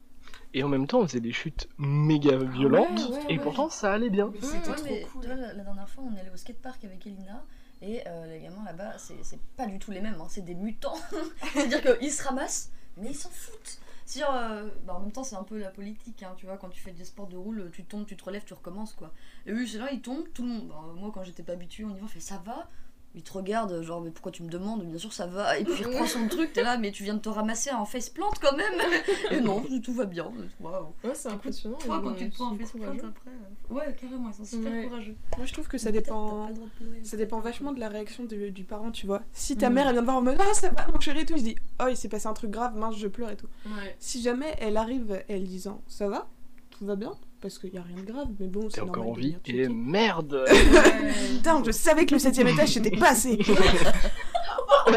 S1: Et en même temps, on faisait des chutes méga violentes.
S6: ouais,
S1: et
S6: ouais.
S1: pourtant, ça allait bien.
S4: Mais
S6: Mmh,
S4: c'était
S6: ouais,
S4: trop
S5: mais
S4: cool.
S5: tu vois, la, la dernière fois, on est allé au skatepark avec Elina. Et euh, les gamins là-bas, c'est c'est pas du tout les mêmes, hein, c'est des mutants. (laughs) C'est-à-dire qu'ils se ramassent, mais ils s'en foutent. Sur, euh, bah, en même temps, c'est un peu la politique, hein, tu vois, quand tu fais des sports de roule, tu tombes, tu te relèves, tu recommences, quoi. Et eux, c'est là, ils tombent, tout le monde. bah, moi, quand j'étais pas habituée, on y va, on fait ça va. Ils te regardent, genre, mais pourquoi tu me demandes Bien sûr, ça va. Et puis, il reprend son truc, t'es là, mais tu viens de te ramasser en face plante quand (laughs) même. Et non, tout va bien. Waouh.
S6: Ouais, c'est impressionnant.
S5: Toi,
S6: ils
S5: quand
S6: ont-
S5: tu
S6: ils
S5: te prends en
S6: sont
S5: face plante
S6: courageux.
S5: après. euh, Ouais, carrément, ils sont super
S6: Ouais.
S5: courageux.
S3: Moi, je trouve que ça dépend. Ça dépend vachement de la réaction du, du parent, tu vois. Si ta mère, elle vient te voir en mode Ah, ça va, mon chéri, et tout, je dis Oh, il s'est passé un truc grave, mince, je pleure et tout.
S2: Ouais.
S3: Si jamais elle arrive, elle disant Ça va, tout va bien, parce qu'il n'y a rien de grave, mais bon,
S1: T'es
S3: c'est normal.
S1: encore en
S3: de
S1: vie.
S3: venir
S1: Et
S3: checker.
S1: merde
S3: Putain, je savais que le 7ème étage, c'était pas (laughs) assez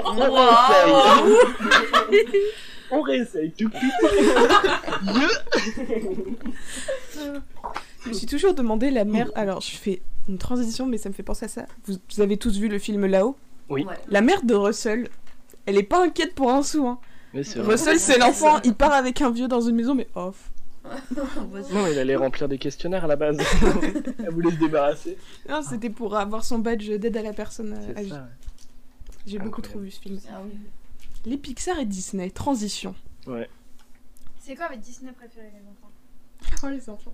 S1: On réessaye (laughs) On réessaye tout de suite
S3: Je me suis toujours demandé la mère. Alors, je fais une transition, mais ça me fait penser à ça. Vous, vous avez tous vu le film là-haut
S1: Oui.
S5: Ouais.
S3: La mère de Russell, elle est pas inquiète pour un sou. Hein.
S1: Mais c'est vrai.
S3: Russell, c'est l'enfant, il part avec un vieux dans une maison, mais off.
S5: Ah
S1: Non, il allait remplir des questionnaires à la base. Elle voulait se débarrasser.
S3: Non, c'était pour avoir son badge d'aide à la personne euh,
S1: C'est
S3: âgée.
S1: ça.
S3: J'ai beaucoup
S1: Incroyable.
S3: trop vu ce film.
S5: Ah oui.
S3: Les Pixar et Disney, transition.
S7: C'est quoi votre Disney préféré, les enfants
S3: Oh les enfants.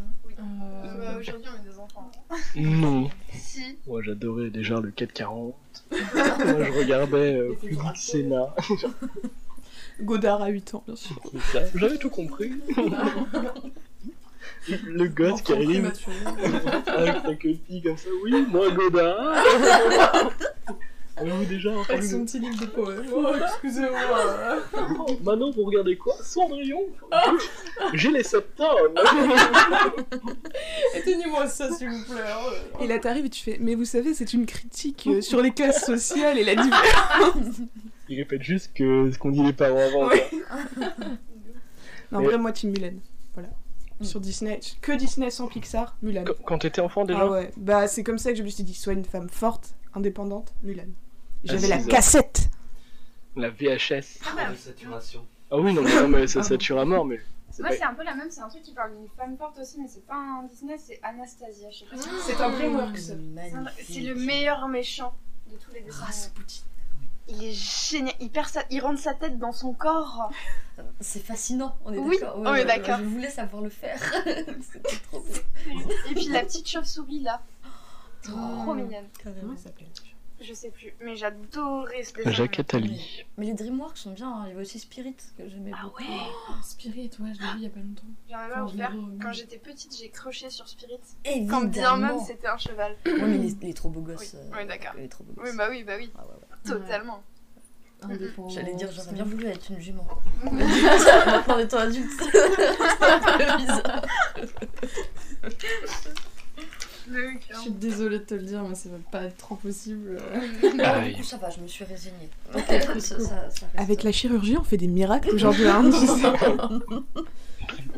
S6: Euh,
S7: Bah, Aujourd'hui, on est des enfants.
S1: Non.
S7: Si.
S1: Moi, j'adorais déjà le 440. Moi, je regardais euh, Public Sénat.
S3: Godard à 8 ans, bien sûr.
S1: tout ça. J'avais tout compris. Le gosse qui arrive avec sa queue comme ça. Oui, moi, Godard. Avez-vous déjà
S6: Avec
S1: entendu
S6: son petit livre de
S5: (laughs)
S6: poèmes. Oh, excusez-moi.
S1: (laughs) Maintenant, vous regardez quoi Cendrillon J'ai les septomes
S6: Éteignez-moi ça, s'il vous plaît.
S9: hein.
S3: Et là t'arrives et tu fais, mais vous savez, c'est une critique euh, sur les classes sociales et la
S1: (laughs)
S3: diversité.
S1: Il répète juste que ce qu'on dit les parents avant.
S3: Oui.
S1: quoi.
S3: Non, en
S1: Mais-
S3: vrai, moi, Team Mulan. Voilà. Sur Disney, que Disney sans Pixar, Mulan.
S1: Qu- Quand t'étais enfant déjà
S3: Ah ouais, bah c'est comme ça que je me suis dit, sois une femme forte, indépendante, Mulan. J'avais
S1: Ah, c'est
S3: la
S1: ça.
S3: cassette
S1: La VHS.
S7: Ah bah,
S8: de saturation.
S1: Ah oui, non, mais, non, mais ça sature à mort, mais. c'est
S7: Moi,
S1: pas-
S7: c'est un peu la même, c'est un truc qui parle d'une femme forte aussi, mais c'est pas un Disney, c'est Anastasia. Je sais pas si
S9: Ah,
S7: vous
S6: C'est un Dreamworks.
S7: savez.
S5: Magnifique.
S7: C'est le meilleur méchant de tous les
S9: Ah,
S7: dessins. Il est génial, il, perd sa... il rentre sa tête dans son corps.
S5: C'est fascinant, on est
S7: Oui,
S5: d'accord.
S7: on est d'accord.
S5: Je voulais savoir le faire. (laughs) C'était trop beau.
S7: Et puis la petite chauve-souris là, trop
S5: Oh,
S7: mignonne.
S5: carrément.
S3: Comment elle s'appelle
S7: Je sais plus, mais j'adorais ce dessin.
S1: Jacques Attali.
S5: Mais les Dreamworks sont bien, hein. il y avait aussi Spirit que j'aimais
S7: Ah
S5: beaucoup.
S7: ouais
S6: Spirit, ouais, je l'ai vu il y a pas longtemps.
S7: J'en avais
S6: Quand je l'ai
S7: offert.
S6: revu.
S7: Quand j'étais petite, j'ai croché sur Spirit.
S5: Mmh. Évidemment.
S7: Quand bien même c'était un cheval.
S5: Ouais, mais les, les trop beaux gosses.
S7: Oui,
S5: euh,
S7: ouais, d'accord.
S5: Les trop beaux
S7: (coughs) Oui,
S5: gosses.
S7: bah oui, bah oui,
S5: Ah ouais, ouais.
S7: totalement.
S5: J'allais dire, j'aurais bien voulu être une
S7: (laughs)
S5: jument. Mais du coup, maintenant, en étant adulte, (laughs) c'est un peu bizarre.
S6: Je suis désolée de te le dire, mais ça va pas être trop possible.
S1: Ah,
S5: Non, du coup, ça va, je me suis résignée. ça, ça- ça reste.
S3: Avec la chirurgie, on fait des miracles
S1: (laughs)
S3: aujourd'hui. hein, tu sais.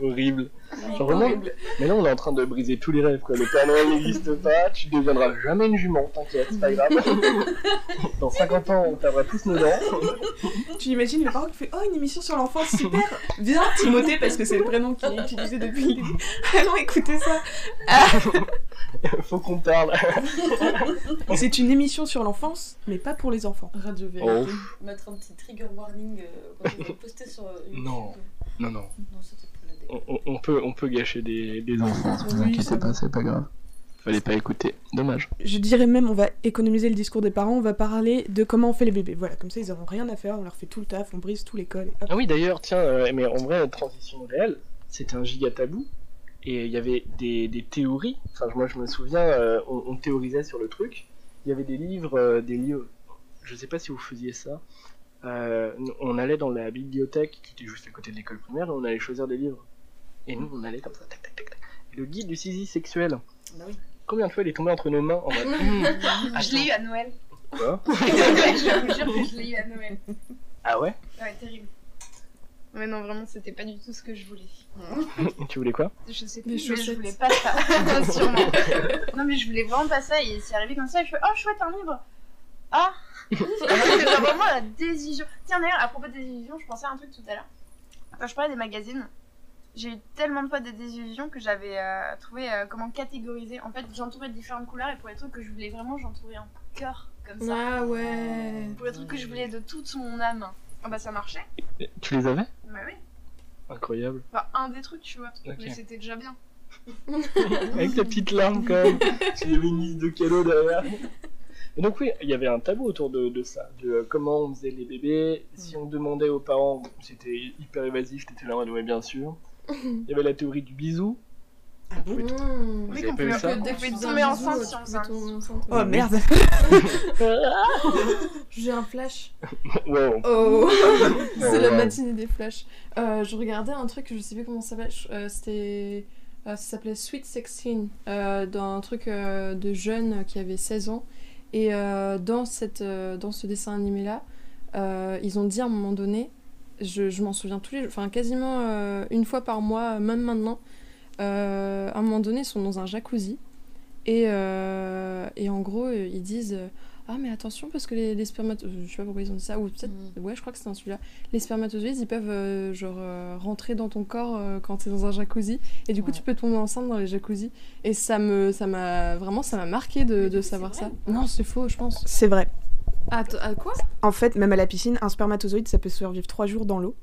S1: Horrible. Genre vraiment. Mais là, on est en train de briser tous les rêves, quoi. Le Père Noël n'existe pas, tu deviendras jamais une jument, t'inquiète, c'est pas grave. Dans 50 ans, on perdra tous nos dents.
S3: tu imagines le parent qui fait Oh, une émission sur
S1: (laughs)
S3: l'enfance, super (laughs) Viens, Timothée, parce que c'est le prénom qu'il est utilisé depuis le début. Allons écouter ça
S1: Faut qu'on parle.
S3: C'est une émission sur l'enfance, mais pas pour les enfants.
S6: Radio V.
S1: Oh.
S5: Mettre un petit trigger warning euh, quand on va poster sur euh, YouTube.
S1: Non. Non, non.
S5: Non, c'était pour la déco.
S1: On, on- on peut, on peut gâcher des, des enfants,
S3: Oui, ça va.
S1: c'est pas grave. Fallait pas écouter, dommage.
S3: Je dirais même, on va économiser le discours des parents, on va parler de comment on fait les bébés. Voilà, comme ça, ils n'auront rien à faire, on leur fait tout le taf, on brise tout l'école. et hop.
S1: Ah oui, d'ailleurs, tiens, euh, mais en vrai, la transition réelle, c'était un giga tabou. Et il y avait des, des théories. Enfin, moi, je me souviens, euh, on, on théorisait sur le truc. Il y avait des livres, euh, des livres. Je sais pas si vous faisiez ça. Euh, nous, on allait dans la bibliothèque qui était juste à côté de l'école primaire et on allait choisir des livres. Et nous, on allait comme ça, tac, tac, tac, tac. Et le guide du saisie sexuel.
S5: Bah oui.
S1: Combien de fois il est tombé entre nos mains en mode,
S5: (laughs)
S1: hmm,
S7: Je l'ai eu à Noël.
S1: Quoi
S7: (laughs) je vous jure que je l'ai eu à Noël.
S1: Ah ouais
S7: Ouais, terrible. Mais non, vraiment, c'était pas du tout ce que je voulais.
S1: Tu voulais quoi
S7: Je
S6: Des
S7: sais plus, mais je
S6: chaussettes.
S7: voulais pas ça. (laughs) Non, sûrement. Non, mais je voulais vraiment pas ça. Et c'est arrivé comme ça. Je fais Oh, chouette, un livre. Ah, (laughs) C'était vraiment la désillusion. Tiens, d'ailleurs, à propos des illusions, je pensais à un truc tout à l'heure. Quand je parlais des magazines, j'ai eu tellement de fois des désillusions que j'avais euh, trouvé euh, comment catégoriser. En fait, j'entourais de différentes couleurs et pour les trucs que je voulais vraiment, j'entourais un cœur comme ça. Euh,
S3: Ah ouais.
S7: Pour les trucs que je voulais de toute mon âme. Ah bah ça marchait.
S1: Tu les avais
S7: Bah oui.
S1: Incroyable.
S7: Enfin, un des trucs, tu vois.
S1: Ok.
S7: Mais c'était déjà bien.
S1: Avec ta petite larme quand (laughs) même. Il y avait une liste de cadeaux derrière. Et donc oui, il y avait un tabou autour de, de ça, de euh, comment on faisait les bébés. Si on demandait aux parents, c'était hyper évasif, t'étais là en mode ouais bien sûr. Il y avait la théorie du bisou.
S3: Ah
S1: Vous (laughs) pouvez-
S6: Mmh.
S3: bon
S1: vous
S7: Oui,
S1: avez
S7: qu'on
S1: pas eu
S7: peut-
S1: ça
S7: que-
S2: Dès que
S7: Tomber
S2: tu fais un bisou,
S7: enceinte,
S2: tu
S7: si on
S2: peux
S7: s'en-
S2: tomber enceinte.
S9: Ah
S3: Oh merde J'ai un flash.
S1: Ouais, on-
S3: Oh
S1: Ouais.
S9: C'est la matinée des flashs. Euh, je regardais un truc, je sais plus comment ça s'appelle. je- euh, C'était. euh, ça s'appelait Sweet Sexteen. euh, dans un truc euh, de jeune qui avait 16 ans. Et euh, dans, cette, euh, dans ce dessin animé-là, euh, ils ont dit à un moment donné, je, je m'en souviens tous les jours, enfin quasiment euh, une fois par mois, même maintenant, euh, à un moment donné, ils sont dans un jacuzzi. Et, euh, et en gros, euh, ils disent euh, Ah, mais attention, parce que les, les spermatozoïdes. Je sais pas pourquoi ils ont dit ça, ou peut-être. Ouais, je crois que c'est un celui-là. Les spermatozoïdes, ils peuvent euh, genre euh, rentrer dans ton corps euh, quand t'es dans un jacuzzi. Et du coup,
S5: Ouais.
S9: tu peux tomber enceinte dans les jacuzzis. Et ça me. Ça m'a. Vraiment, ça m'a marqué de, de savoir ça. Non, c'est faux, je pense.
S3: C'est vrai.
S9: Ah, t- ah, quoi
S3: En fait, même à la piscine, un spermatozoïde, ça peut survivre trois jours dans l'eau.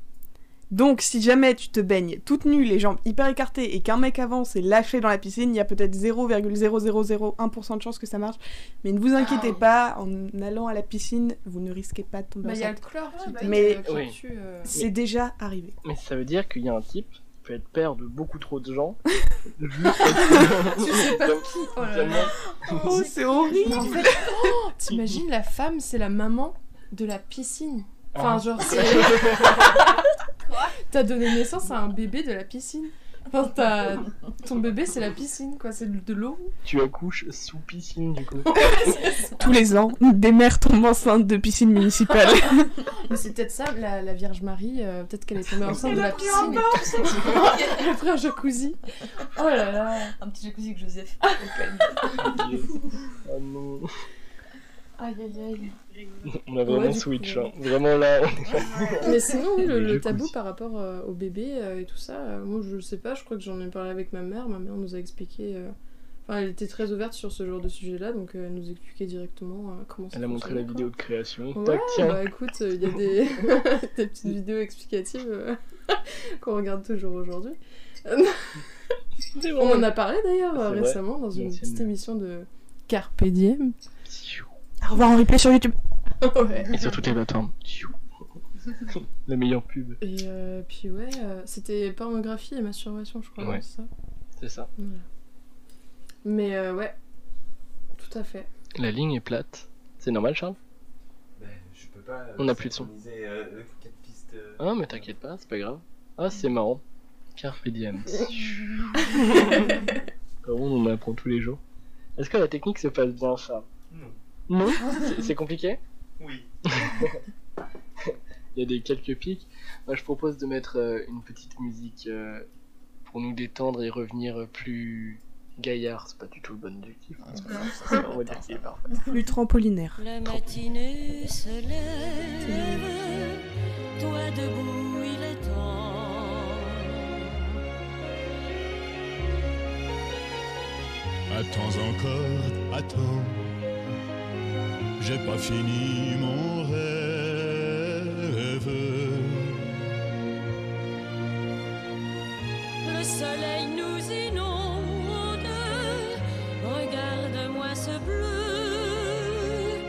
S3: Donc, si jamais tu te baignes toute nue, les jambes hyper écartées, et qu'un mec avance et lâché dans la piscine, il y a peut-être 0,0001% de chance que ça marche. Mais ne vous inquiétez pas, en allant à la piscine, vous ne risquez pas de tomber
S9: Bah, il y a le
S3: enceinte.
S9: chlore qui,
S7: bah,
S9: qui-
S3: Mais-
S9: qui
S1: Oui.
S9: tue, euh. (laughs)
S3: C'est déjà arrivé.
S1: Mais ça veut dire qu'il y a un type qui peut être père de beaucoup trop de
S9: (laughs)
S1: gens. juste parce que-
S9: Oh là là.
S1: Tellement-
S3: Oh, c'est horrible
S9: En fait, oh, t'imagines, la femme, c'est la maman de la piscine. Enfin,
S1: Ah.
S9: genre, (laughs) c'est. (laughs) T'as donné naissance à un bébé de la piscine. Enfin, t'as- ton bébé, c'est la piscine, quoi. C'est de- de l'eau.
S1: Tu accouches sous piscine
S9: (laughs)
S1: du coup.
S9: Ah
S3: Tous les ans, des mères tombent enceintes de piscine municipale.
S9: Mais c'est peut-être ça, la, la Vierge Marie. euh, peut-être qu'elle est
S2: (laughs)
S9: tombée enceinte
S2: Elle
S9: de
S2: a
S9: la
S2: pris un
S9: piscine.
S2: bain,
S9: (laughs)
S2: c'est tout.
S9: Elle a pris un
S2: (laughs)
S9: jacuzzi. Oh là là.
S4: Un petit jacuzzi avec Joseph.
S1: Ah non.
S9: Aïe aïe aïe.
S1: On a vraiment
S9: du coup,
S1: switch.
S9: ouais.
S1: hein. Vraiment
S9: (laughs)
S1: là. on-
S9: Mais sinon, oui, le,
S1: Les
S9: le
S1: jacuzzi.
S9: tabou par rapport euh, au bébé euh, et tout ça, euh, moi je sais pas, je crois que j'en ai parlé avec ma mère. Ma mère nous a expliqué. euh, Enfin, elle était très ouverte sur ce genre de sujet-là, donc euh, elle nous expliquait directement euh, comment ça
S1: Elle a montré
S9: fonctionnait,
S1: la
S9: quoi.
S1: vidéo de création.
S9: Ouais,
S1: Tac, tiens.
S9: Bah écoute, il y a des, (laughs) des petites vidéos explicatives euh, (laughs) qu'on regarde toujours aujourd'hui. On en a parlé d'ailleurs euh,
S1: C'est vrai.
S9: récemment dans une
S1: L'ancienne-
S9: petite émission de Carpe Diem.
S3: (laughs) Au revoir en replay sur YouTube.
S9: ouais.
S1: Et sur toutes les plateformes. La meilleure pub.
S9: Et euh, puis ouais, euh, c'était pornographie et masturbation, je crois,
S1: Ouais.
S9: c'est ça.
S1: C'est ça.
S9: Mais euh, ouais, tout à fait.
S1: La ligne est plate. C'est normal, Charles
S11: Ben, je peux pas. euh,
S1: On a plus de son.
S11: synchroniser, euh, euh, quatre pistes, euh,
S1: Ah, mais t'inquiète pas, c'est pas grave. Ah, c'est marrant. Carpe diem. Par contre, on en apprend tous les jours. Est-ce que la technique se passe bien, Charles
S11: Non.
S1: Non C'est- C'est compliqué
S11: Oui.
S1: Il y a des quelques pics. Moi, je propose de mettre euh, une petite musique euh, pour nous détendre et revenir euh, plus gaillard. C'est pas du tout le bon hein. objectif. On va dire qu'il est parfait.
S3: Plus trampolinaire.
S7: Euh,
S12: La matinée se lève, toi debout, il est temps.
S13: Attends encore, attends. J'ai pas fini mon rêve.
S12: Le soleil nous inonde, regarde-moi ce bleu.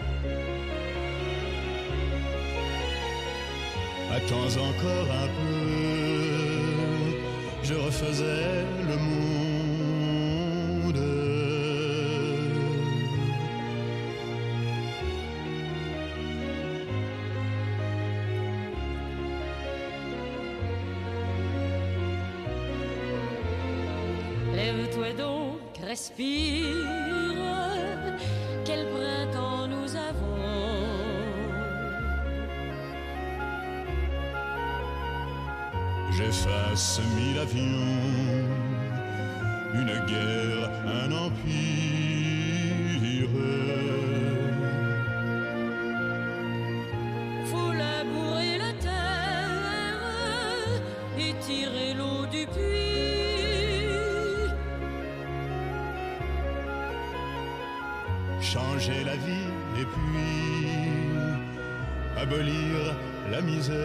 S13: Attends encore un peu. Je refaisais le monde.
S12: Lève-toi donc, respire. Quel printemps nous avons.
S13: J'efface mille avions, une guerre, un empire.
S12: tirer l'eau du puits.
S13: changer la vie et puis abolir la misère.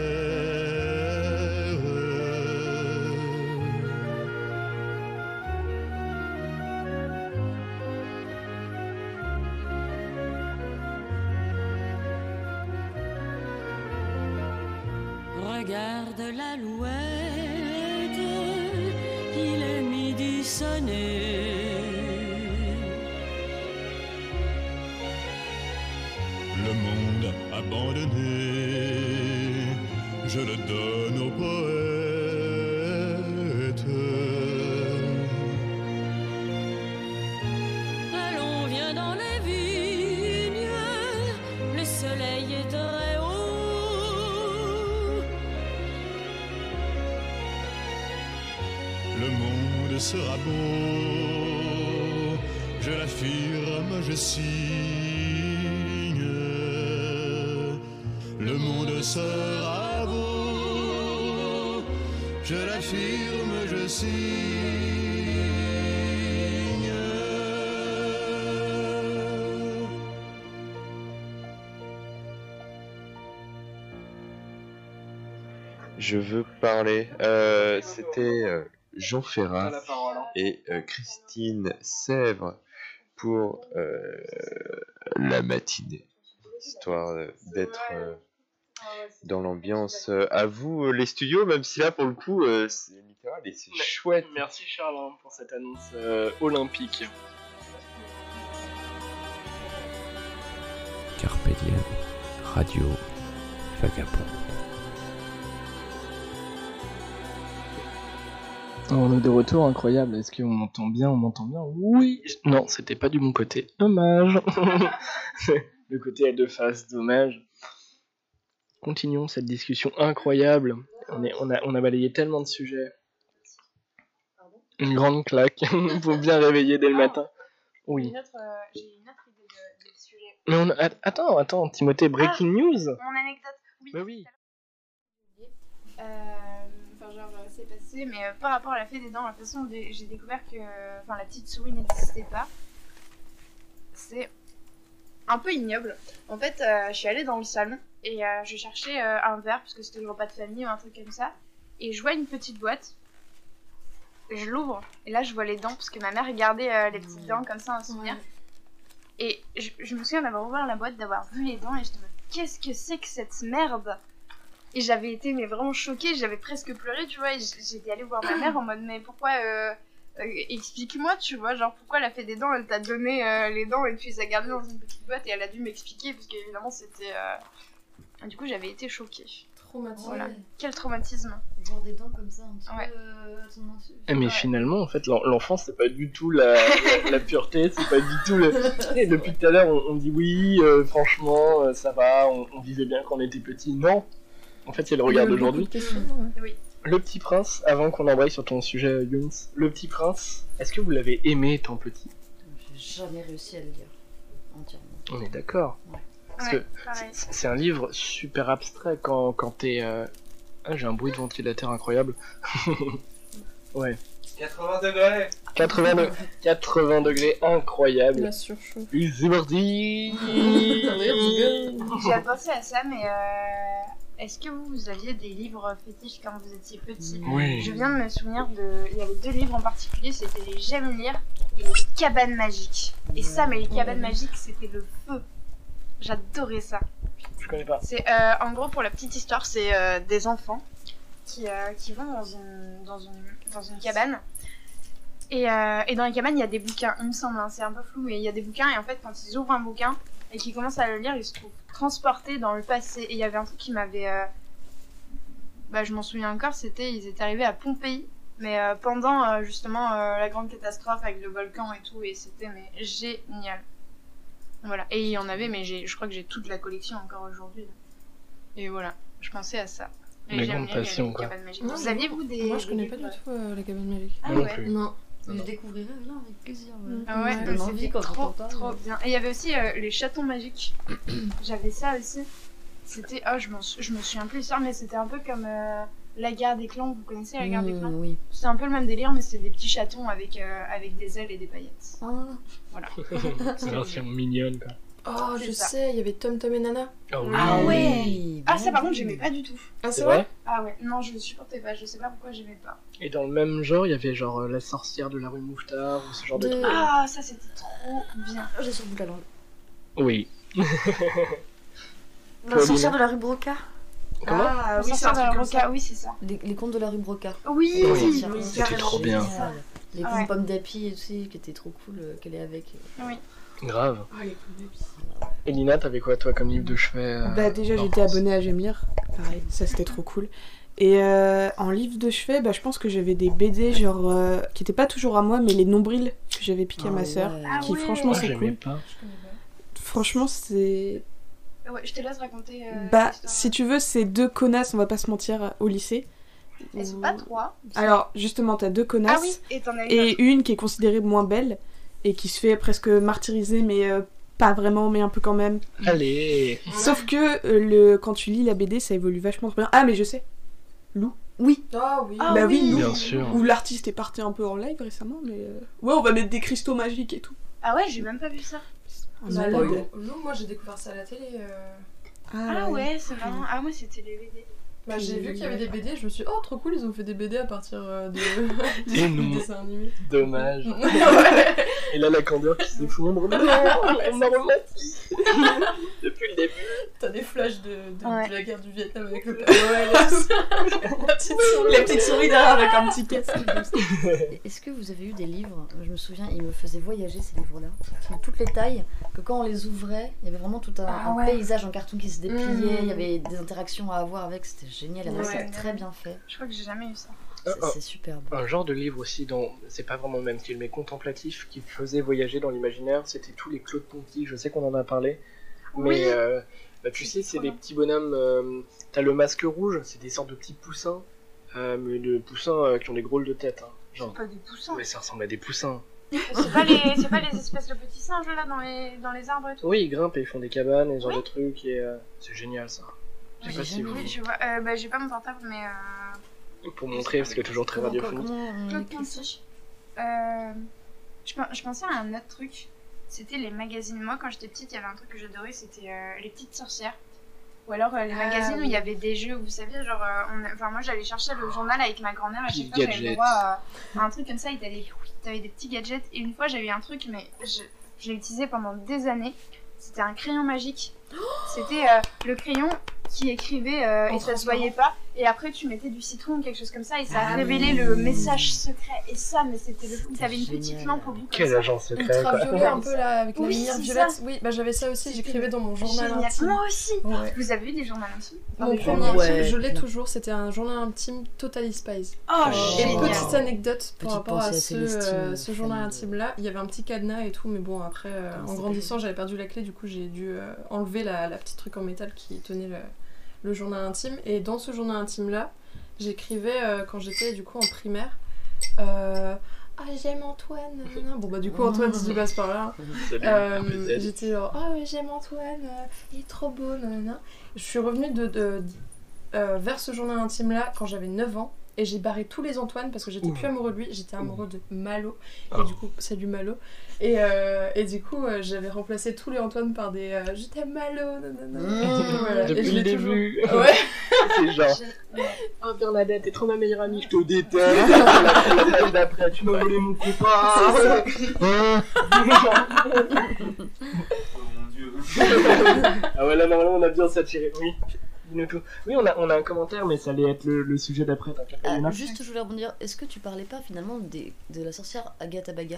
S12: Regarde l'alouette, il est midi sonné.
S13: Le monde abandonné, je le donne aux poètes.
S12: Allons, viens dans les vignes, le soleil est très haut.
S13: Le monde sera beau, je l'affirme, je signe. Le monde sera beau, je l'affirme, je signe.
S8: Je veux parler. euh, C'était euh, Jean Ferrat et euh, Christine Sèvres pour euh, la matinée, histoire euh, d'être euh, dans l'ambiance. Euh, À vous euh, les studios, même si là pour le coup euh, c'est littéral et c'est chouette.
S1: Merci Charles hein, pour cette annonce euh, olympique.
S14: Carpe diem, radio, vagabond.
S1: Oh, on est de retour, incroyable. Est-ce qu'on m'entend bien On m'entend bien Oui Non, c'était pas du bon côté. (laughs) Dommage. le côté à deux faces, dommage. Continuons cette discussion incroyable. On, est, on, a, on a balayé tellement de sujets. Une grande claque (laughs) pour bien réveiller dès le matin. Oui.
S7: Une autre, euh, J'ai une autre idée de, de sujet.
S1: Mais on a- attends, attends, Timothée, breaking news
S7: Mon anecdote. Oui.
S1: Bah oui.
S7: Euh, Enfin, genre, euh, c'est passé, mais euh, par rapport à la fée des dents, la façon dont j'ai découvert que euh, enfin, la petite souris n'existait pas, c'est un peu ignoble. En fait, euh, je suis allée dans le salon et euh, je cherchais euh, un verre, parce que c'était le repas de famille ou un truc comme ça, et je vois une petite boîte. Je l'ouvre, et là, je vois les dents, parce que ma mère regardait euh, les petites dents comme ça, un souvenir. Et je, je me souviens d'avoir ouvert la boîte, d'avoir vu les dents, et je me qu'est-ce que c'est que cette merde Et j'avais été mais vraiment choquée, j'avais presque pleuré, tu vois, et j- j'étais allée voir ma mère en mode, mais pourquoi euh, euh, Explique-moi, tu vois, genre pourquoi elle a fait des dents, elle t'a donné euh, les dents, et puis elle a gardé dans une petite boîte, et elle a dû m'expliquer, parce qu'évidemment, c'était. euh, Du coup, j'avais été choquée.
S9: Traumatisme.
S7: Voilà. Quel traumatisme.
S4: Voir des dents comme ça, un petit
S7: Ouais.
S4: peu euh, à ton insu.
S1: Eh, mais finalement, en fait, l'en- l'enfance, c'est pas du tout la, la- la pureté, c'est pas du tout le. Tu sais, depuis tout à l'heure, on, on dit oui, euh, franchement, euh, ça va, on, on vivait bien quand on était petit. Non En fait, c'est le regard d'aujourd'hui.
S7: Oui.
S1: Le Petit Prince, avant qu'on embraye sur ton sujet, euh, Younes, Le Petit Prince, est-ce que vous l'avez aimé étant petit
S4: J'ai jamais réussi à le lire entièrement.
S1: On est d'accord. Parce
S4: Ouais,
S1: que
S4: pareil.
S1: c'est c'est un livre super abstrait quand, quand t'es. euh, Ah, j'ai un bruit de ventilateur incroyable. ouais.
S11: 80 degrés
S1: 80, de- 80 degrés incroyable.
S6: La surchauffe.
S1: Et c'est parti
S7: (laughs) J'ai pensé à ça, mais euh, est-ce que vous, vous aviez des livres fétiches quand vous étiez petit
S12: Oui.
S7: Je viens de me souvenir de. Il y avait deux livres en particulier, c'était les J'aime lire et les Cabanes magiques. Et ça, mais les Cabanes magiques, c'était le feu. J'adorais ça.
S1: Je connais pas.
S7: C'est euh, en gros pour la petite histoire, c'est euh, des enfants qui, euh, qui vont dans une, dans une, dans une cabane. Et, euh, et dans la cabane, il y a des bouquins, il me semble, hein, c'est un peu flou, mais il y a des bouquins. Et en fait, quand ils ouvrent un bouquin et qu'ils commencent à le lire, ils se trouvent transportés dans le passé. Et il y avait un truc qui m'avait. euh, bah, je m'en souviens encore, c'était ils étaient arrivés à Pompéi, mais euh, pendant euh, justement euh, la grande catastrophe avec le volcan et tout, et c'était mais génial. Voilà, et il y en avait, mais j'ai- je crois que j'ai toute la collection encore aujourd'hui. Et voilà, je pensais à ça. Et
S1: La
S7: j'aime
S1: grande
S7: bien, il y a
S1: passion,
S7: les
S1: quoi.
S7: cabanes magiques.
S9: Non,
S7: vous
S9: mais
S7: aviez vous des.
S9: Moi, je
S7: des
S9: connais pas
S7: livres
S9: du tout euh, la cabane magique.
S7: Ah Moi non ouais. plus.
S9: Non.
S4: Mais je découvrirai là avec plaisir.
S7: Ah ouais, mais
S4: donne envie
S7: c'était
S4: quand
S7: trop,
S4: on parle.
S7: trop bien. Et il y avait aussi euh, les chatons magiques. (clears throat) J'avais ça aussi. C'était, oh, je, m'en sou- je me souviens plus de ça, mais c'était un peu comme euh, la guerre des clans, vous connaissez la guerre des
S9: Hmm.
S5: Mm,
S7: clans
S5: oui.
S7: C'est un peu le même délire, mais c'est des petits chatons avec, euh, avec des ailes et des paillettes.
S5: Ah.
S4: Ah
S7: Voilà.
S6: C'est
S15: C'est version mignonne, quoi.
S6: Oh,
S7: C'est
S6: je
S7: ça.
S6: sais, il y avait Tom Tom et Nana.
S15: Ah oui.
S7: Ah ouais Ah ça par contre j'aimais pas du tout.
S6: Ah,
S15: c'est C'est vrai vrai
S7: Ah ouais, non je supportais pas, je sais pas pourquoi j'aimais pas.
S1: Et dans le même genre, il y avait genre euh, la sorcière de la rue Mouffetard ou ce genre de, truc.
S7: Ah ça c'était trop bien.
S5: J'ai sur le bout de la langue.
S1: Oui.
S5: La
S1: Paulina.
S5: sorcière de la rue Broca.
S1: Comment
S7: Ah, oui,
S5: Sorcière
S7: ça,
S5: de la
S7: c'est
S5: rue
S7: comme
S5: Broca,
S7: oui, c'est ça.
S5: Les, les contes de la rue Broca.
S7: Oui,
S5: Ouais,
S7: oui,
S5: sorcière.
S7: oui, C'était carrément. trop bien.
S5: Génial. Les
S7: Ah
S5: pommes
S7: ouais.
S5: pommes d'api aussi, qui étaient trop cool, euh, qu'elle est avec.
S7: Oui.
S1: Grave. Et Lina, t'avais quoi toi comme livre de chevet euh,
S3: Bah déjà
S1: dans-
S3: j'étais abonnée à J'aime lire, pareil, ça c'était trop cool. Et euh, en livre de chevet, bah, je pense que j'avais des BD genre euh, qui étaient pas toujours à moi, mais les nombrils que j'avais piqué à
S5: Ah
S3: ma sœur,
S5: ouais.
S3: qui
S7: Ah ouais.
S3: franchement
S7: Ah,
S3: sont
S7: j'aimais
S3: cool.
S7: pas.
S3: Franchement c'est...
S7: Ouais, je te laisse raconter. euh,
S3: Bah si tu veux, c'est deux connasses, on va pas se mentir, au lycée.
S7: Elles sont pas trois.
S3: Alors justement, t'as deux connasses.
S7: Ah oui, et t'en as une
S3: et une qui est considérée moins belle et qui se fait presque martyriser, mais euh, pas vraiment, mais un peu quand même.
S1: Allez
S3: Sauf que euh, le, quand tu lis la BD, ça évolue vachement trop bien. Ah, mais je sais. Lou. Oui.
S9: Ah oui.
S3: bah oui, Lou.
S1: Bien sûr.
S3: Où l'artiste est parti un peu en live récemment, mais. euh, Ouais, on va mettre des cristaux magiques et tout.
S7: Ah ouais, j'ai même pas vu ça.
S3: Un
S9: Bah,
S3: malade.
S9: Lou, Lou, moi j'ai découvert ça à la télé. euh.
S7: Ah, ouais, c'est marrant. Ah moi c'était les BD.
S9: Bah, j'ai vu qu'il y avait des BD, je me suis dit, oh trop cool, ils ont fait des BD à partir euh, (laughs) de.
S1: Et
S9: des
S1: non.
S9: dessins (laughs) animés.
S1: Dommage. Et là, la candeur qui
S3: (laughs)
S1: s'effondre. Non,
S9: Ouais,
S1: on m'a romantique. Depuis le début.
S9: T'as des flashs de, de, de la guerre du Vietnam avec le Père Noël.
S5: la
S9: petite souris. La petite souris derrière avec un petit
S5: casque. Est-ce que vous avez eu des livres Je me souviens, ils me faisaient voyager ces livres-là. De toutes les tailles, que quand on les ouvrait, il y avait vraiment tout un,
S7: Ah
S5: un
S7: ouais.
S5: paysage en carton qui se dépliait,
S7: Mm.
S5: il y avait des interactions à avoir avec, c'était génial, et
S7: Ouais.
S5: c'était très bien fait.
S7: Je crois que j'ai jamais eu ça.
S1: Euh,
S5: C'est- C'est superbe.
S1: Oh, Un genre de livre aussi, dont c'est pas vraiment le même style, mais contemplatif, qui faisait voyager dans l'imaginaire, c'était tous les Claude Ponty, je sais qu'on en a parlé, mais
S7: Oui.
S1: euh, bah, tu sais, c'est des petits bonhommes, euh, t'as le masque rouge, c'est des sortes de petits poussins, euh, mais de poussins euh, qui ont des drôles de tête, hein, genre.
S7: Pas des
S3: Ah.
S7: poussins.
S1: Mais ça ressemble à des poussins.
S7: C'est pas les, c'est pas les espèces de petits singes là dans les, dans les arbres et tout.
S1: Oui, ils grimpent et ils font des cabanes, et ce genre de trucs, et euh, c'est génial ça. Je sais pas si vous...
S7: Oui, je vois. Euh, bah, j'ai pas mon portable, mais. Euh...
S1: Pour montrer, parce que toujours très radiophonique.
S7: Claude Ponty. Euh, je, pen- je pensais à un autre truc. C'était les magazines. Moi, quand j'étais petite, il y avait un truc que j'adorais, c'était euh, les petites sorcières. Ou alors euh, les
S9: Ah,
S7: magazines où
S9: oui.
S7: il y avait des jeux, vous savez, genre, euh, on- enfin moi j'allais chercher le journal avec ma grand-mère et chaque fois j'avais le
S1: Gadgets.
S7: droit à, à un truc comme ça, et t'avais t'avais des petits gadgets. Et une fois j'avais eu un truc, mais je, je l'ai utilisé pendant des années. C'était un crayon magique.
S9: Oh
S7: C'était euh, le crayon qui écrivait euh,
S9: En
S7: et ça se
S9: transparent.
S7: voyait pas. Et après tu mettais du citron ou quelque chose comme ça et ça
S9: Ah
S7: révélait
S9: oui.
S7: le message secret. Et ça, mais c'était le fou. T'avais une petite lampe au bout. comme
S1: Quel
S7: ça.
S1: agent secret, quoi.
S9: Ultraviolet un peu là, avec la
S7: Oui,
S9: lumière
S7: c'est
S9: violette.
S7: ça.
S9: Oui, bah j'avais ça aussi, j'écrivais dans mon journal
S7: Génial.
S9: intime.
S7: Moi aussi.
S9: Ouais.
S7: Vous avez eu des journaux intimes
S9: Mon premier, intime, je l'ai toujours, c'était un journal intime Totally Spies.
S7: Oh,
S9: Et
S7: génial.
S9: petite anecdote par
S7: Petite
S9: rapport à
S7: pensée à
S9: ce,
S7: Célestine,
S9: euh, ce
S7: fan
S9: journal
S7: de-
S9: intime là, il y avait un petit cadenas et tout, mais bon, après, euh,
S15: Comment
S9: en
S15: ça
S9: grandissant, j'avais perdu la clé, du coup, j'ai dû euh, enlever la, la petite truc en métal qui tenait le, le journal intime. Et dans ce journal intime là, j'écrivais euh, quand j'étais du coup en primaire. euh, ah, j'aime Antoine. nanana. Bon, bah, du coup, Antoine, si tu passes par là. hein.
S15: Salut,
S9: Euh,
S15: RBZ.
S9: (laughs) J'étais genre, ah, ouais, j'aime Antoine, euh, il est trop beau, nanana. Je suis revenue de, de- euh, vers ce journal intime là quand j'avais 9 ans et j'ai barré tous les Antoine parce que j'étais
S15: Ouh.
S9: plus amoureux de lui, j'étais amoureux de Malo.
S15: Ah.
S9: Et du coup, salut Malo. Et, euh, et du coup, euh, j'avais remplacé tous les Antoine par des euh, je t'aime Malo, nanana.
S1: Mmh.
S9: Voilà.
S1: Depuis
S9: Et je
S1: le
S9: l'ai
S1: début.
S9: toujours. Ouais.
S1: (laughs) C'est genre. Oh Bernadette, t'es trop ma meilleure amie, je te déteste. La semaine d'après, tu m'as volé mon copain.
S11: Oh
S1: ah ouais, là normalement on a bien saturé. Oui, Dis-nous tout. oui on, a, on a un commentaire, mais ça allait être le, le sujet d'après. t'inquiète pas,
S5: Ah,
S1: Léna.
S5: juste, je voulais rebondir, est-ce que tu parlais pas finalement des- de la sorcière Agatha Baga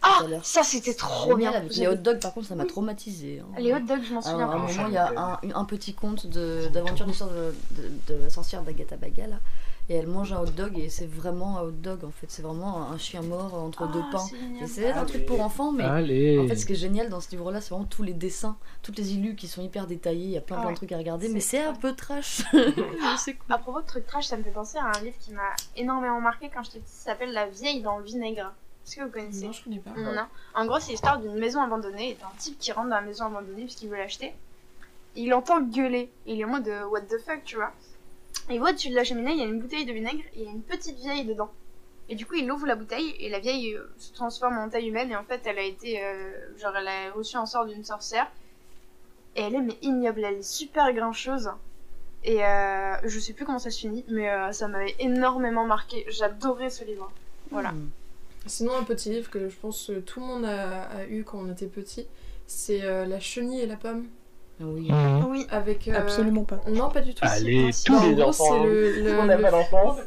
S7: Ah, ça c'était trop bien.
S5: Avec les hot dogs, par contre, ça m'a traumatisé. hein.
S7: Les hot dogs, je m'en
S5: À un
S7: souviens pas.
S5: moment, il y a un, un petit conte de- d'aventure du sort de, de- de la sorcière d'Agatha Baga, là. Et elle mange un hot dog, et c'est vraiment un hot dog, en fait. C'est vraiment un chien mort entre
S7: Ah,
S5: deux pains. Et Oh, c'est un truc pour enfants, mais
S1: Ah
S15: Allez.
S5: en fait, ce qui est génial dans ce livre-là, c'est vraiment tous les dessins, toutes les illus qui sont hyper détaillées. Il y a plein,
S7: Ah
S5: plein
S7: ouais.
S5: de trucs à regarder, mais c'est un peu trash.
S7: À propos de trucs trash, ça me fait penser à un livre qui m'a énormément marqué quand j'étais petite. Ça s'appelle La vieille dans le vinaigre. Est-ce que vous connaissez
S9: Non, je connais pas.
S7: Non. En gros, c'est l'histoire d'une maison abandonnée et d'un type qui rentre dans la maison abandonnée puisqu'il veut l'acheter. Il entend gueuler. Il est en mode euh, What the fuck, tu vois. Il voit au-dessus de la cheminée, il y a une bouteille de vinaigre et il y a une petite vieille dedans. Et du coup, il ouvre la bouteille et la vieille euh, se transforme en taille humaine et en fait, elle a été. euh, genre, elle a reçu un sort d'une sorcière. Et elle est mais ignoble, elle est super grincheuse. Et euh, je sais plus comment ça se finit, mais euh, ça m'avait énormément marqué. J'adorais ce livre. Voilà.
S5: Hmm.
S9: Sinon, un petit livre que je pense que tout le monde a, a eu quand on était petit, c'est euh, La chenille et la pomme.
S5: Ah Oui.
S9: Oui, avec. euh,
S3: Absolument pas.
S9: Non, pas du tout. si.
S1: Allez,
S9: Si,
S1: tous
S9: en
S1: les
S9: gros,
S1: enfants, hein.
S9: c'est le-
S1: tout
S9: le-
S1: le monde aime
S9: le-
S1: l'enfance.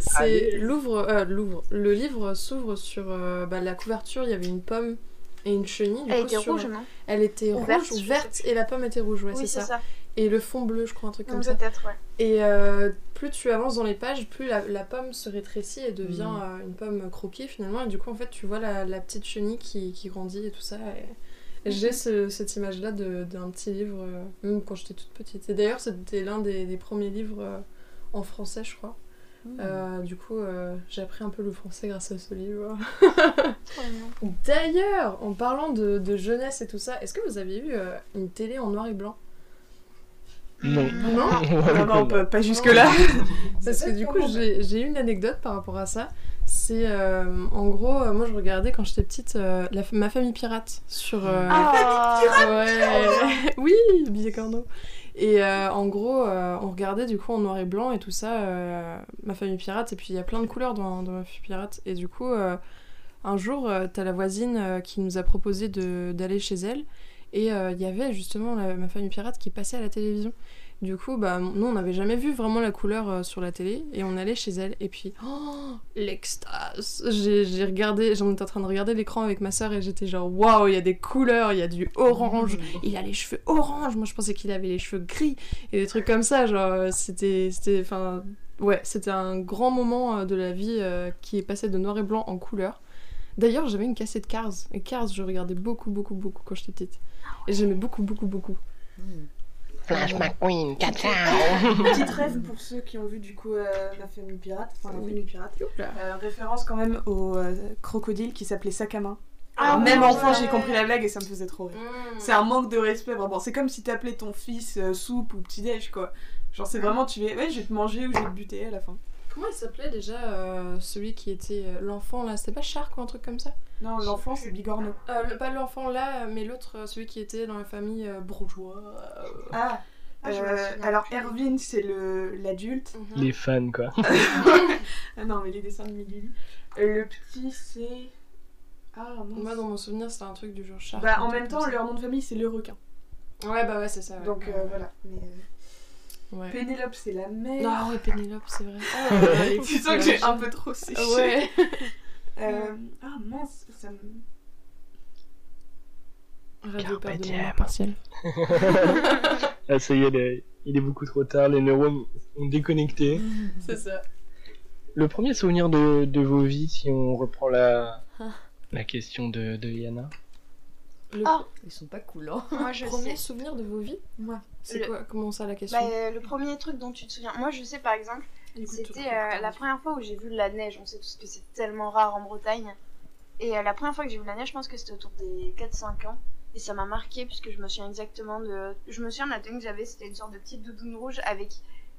S9: C'est
S1: Allez.
S9: l'ouvre, euh, l'ouvre. Le livre s'ouvre sur euh, bah, la couverture. Il y avait une pomme et une chenille. du
S7: Elle
S9: coup,
S7: était
S9: sur- euh,
S7: rouge, non
S9: Elle était
S7: Ou
S9: rouge
S7: verte,
S9: ou
S7: je sais
S9: verte et la pomme était rouge. Ouais,
S7: Oui,
S9: c'est
S7: c'est
S9: ça.
S7: ça.
S9: Et le fond bleu, je crois, un truc comme ça.
S7: Peut-être, ouais.
S9: Et euh, plus tu avances dans les pages, plus la, la pomme se rétrécit et devient
S5: Mm.
S9: euh, une pomme croquée finalement. Et du coup, en fait, tu vois la, la petite chenille qui, qui grandit et tout ça. Et J'ai ce- cette image-là de- d'un petit livre, euh, même quand j'étais toute petite. Et d'ailleurs, c'était l'un des, des premiers livres euh, en français, je crois. Euh, du coup, euh, j'ai appris un peu le français grâce à ce livre. (laughs) D'ailleurs, en parlant de, de jeunesse et tout ça, est-ce que vous avez eu euh, une télé en noir et blanc
S1: (laughs) Ah Non.
S7: Mmh.
S9: non,
S3: Non, non, pas, pas jusque-là.
S9: Parce que du coup, j'ai j'ai une anecdote par rapport à ça. C'est euh, en gros, euh, moi je regardais quand j'étais petite euh, la- Ma famille pirate sur. euh,
S7: Ah. Ma
S9: ouais. (laughs) Oui, Billy Corneau. Et euh, en gros, euh, on regardait du coup en noir et blanc et tout ça, euh, Ma famille pirate. Et puis il y a plein de couleurs dans, dans Ma famille pirate. Et du coup, euh, un jour, euh, t'as la voisine euh, qui nous a proposé de- d'aller chez elle. Et euh, il y avait justement la- Ma famille pirate qui passait à la télévision. Du coup, bah, nous, on n'avait jamais vu vraiment la couleur euh, sur la télé et on allait chez elle. Et puis, oh, l'extase J'ai j'ai regardé, j'en étais en train de regarder l'écran avec ma soeur et j'étais genre, waouh, il y a des couleurs, il y a du orange,
S5: Hmm.
S9: il a les cheveux orange. Moi, je pensais qu'il avait les cheveux gris et des trucs comme ça. Genre, euh, c'était. c'était- Enfin, ouais, c'était un grand moment euh, de la vie euh, qui est passé de noir et blanc en couleur. D'ailleurs, j'avais une cassette Cars et Cars, je regardais beaucoup, beaucoup, beaucoup quand j'étais petite.
S16: Ah
S9: Et j'aimais beaucoup, beaucoup, beaucoup.
S5: Hmm.
S1: Flash McQueen,
S16: Petite rêve pour ceux qui ont vu du coup euh, la famille pirate, enfin la
S9: Oui.
S16: famille pirate.
S9: Youpla.
S16: Euh, référence quand même au euh, crocodile qui s'appelait Sakamin.
S9: Ah
S16: même
S9: oui.
S16: enfant, j'ai compris la blague et ça me faisait trop rire. C'est un manque de respect vraiment. C'est comme si t'appelais ton fils euh, soupe ou petit déj quoi. Genre c'est vraiment tu es, ouais, je vais te manger ou je vais te buter à la fin.
S9: Comment il s'appelait déjà euh, celui qui était euh, l'enfant là C'était pas Shark ou un truc comme ça
S16: Non, l'enfant c'est Bigorneau.
S9: Euh, le- Pas l'enfant là, mais l'autre, euh, celui qui était dans la famille euh, bourgeois. euh,
S16: Ah.
S9: Ah, je me
S16: euh,
S9: souviens
S16: alors Erwin c'est le l'adulte.
S9: Mhm.
S1: Les fans, quoi.
S16: ah non mais les dessins de Milly. Euh, Le petit c'est ah non.
S9: Moi dans mon souvenir c'était un truc du genre Shark.
S16: Bah
S9: un
S16: en
S9: truc
S16: même
S9: comme
S16: temps
S9: ça.
S16: leur nom de famille c'est le requin.
S9: Ouais, bah ouais, c'est ça. ouais.
S16: Donc euh, voilà. Mais, euh,
S9: Ouais.
S16: Pénélope, c'est la mère.
S9: Non, ouais, Pénélope, c'est vrai.
S16: Ah,
S2: (laughs)
S16: ouais, tu sens que j'ai un peu trop séché.
S9: Ouais.
S16: Euh, ah mince, ça me.
S9: Radio
S1: Carpe
S9: Père de
S1: diem.
S9: Mémoire partielle.
S1: Ah, ça y est, les- il est beaucoup trop tard, les neurones ont déconnecté.
S9: C'est ça.
S1: Le premier souvenir de, de vos vies, si on reprend la,
S5: Ah.
S1: la question de, de Yana.
S9: Le
S5: Ils sont pas hein, coulants.
S7: Moi, je
S9: premier
S7: sais.
S9: souvenir de vos vies
S16: Moi.
S9: C'est
S7: Le-
S9: quoi Comment ça la question
S7: Bah, euh, le premier truc dont tu te souviens, moi je sais par exemple, c'était euh, la première fois où j'ai vu de la neige. On sait tous que c'est tellement rare en Bretagne. Et euh, la première fois que j'ai vu de la neige, je pense que c'était autour des 4-5 ans. Et ça m'a marqué puisque je me souviens exactement de. Je me souviens de la tenue que j'avais, c'était une sorte de petite doudoune rouge avec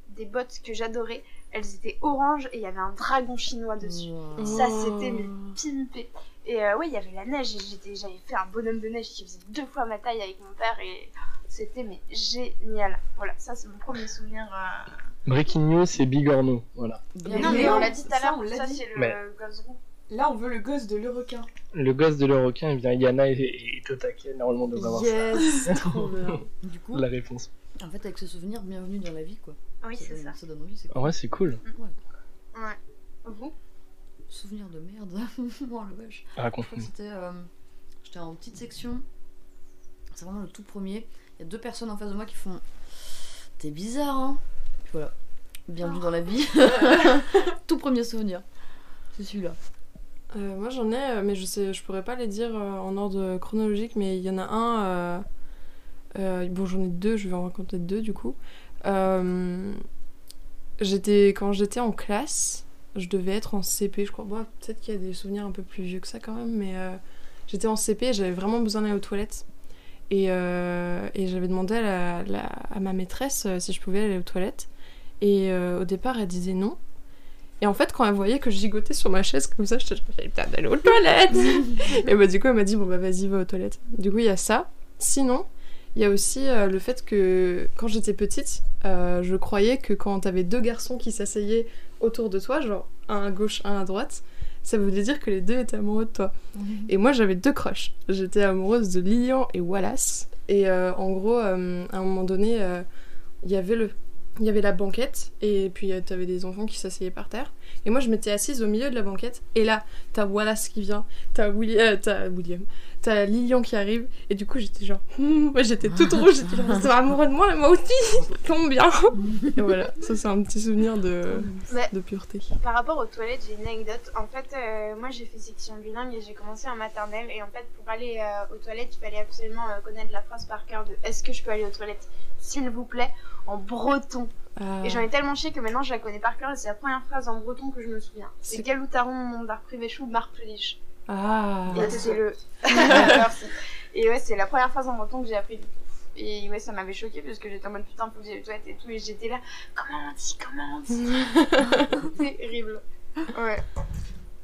S7: des bottes que j'adorais. Elles étaient oranges et il y avait un dragon chinois dessus.
S5: Bah,
S7: Ça
S9: Oh.
S7: c'était mais pimpé. Et euh, ouais, il y avait la neige et j'étais- j'avais fait un bonhomme de neige qui faisait deux fois ma taille avec mon père et c'était mais génial. Voilà, ça c'est mon premier souvenir. euh,
S1: Breaking News, c'est Bigorneau, voilà.
S7: Non, mais on l'a dit tout à
S16: Ça, on
S7: l'heure,
S16: l'a
S7: ça,
S16: dit.
S7: c'est le
S1: Mais-
S7: gosse roux.
S16: Là, on veut le gosse de le requin.
S1: Le gosse de l'Euroquin, eh bien Yana est, est au taquet, normalement, on devrait avoir
S5: Yes,
S1: ça.
S5: trop bien. Du coup,
S1: la réponse.
S5: en fait, avec ce souvenir, bienvenue dans la vie, quoi.
S7: Oui, c'est
S5: donne-
S7: ça.
S5: Ça donne envie, c'est
S1: En vrai, c'est cool.
S5: Ouais.
S7: Ouais. Vous
S5: Souvenir de merde. (laughs) Moi, le vache.
S1: Raconte-nous.
S5: Je crois que C'était, euh, j'étais en petite section. C'est vraiment le tout premier. Il y a deux personnes en face de moi qui font. T'es bizarre, hein. Puis voilà. Bienvenue dans la vie. (laughs) tout premier souvenir. C'est celui-là.
S9: Euh, moi j'en ai, euh, mais je sais, je pourrais pas les dire euh, en ordre chronologique, mais il y en a un. euh, euh, bon, j'en ai deux, je vais en raconter deux du coup. Euh, j'étais quand j'étais en classe, je devais être en CP, je crois. Bon, peut-être qu'il y a des souvenirs un peu plus vieux que ça quand même, mais euh, j'étais en CP, et j'avais vraiment besoin d'aller aux toilettes. Et, euh, et j'avais demandé à, la- la- à ma maîtresse euh, si je pouvais aller aux toilettes. Et euh, au départ, elle disait non. Et en fait, quand elle voyait que je gigotais sur ma chaise comme ça, j'étais genre, j'ai le temps d'aller aux toilettes Et bah, du coup, elle m'a dit, bon, bah, vas-y, va aux toilettes. Du coup, il y a ça. Sinon, il y a aussi euh, le fait que quand j'étais petite, euh, je croyais que quand t'avais deux garçons qui s'asseyaient autour de toi, genre un à gauche, un à droite, ça voulait dire que les deux étaient amoureux de toi. Et moi, j'avais deux crushs. J'étais amoureuse de Lilian et Wallace. Et euh, en gros, euh, à un moment donné, euh, il y avait le- il y avait la banquette. Et puis, tu avais des enfants qui s'asseyaient par terre. Et moi, je m'étais assise au milieu de la banquette. Et là, t'as Wallace qui vient. T'as Willi- euh, t'as William. T'as Lilian qui arrive. Et du coup, j'étais genre... (laughs) hmm, moi, j'étais toute rouge. J'étais genre, ils sont amoureux de moi, et moi aussi. (laughs) Combien Et voilà, ça, c'est un petit souvenir de,
S7: Mais-
S9: de pureté.
S7: Par rapport aux toilettes, j'ai une anecdote. En fait, euh, moi j'ai fait section bilingue et j'ai commencé en maternelle. Et en fait, pour aller euh, aux toilettes, il fallait absolument euh, connaître la phrase par cœur de Est-ce que je peux aller aux toilettes, s'il vous plaît, en breton
S9: Ah.
S7: Et j'en ai tellement chier que maintenant je la connais par cœur et c'est la première phrase en breton que je me souviens. C'est
S9: C'est-
S7: Galoutarons, mon bar privé chou, marpeliche.
S9: Ah
S7: Et c'est le. Merci. Et ouais, c'est la première phrase en breton que j'ai appris du coup. Et ouais, ça m'avait choqué parce que j'étais en mode putain, faut que j'aille aux toilettes et tout. Et j'étais là, comment on dit, comment on dit Terrible. Ouais.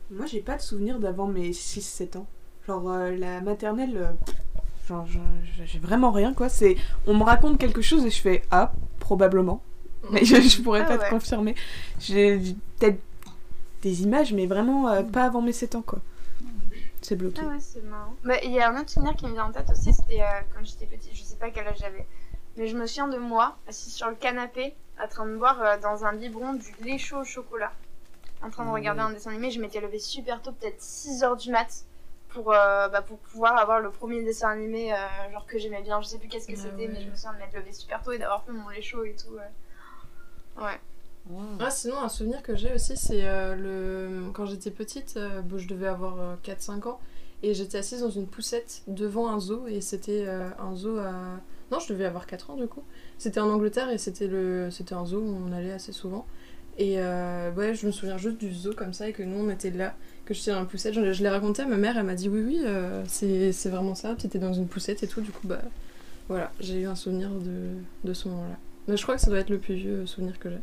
S16: Moi, j'ai pas de souvenir d'avant mes 6-7 ans. Genre, euh, la maternelle, euh, genre, je- je- j'ai vraiment rien, quoi. C'est, on me raconte quelque chose et je fais, ah, probablement.
S3: Mm.
S16: Mais je, je pourrais
S9: Ah
S16: pas
S9: ouais.
S16: te confirmer. J'ai peut-être des images, mais vraiment euh,
S3: Mm.
S16: pas avant mes 7 ans, quoi. C'est bloqué.
S7: Ah ouais, c'est marrant. Bah, Il y a un autre souvenir qui me vient en tête aussi, c'était euh, quand j'étais petite, je sais pas quel âge j'avais. Mais je me souviens de moi, assise sur le canapé, en train de boire euh, dans un biberon du lait chaud au chocolat. En train de
S5: Ah
S7: regarder
S5: ouais.
S7: un dessin animé, je m'étais levée super tôt, peut-être 6h du mat, pour, euh, bah, pour pouvoir avoir le premier dessin animé euh, genre que j'aimais bien. Je sais plus qu'est-ce que
S5: Ah
S7: c'était, mais
S5: ouais.
S7: je me souviens de m'être levée super tôt et d'avoir fait mon lait chaud et tout. ouais. Ouais.
S9: Ah, sinon, un souvenir que j'ai aussi, c'est euh, le... quand j'étais petite, euh, bon, je devais avoir euh, 4-5 ans, et j'étais assise dans une poussette devant un zoo, et c'était euh, un zoo à... Non, je devais avoir 4 ans du coup. C'était en Angleterre, et c'était le... c'était un zoo où on allait assez souvent. Et euh, ouais, je me souviens juste du zoo comme ça, et que nous, on était là, que j'étais dans la poussette. Je, je l'ai raconté à ma mère, elle m'a dit oui, oui, euh, c'est c'est vraiment ça, t'étais dans une poussette et tout, du coup, bah voilà, j'ai eu un souvenir de, de ce moment-là. Mais je crois que ça doit être le plus vieux souvenir que j'ai.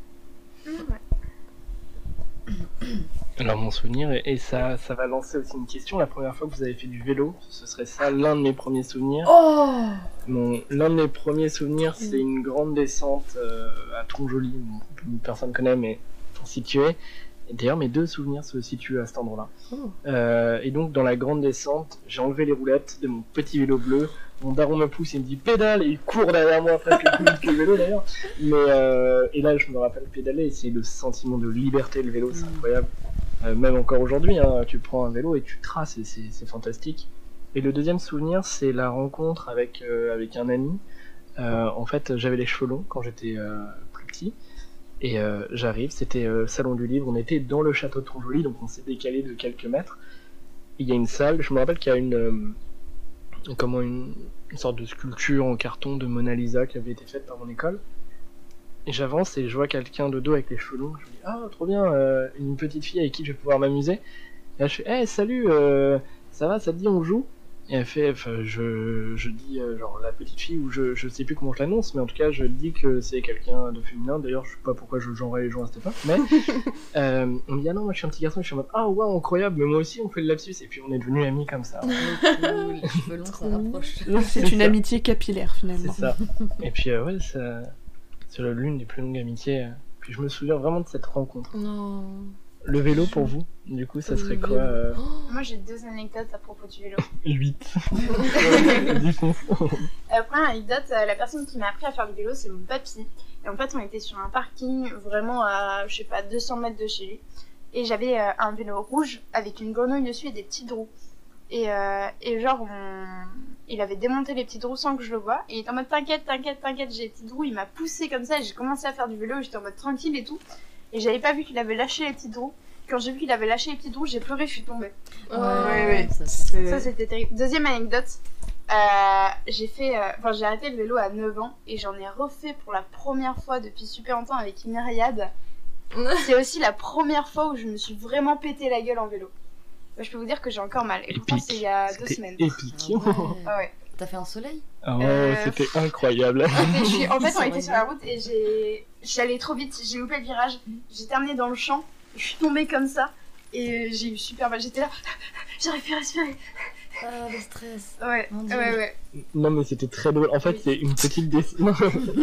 S1: Alors mon souvenir, et, et ça, ça va lancer aussi une question, la première fois que vous avez fait du vélo, ce serait ça l'un de mes premiers souvenirs.
S9: Oh
S1: Mon- L'un de mes premiers souvenirs,
S9: Mm.
S1: c'est une grande descente euh, à Tronjoli, bon, personne connaît, mais situé. D'ailleurs, mes deux souvenirs se situent à cet endroit-là.
S9: Oh.
S1: Euh, et donc, dans la grande descente, j'ai enlevé les roulettes de mon petit vélo bleu. Mon daron me pousse, il me dit pédale, et il court derrière moi, presque plus vite que le vélo d'ailleurs. Mais, euh, et là, je me rappelle pédaler, et c'est le sentiment de liberté, le vélo, c'est
S9: Mm.
S1: incroyable. Euh, même encore aujourd'hui, hein, tu prends un vélo et tu traces, et c'est c'est fantastique. Et le deuxième souvenir, c'est la rencontre avec, euh, avec un ami. Euh, en fait, j'avais les cheveux longs quand j'étais euh, plus petit. Et euh, j'arrive, c'était euh, Salon du Livre, on était dans le château de Tronjoli, donc on s'est décalé de quelques mètres. Il y a une salle, je me rappelle qu'il y a une, euh, comment une, une sorte de sculpture en carton de Mona Lisa qui avait été faite par mon école. Et j'avance et je vois quelqu'un de dos avec les cheveux longs, je me dis Ah, trop bien, euh, une petite fille avec qui je vais pouvoir m'amuser. Et là, je fais Eh, salut, euh, ça va, ça te dit, on joue Et elle fait Enfin, je, je dis, euh, genre, la petite fille, ou je, je sais plus comment je l'annonce, mais en tout cas, je dis que c'est quelqu'un de féminin. D'ailleurs, je sais pas pourquoi je genrerais les gens à cette époque, (laughs) mais euh, on me dit Ah non, moi je suis un petit garçon, je suis en mode Ah, waouh, incroyable, mais moi aussi, on fait le lapsus, et puis on est devenus amis comme ça.
S3: (laughs)
S16: Donc, c'est
S1: C'est
S16: une
S1: ça.
S16: amitié capillaire,
S1: C'est
S16: finalement.
S1: ça. Et puis, euh, ouais, ça- c'est la- l'une des plus longues amitiés. euh. Puis je me souviens vraiment de cette rencontre.
S9: Non.
S1: Le vélo pour vous, du coup, ça serait
S9: Le
S1: quoi
S9: vélo.
S1: euh,
S7: Moi j'ai deux anecdotes à propos du vélo.
S1: (laughs) 8
S7: Euh, première anecdote, euh, la personne qui m'a appris à faire du vélo, c'est mon papy. Et en fait, on était sur un parking vraiment à, je sais pas, 200 mètres de chez lui. Et j'avais euh, un vélo rouge avec une grenouille dessus et des petites roues. Et, euh, et genre, on- il avait démonté les petites roues sans que je le voie. Et il était en mode T'inquiète, t'inquiète, t'inquiète, j'ai les petites roues. Il m'a poussé comme ça et j'ai commencé à faire du vélo. J'étais en mode tranquille et tout. Et j'avais pas vu qu'il avait lâché les petites roues. Quand j'ai vu qu'il avait lâché les petites roues, j'ai pleuré, je suis tombée.
S16: ouais, ça,
S7: Ça, c'était terrible. Deuxième anecdote. euh, j'ai fait, euh, enfin, j'ai arrêté le vélo à 9 ans et j'en ai refait pour la première fois depuis super longtemps avec une myriade. C'est aussi la première fois où je me suis vraiment pété Bah, la gueule en vélo. Je peux vous dire que j'ai encore mal. Et pourtant,
S1: Épique.
S7: c'est il y a deux
S1: C'était
S7: semaines.
S1: épique.
S7: Ah ouais.
S17: T'as fait un soleil
S1: Ah ouais,
S7: Euh,
S1: c'était incroyable.
S7: Mais je suis- en fait, on
S17: C'est
S7: était sur la route et j'ai, j'allais trop vite. J'ai loupé le virage. J'ai terminé dans le champ. Je suis tombée comme ça et euh, j'ai eu super mal. J'étais là, (laughs) j'arrive plus à respirer.
S17: Ah, le stress.
S7: Ouais, ouais, ouais.
S1: Non, mais c'était très drôle. En fait, c'est une petite descente. (laughs) Non,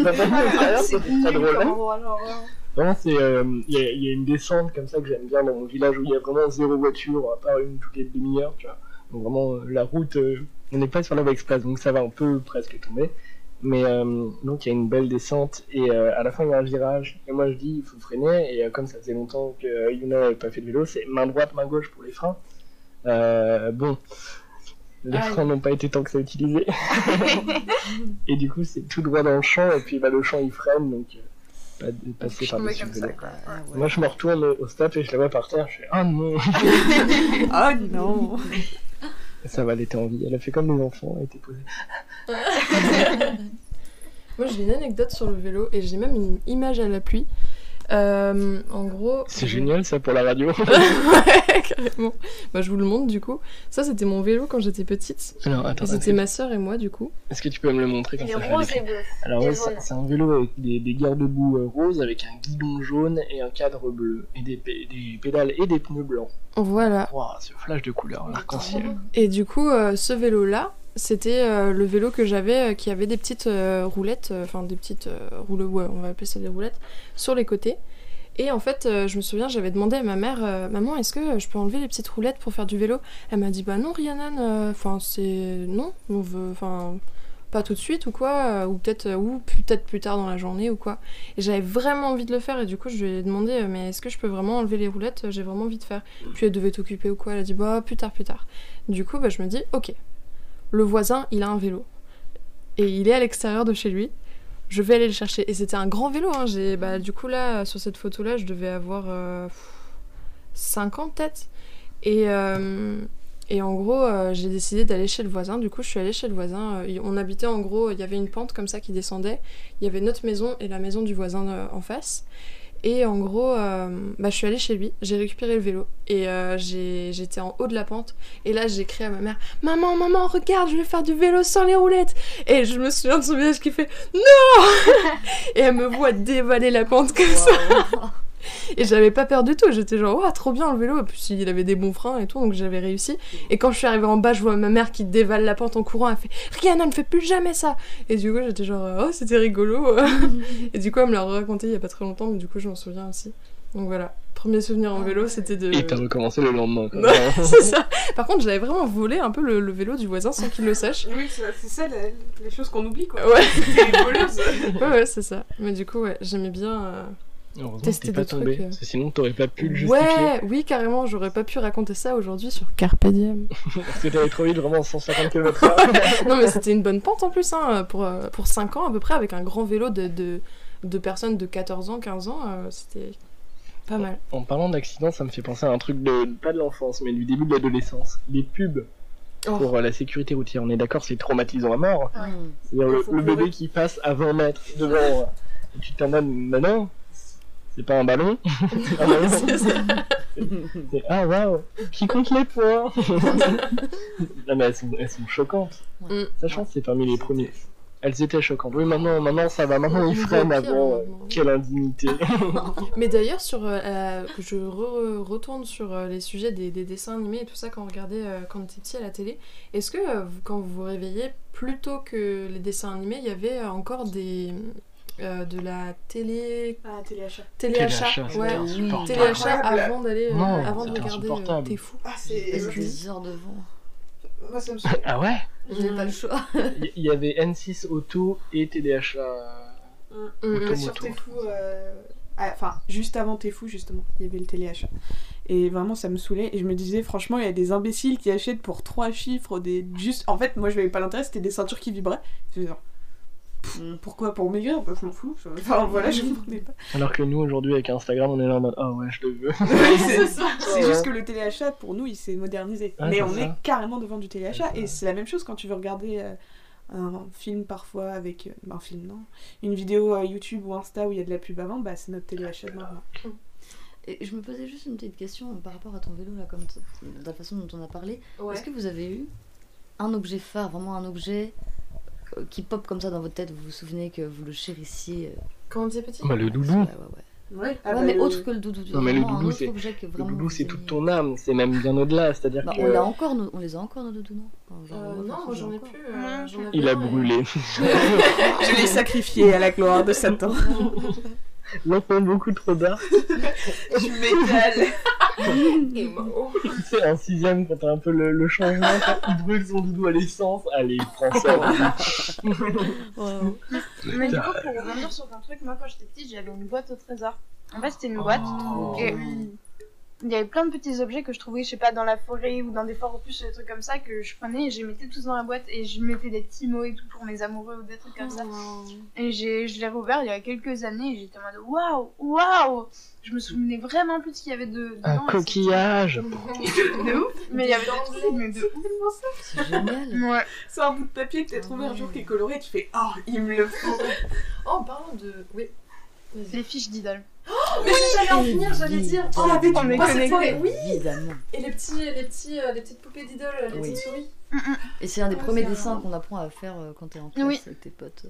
S1: ça passe pas à (laughs) travers, ça, c'est très drôle.
S7: comme endroit, genre, vraiment.
S1: Vraiment, c'est. euh, Il y, a- il y a une descente comme ça que j'aime bien dans mon village où il y a vraiment zéro voiture, à part une toutes les demi-heures, tu vois. Donc vraiment, euh, la route, euh, on n'est pas sur la voie express, donc ça va, on peut presque tomber. Mais euh, donc, il y a une belle descente, et euh, à la fin, il y a un virage. Et moi, je dis, il faut freiner, et euh, comme ça faisait longtemps que euh, Yuna n'avait pas fait de vélo, c'est main droite, main gauche pour les freins. Euh, bon, les
S18: Aïe.
S1: freins n'ont pas été tant que ça utilisés. et du coup, c'est tout droit dans le champ, et puis bah, le champ il freine, donc euh, pas de passer
S7: Je suis
S1: par
S7: tombée
S1: dessus
S7: comme
S1: le
S7: ça.
S1: vélo. Moi, je me retourne au stop et je la vois par terre, je fais Ah non (laughs)
S3: Oh
S16: Ah,
S3: non
S1: Ça va, elle était en vie, elle a fait comme les enfants, elle était posée.
S9: Moi, j'ai une anecdote sur le vélo et j'ai même une image à l'appui. Euh, en gros,
S1: C'est génial ça pour la radio (laughs)
S9: (laughs) ouais, carrément. Bah, je vous le montre du coup. Ça, c'était mon vélo quand j'étais petite.
S1: Alors, attends,
S9: Et
S1: attends.
S9: c'était ma sœur et moi du coup.
S1: Est-ce que tu peux me le montrer comme
S9: Il est
S1: ça je
S9: rose
S1: vais l'écrire
S9: et bleu.
S1: Alors,
S9: Et
S1: ouais, c'est
S9: jaune.
S1: c'est un vélo avec des, des garde-boue euh, roses, avec un guidon jaune et un cadre bleu, et des, pé- des pédales et des pneus blancs.
S9: Voilà.
S1: Ouah, ce flash de couleur, l'arc-en-ciel.
S9: Et du coup, euh, ce vélo-là, c'était euh, le vélo que j'avais euh, qui avait des petites euh, roulettes, euh, enfin des petites euh, rouleaux, ouais, on va appeler ça des roulettes, sur les côtés. Et en fait, euh, je me souviens, j'avais demandé à ma mère, euh, maman, est-ce que je peux enlever les petites roulettes pour faire du vélo Elle m'a dit, bah non, Rhiannon, euh, enfin c'est non, on veut, enfin pas tout de suite ou quoi, euh, ou peut-être euh, ou peut-être plus tard dans la journée ou quoi. Et j'avais vraiment envie de le faire et du coup je lui ai demandé euh, mais est-ce que je peux vraiment enlever les roulettes J'ai vraiment envie de faire. Puis elle devait t'occuper ou quoi Elle a dit bah plus tard, plus tard. Du coup bah, je me dis ok. Le voisin il a un vélo et il est à l'extérieur de chez lui. Je vais aller le chercher et c'était un grand vélo. Hein. J'ai bah du coup là sur cette photo là je devais avoir euh, 5 ans peut-être. Et, euh, et en gros, euh, j'ai décidé d'aller chez le voisin. Du coup, je suis allée chez le voisin. Euh, il- on habitait en gros, il y avait une pente comme ça qui descendait. Il y avait notre maison et la maison du voisin euh, en face. Et en gros, euh, bah, je suis allée chez lui, j'ai récupéré le vélo et euh, j'ai- j'étais en haut de la pente. Et là, j'ai crié à ma mère Maman, maman, regarde, je vais faire du vélo sans les roulettes Et je me souviens de son visage qui fait Non (laughs) Et elle me voit dévaler la pente comme ça Et j'avais pas peur du tout, j'étais genre, Ouah, trop bien le vélo. Et puis il avait des bons freins et tout, donc j'avais réussi. Et quand je suis arrivée en bas, je vois ma mère qui dévale la pente en courant, elle fait Rien, ne fait plus jamais ça Et du coup, j'étais genre, oh, c'était rigolo. et du coup, elle me l'a raconté il y a pas très longtemps, mais du coup, je m'en souviens aussi. Donc voilà, premier souvenir en vélo, c'était de. (laughs)
S1: Et t'as recommencé le lendemain. quoi. (laughs)
S9: Non, c'est ça. Par contre, j'avais vraiment volé un peu le, le vélo du voisin sans qu'il
S3: (laughs)
S9: le sache.
S3: (laughs) Oui, ça- c'est ça la- les choses qu'on oublie quoi.
S9: Ouais.
S3: (laughs) C'est les voleuses.
S9: ouais, ouais, c'est ça. Mais du coup, ouais, j'aimais bien euh,
S1: Heureusement que
S9: tester
S1: t'es pas
S9: des
S1: tombé,
S9: trucs. euh.
S1: parce que sinon t'aurais pas pu le justifier.
S9: Ouais, oui, carrément, j'aurais pas pu raconter ça aujourd'hui sur Carpe Diem.
S1: Parce que t'avais trop vite, vraiment 150 km/h.
S9: non, mais c'était une bonne pente en plus, hein, pour, euh, pour 5 ans à peu près, avec un grand vélo de, de, de personnes de 14 ans, 15 ans, euh, c'était pas mal.
S1: En parlant d'accident, ça me fait penser à un truc de pas de l'enfance, mais du début de l'adolescence. Les pubs
S9: Oh.
S1: pour euh, la sécurité routière. On est d'accord, c'est traumatisant à mort.
S9: Ouais.
S1: C'est-à-dire le,
S9: Faut
S1: le
S9: pleurer.
S1: bébé qui passe à 20 mètres devant. euh, et tu t'en donnes, mais non, c'est pas un
S9: (laughs)
S1: ballon. Ah bah C'est un ballon. C'est- ah waouh, qui compte les
S9: (laughs)
S1: points Non mais elles sont, elles sont choquantes.
S9: Ouais.
S1: Sachant que c'est parmi les premiers. Elles étaient choquantes. Oui, maintenant, maintenant ça va. Maintenant, ils
S9: Ils vont
S1: freinent
S9: pire, hein.
S1: avant. euh, Quelle indignité.
S9: (laughs) Mais d'ailleurs, sur euh, euh, je re- retourne sur euh, les sujets des, des dessins animés et tout ça quand on regardait euh, quand on était petit à la télé. Est-ce que euh, vous- quand vous vous réveillez, plutôt que les dessins animés, il y avait euh, encore des euh, de la télé
S3: Ah, téléachat.
S9: téléachat,
S3: Téléachat, c'était
S9: ouais,
S3: insupportable.
S9: téléachat
S3: Incroyable.
S9: avant d'aller euh,
S1: Non,
S9: avant de
S1: c'était
S9: regarder. euh,
S1: insupportable.
S9: T'es fou.
S3: Ah, c'est.
S17: J'ai des heures devant.
S3: Moi, ça me
S1: ah ouais
S17: J'ai pas le choix.
S1: Il y- y avait N6 Auto et TDH. euh,
S3: Mm,
S1: Auto,
S3: sur
S1: moto.
S3: T'es fou, euh, ah, enfin juste avant T'es fou justement, il y avait le téléachat. Et vraiment ça me saoulait et je me disais franchement il y a des imbéciles qui achètent pour trois chiffres des juste. En fait moi je voyais pas l'intérêt c'était des ceintures qui vibraient. Je me disais, Pff, pourquoi pour maigrir Bah, Je m'en fous. je- Enfin voilà je comprenais
S1: (laughs)
S3: pas.
S1: Alors que nous aujourd'hui avec Instagram on est là en mode ah ouais je le veux.
S3: c'est c'est juste que le téléachat pour nous il s'est modernisé.
S1: Ouais,
S3: mais
S1: c'est
S3: on
S1: ça.
S3: est carrément devant du téléachat et c'est la même chose quand tu veux regarder euh, un film parfois avec euh, un film non une vidéo euh, YouTube ou Insta où il y a de la pub avant bah c'est notre téléachat de maintenant.
S5: Et je me posais euh, juste une petite question par rapport à ton vélo, là, comme t- de la façon dont on a parlé.
S17: Ouais.
S5: Est-ce que vous avez eu un objet phare, vraiment un objet euh, qui pop comme ça dans votre tête, vous vous souvenez que vous le chérissiez euh,
S9: Quand on était petit
S1: Bah, le doudou.
S5: Ouais, ouais, ouais. Ouais, mais autre que le doudou.
S1: Non, mais le
S5: vraiment un
S1: doudou,
S5: autre
S1: c'est
S5: objet que
S1: le
S5: vraiment
S1: doudou,
S5: vous
S1: c'est toute ton âme, c'est même bien au-delà, c'est-à-dire
S5: Bah,
S1: que
S5: on, l'a encore, nos- on les a encore, nos doudous, non Enfin, genre,
S9: Euh,
S5: moi,
S9: non,
S5: perso,
S9: moi
S5: j'ai
S9: j'en ai
S5: encore.
S9: plus. euh, j'en avais
S1: il a
S9: un,
S19: (laughs)
S9: et-
S1: brûlé. (laughs)
S3: Je l'ai sacrifié à la gloire de Satan.
S1: L'enfant beaucoup trop d'art.
S3: du métal.
S1: C'est en sixième quand t'as un peu le, le changement, quand il brûle son doudou à l'essence, allez, prends ça.
S7: Mais du coup, pour revenir sur ton truc, moi quand j'étais petite, j'avais une boîte au trésor. En fait, c'était une boîte. et il y avait plein de petits objets que je trouvais, je sais pas, dans la forêt ou dans des forts opus, des trucs comme ça, que je prenais et je les mettais tous dans la boîte. Et je mettais des petits mots et tout pour mes amoureux ou des trucs comme ça.
S19: Oh.
S7: Et j'ai- je l'ai rouvert il y a quelques années et j'étais en mode waouh, waouh Je me souvenais vraiment plus ce qu'il y avait de.
S1: Un
S7: dedans et c'était-
S1: coquillage.
S7: de ouf Mais il y avait des trucs, mais de ouf
S5: C'est génial.
S7: Ouais.
S3: C'est un bout de papier que t'as trouvé un jour qui est coloré et tu fais Oh, il me le faut.
S9: Oh, en parlant de. Oui.
S7: Les fiches d'idole.
S19: Oh, Mais j'allais en finir, j'allais dire. Oh,
S5: la
S19: avec
S7: On est
S19: oh, c'est toi,
S7: connectés.
S19: Oui,
S5: Évidemment.
S19: et les petits, les petits, euh, les petites poupées d'idoles, les
S5: Oui.
S19: petites souris.
S5: Et c'est un des
S19: Ouais,
S5: premiers
S19: c'est un-
S5: dessins qu'on apprend à faire euh, quand t'es en classe
S19: Oui.
S5: avec tes potes.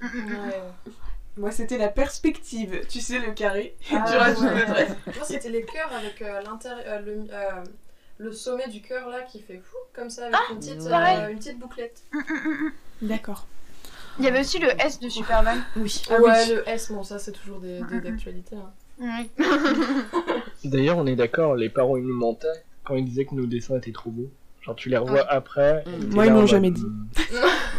S3: Moi, c'était la perspective. Tu sais, le carré.
S9: Ah,
S3: tu rajoutes
S9: ouais.
S3: le trait.
S19: Moi, c'était les cœurs avec euh, l'intérieur, euh, le, euh, le sommet du cœur là qui fait fou comme ça avec une petite,
S7: pareil.
S19: euh, une petite bouclette.
S3: D'accord.
S7: Il y avait aussi le S de Superman.
S5: Oui.
S9: Ah ouais, le S, bon, ça c'est toujours des, des-
S5: (laughs)
S9: d'actualité. hein.
S7: Oui.
S1: D'ailleurs, on est d'accord, les parents, ils nous mentaient quand ils disaient que nos dessins étaient trop beaux. Genre, tu les revois après. et t'es
S3: Moi,
S1: là
S3: ils
S1: en
S3: m'ont
S1: mode, mm,
S3: jamais dit.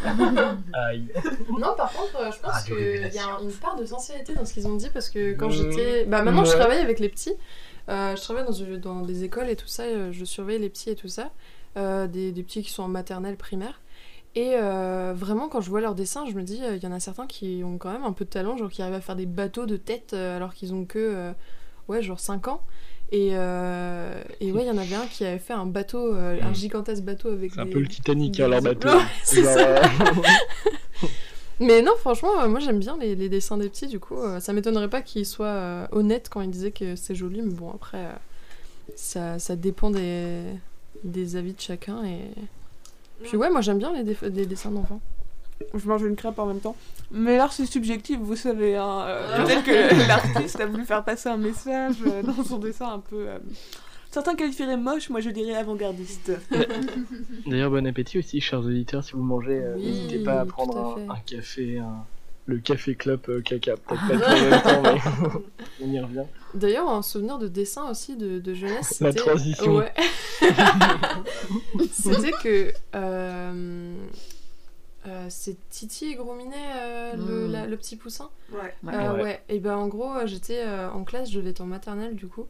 S1: Aïe.
S9: (laughs) Non, par contre, euh, je pense
S1: Radio
S9: qu'il y a une part de sincérité dans ce qu'ils ont dit parce que quand
S1: Mmh.
S9: j'étais. Bah, maintenant je
S1: Ouais.
S9: travaille avec les petits. Euh, je travaille dans, une- dans des écoles et tout ça. euh, Je surveille les petits et tout ça. Euh, des, des petits qui sont en maternelle, primaire. Et euh, vraiment, quand je vois leurs dessins, je me dis, euh, il y en a certains qui ont quand même un peu de talent, genre qui arrivent à faire des bateaux de tête euh, alors qu'ils ont que. euh, ouais, genre 5 ans. Et, euh, et ouais, il y en avait un qui avait fait un bateau, euh, un
S1: Mmh.
S9: gigantesque bateau avec
S1: C'est un
S9: des-
S1: peu le Titanic, hein, leur
S9: des-
S1: bateau.
S9: Ouais, c'est
S1: Genre,
S9: ça.
S1: euh,
S9: Mais non, franchement, euh, moi j'aime bien les, les dessins des petits, du coup, euh, ça m'étonnerait pas qu'ils soient euh, honnêtes quand ils disaient que c'est joli, mais bon, après, euh, ça, ça dépend des, des avis de chacun. Et... Puis ouais, moi j'aime bien les, déf- les dessins d'enfants.
S3: Je mange une crêpe en même temps. Mais l'art, c'est subjectif, vous savez. hein. Euh, Peut-être que l'artiste a voulu faire passer un message euh, dans son dessin un peu. euh, Certains qualifieraient moche, moi je dirais avant-gardiste.
S1: (laughs) D'ailleurs, bon appétit aussi, chers auditeurs. Si vous mangez, euh,
S3: Oui,
S1: n'hésitez pas à
S3: tout
S1: prendre
S3: à
S1: un,
S3: fait.
S1: un café, un- le café club euh, caca. Peut-être pas tout en même temps, mais on y revient.
S9: D'ailleurs, un souvenir de dessin aussi de, de jeunesse.
S1: La
S9: c'était-
S1: transition.
S9: Ouais. (laughs) c'était que. euh, euh, c'est Titi et Gros Minet, euh, le,
S3: Mm.
S9: la- le petit poussin.
S3: Ouais.
S9: Euh,
S3: Ouais.
S9: ouais. Et ben en gros, euh, j'étais euh, en classe, je devais être en maternelle du coup,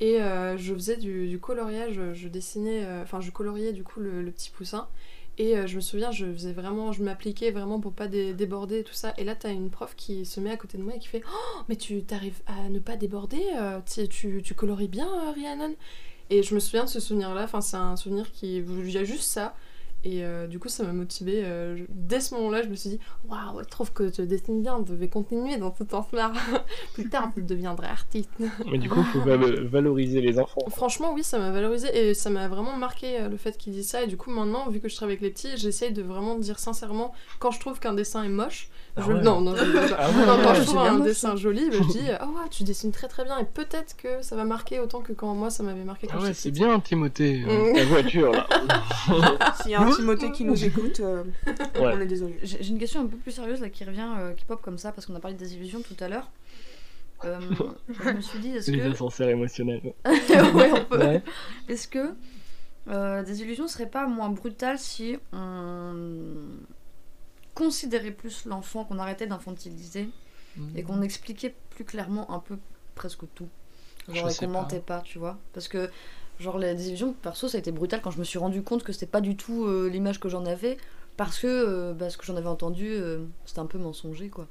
S9: et euh, je faisais du, du coloriage. Je dessinais, euh, enfin je coloriais du coup le, le petit poussin. Et euh, je me souviens, je faisais vraiment, je m'appliquais vraiment pour pas dé- déborder et tout ça. Et là, t'as une prof qui se met à côté de moi et qui fait Oh, mais tu t'arrives à ne pas déborder, euh, tu, tu- tu colories bien, euh, Rhiannon. Et je me souviens de ce souvenir-là, enfin, c'est un souvenir qui. Il y a juste ça. Et euh, du coup, ça m'a motivée. euh, je- Dès ce moment-là, je me suis dit Waouh, je trouve que tu dessines bien, je vais continuer dans ce sens-là. (laughs) Plus tard, tu deviendrai artiste.
S1: Mais du coup, il faut val- valoriser les enfants.
S9: Franchement, oui, ça m'a valorisé et ça m'a vraiment marqué euh, le fait qu'il dise ça. Et du coup, maintenant, vu que je travaille avec les petits, j'essaye de vraiment dire sincèrement quand je trouve qu'un dessin est moche.
S1: Ah
S9: je-
S1: ouais.
S9: Non, non, je le dis pas.
S1: Ah (laughs) ouais.
S9: Non, quand je
S1: C'est
S9: (laughs)
S1: bien
S9: trouve un
S1: moche, hein.
S9: dessin
S1: ça.
S9: joli, bah,
S1: (laughs)
S9: je dis Ah ouais, tu dessines très très bien et peut-être que ça va marquer autant que quand moi ça m'avait marqué quand
S1: Ah ouais,
S9: j'étais
S1: c'est bien, Timothée, euh,
S9: Mm.
S1: ta voiture là.
S3: S'il y a un Timothée qui nous écoute, euh,
S1: Ouais.
S3: on est désolé.
S5: (laughs) J'ai j'ai une question un peu plus sérieuse là qui revient, euh, qui pop comme ça, parce qu'on a parlé des illusions tout à l'heure. Euh, je me suis dit, est-ce
S1: les
S5: que.
S1: ascenseurs émotionnels.
S5: (laughs) Ouais, on peut.
S1: Ouais.
S5: Est-ce que euh, des illusions seraient pas moins brutales si on considérait plus l'enfant, qu'on arrêtait d'infantiliser
S20: Mm.
S5: et qu'on expliquait plus clairement un peu presque tout Genre,
S20: Je
S5: et
S20: sais
S5: qu'on
S20: pas.
S5: mentait pas, tu vois Parce que, genre, les illusions, perso, ça a été brutal quand je me suis rendu compte que c'était pas du tout euh, l'image que j'en avais, parce que euh, bah, ce que j'en avais entendu, euh, c'était un peu mensonger, quoi.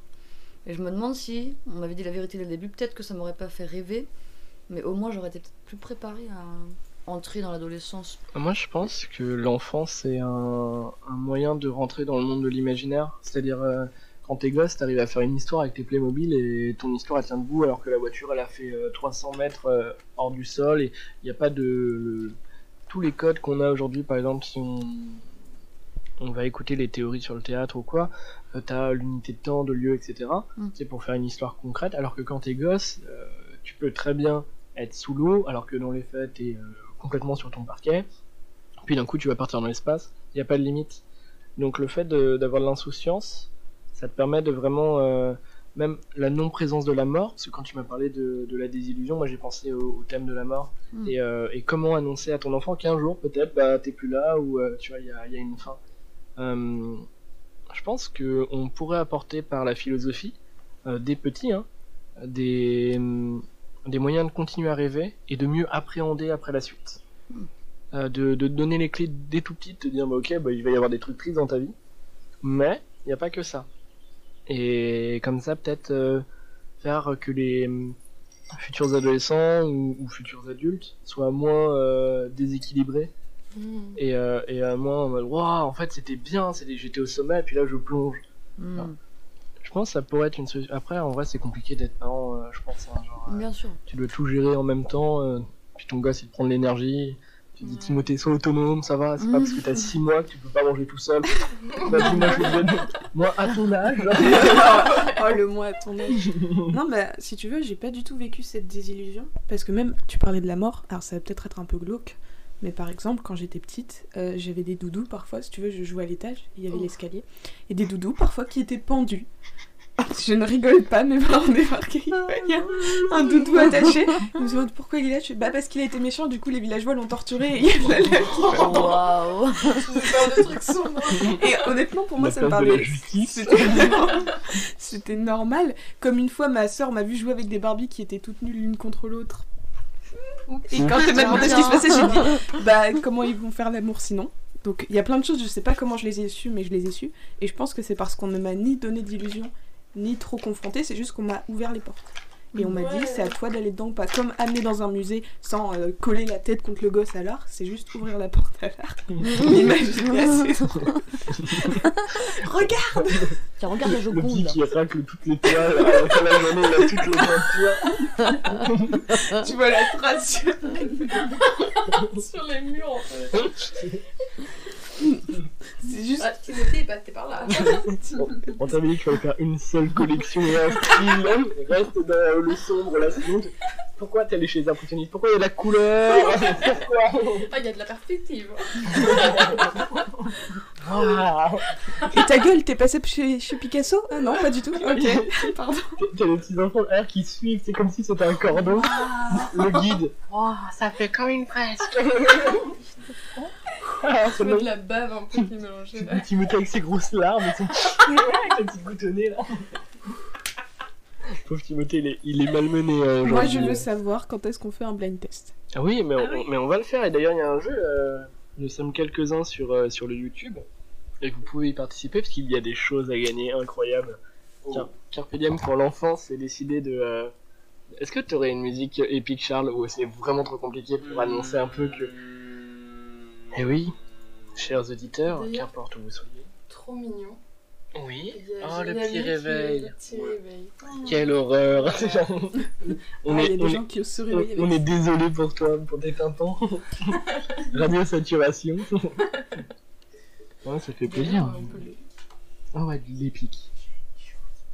S5: Et je me demande si on m'avait dit la vérité dès le début, peut-être que ça m'aurait pas fait rêver, mais au moins j'aurais été peut-être plus préparée à entrer dans l'adolescence.
S1: Moi, je pense que l'enfant, c'est un, un moyen de rentrer dans le monde de l'imaginaire. C'est-à-dire, euh, quand t'es gosse, t'arrives à faire une histoire avec tes Playmobil et ton histoire, elle tient debout, alors que la voiture, elle a fait euh, 300 mètres euh, hors du sol et il n'y a pas de. Tous les codes qu'on a aujourd'hui, par exemple, si on, on va écouter les théories sur le théâtre ou quoi, euh, t'as l'unité de temps, de lieu, etc.
S5: Mm.
S1: C'est pour faire une histoire concrète, alors que quand t'es gosse, euh, tu peux très bien être sous l'eau, alors que dans les faits, t'es euh, complètement sur ton parquet, puis d'un coup, tu vas partir dans l'espace, il n'y a pas de limite. Donc le fait de- d'avoir de, l'insouciance, ça te permet de vraiment... euh, même la non-présence de la mort, parce que quand tu m'as parlé de, de la désillusion, moi j'ai pensé au, au thème de la mort,
S5: Mm.
S1: et, euh, et comment annoncer à ton enfant qu'un jour peut-être bah, t'es plus là, ou euh, tu vois, il y a, il y a une fin. Euh, je pense que on pourrait apporter par la philosophie euh, des petits hein, des, hum, des moyens de continuer à rêver et de mieux appréhender après la suite. Euh, de, de te donner les clés dès tout petit, de te dire bah, ok, bah, il va y avoir des trucs tristes dans ta vie, mais il n'y a pas que ça. Et comme ça, peut-être euh, faire que les hum, futurs adolescents ou, ou futurs adultes soient moins euh, déséquilibrés
S9: Hmm.
S1: et, euh, et à moi en mode waouh en fait c'était bien c'était j'étais au sommet et puis là je plonge
S5: Hmm.
S1: je pense que ça pourrait être une solution après en vrai c'est compliqué d'être parent euh, je pense hein, genre, euh,
S5: Bien sûr.
S1: tu dois tout gérer en même temps euh, puis ton gosse il te prend de l'énergie tu dis Timothée sois autonome ça va c'est pas parce que t'as 6 mois que tu peux pas manger tout seul Vas-y, moi, je te donne- moi à ton âge (laughs)
S3: oh le moi à ton âge. Non mais si tu veux, j'ai pas du tout vécu cette désillusion parce que même tu parlais de la mort, alors ça va peut-être être un peu glauque, mais par exemple quand j'étais petite, euh, j'avais des doudous parfois, si tu veux, je jouais à l'étage, il y avait
S5: Oh.
S3: l'escalier et des doudous parfois qui étaient pendus. Ah, Je ne rigole pas, mais voilà, on débarquait. Il y a un doudou attaché. Je me demande pourquoi il est là. Je fais bah parce qu'il a été méchant, du coup les villageois l'ont torturé et il y a de la lèvre qui rentre dans-
S5: Waouh.
S3: et honnêtement, pour moi,
S5: La
S3: ça me
S5: place de la
S3: parlait. C'était- C'était normal. Comme une fois, ma soeur m'a vu jouer avec des Barbies qui étaient toutes nulles l'une contre l'autre. Et quand elle m'a demandé ce qui se passait, j'ai dit Bah, comment ils vont faire l'amour sinon Donc, il y a plein de choses, je sais pas comment je les ai su, mais je les ai su. Et je pense que c'est parce qu'on ne m'a ni donné d'illusions, ni trop confronté, c'est juste qu'on m'a ouvert les portes. Et on m'a dit,
S5: Ouais.
S3: c'est à toi d'aller dedans ou pas. Comme amener dans un musée sans euh, coller la tête contre le gosse à l'art, c'est juste ouvrir la porte à (laughs) l'art. Imagine la scène. Regarde
S5: Tiens, regarde la
S21: Le petit
S5: Joconde.
S21: qui racle toutes les toiles euh, à la fin de la journée, il a toutes les peintures.
S3: tu
S21: (laughs)
S3: vois la trace sur,
S9: sur les murs en fait.
S21: Hein
S3: C'est juste.
S9: Ah, Timothée est passé par là.
S21: On t'avait dit qu'il fallait faire une seule collection et un style. Reste dans le sombre, la seconde. Pourquoi t'es allé chez les impressionnistes Pourquoi il y a de la couleur
S9: Ah, il y a de la perspective.
S21: Ah.
S3: Et ta gueule, t'es passé chez, chez Picasso Ah non, pas du tout. Ok, pardon.
S21: T'as les petits enfants derrière qui suivent, c'est comme si c'était un cordon. Le guide.
S7: Oh, ça fait comme une fresque.
S1: Oh
S9: Je mets de la bave un peu qui est mélangée. là.
S21: Timothée avec ses grosses larmes et son avec sa petite goutonnée là. Pauvre Timothée, il est, il est malmené. euh,
S3: Moi,
S21: aujourd'hui.
S3: je veux savoir quand est-ce qu'on fait un blind test.
S1: hein, Ah oui, mais on, mais on va le faire. Et d'ailleurs, il y a un jeu. euh, nous sommes quelques-uns sur, euh, sur le YouTube. Et vous pouvez y participer parce qu'il y a des choses à gagner incroyables.
S21: Oh.
S1: Car- Carpe diem pour l'enfance, c'est décider de. euh, Est-ce que tu aurais une musique épique, Charles, ou c'est vraiment trop compliqué
S21: Hmm.
S1: pour annoncer un peu que. Eh oui, chers auditeurs,
S9: D'ailleurs-
S1: qu'importe où vous soyez.
S9: Trop mignon.
S1: Oui.
S9: Il y a-
S1: Oh, le
S9: il y a
S1: petit
S9: lui qui-
S1: réveil.
S9: Le petit réveil.
S1: Quelle horreur
S3: Ah, il y a des gens qui osent se réveiller
S21: On
S3: avec
S21: est
S3: ça.
S21: désolé pour toi, pour tes
S3: (laughs)
S21: tympans. Radio saturation.
S1: Ouais, ça fait plaisir.
S21: on peut
S1: Ah ouais, de l'épique.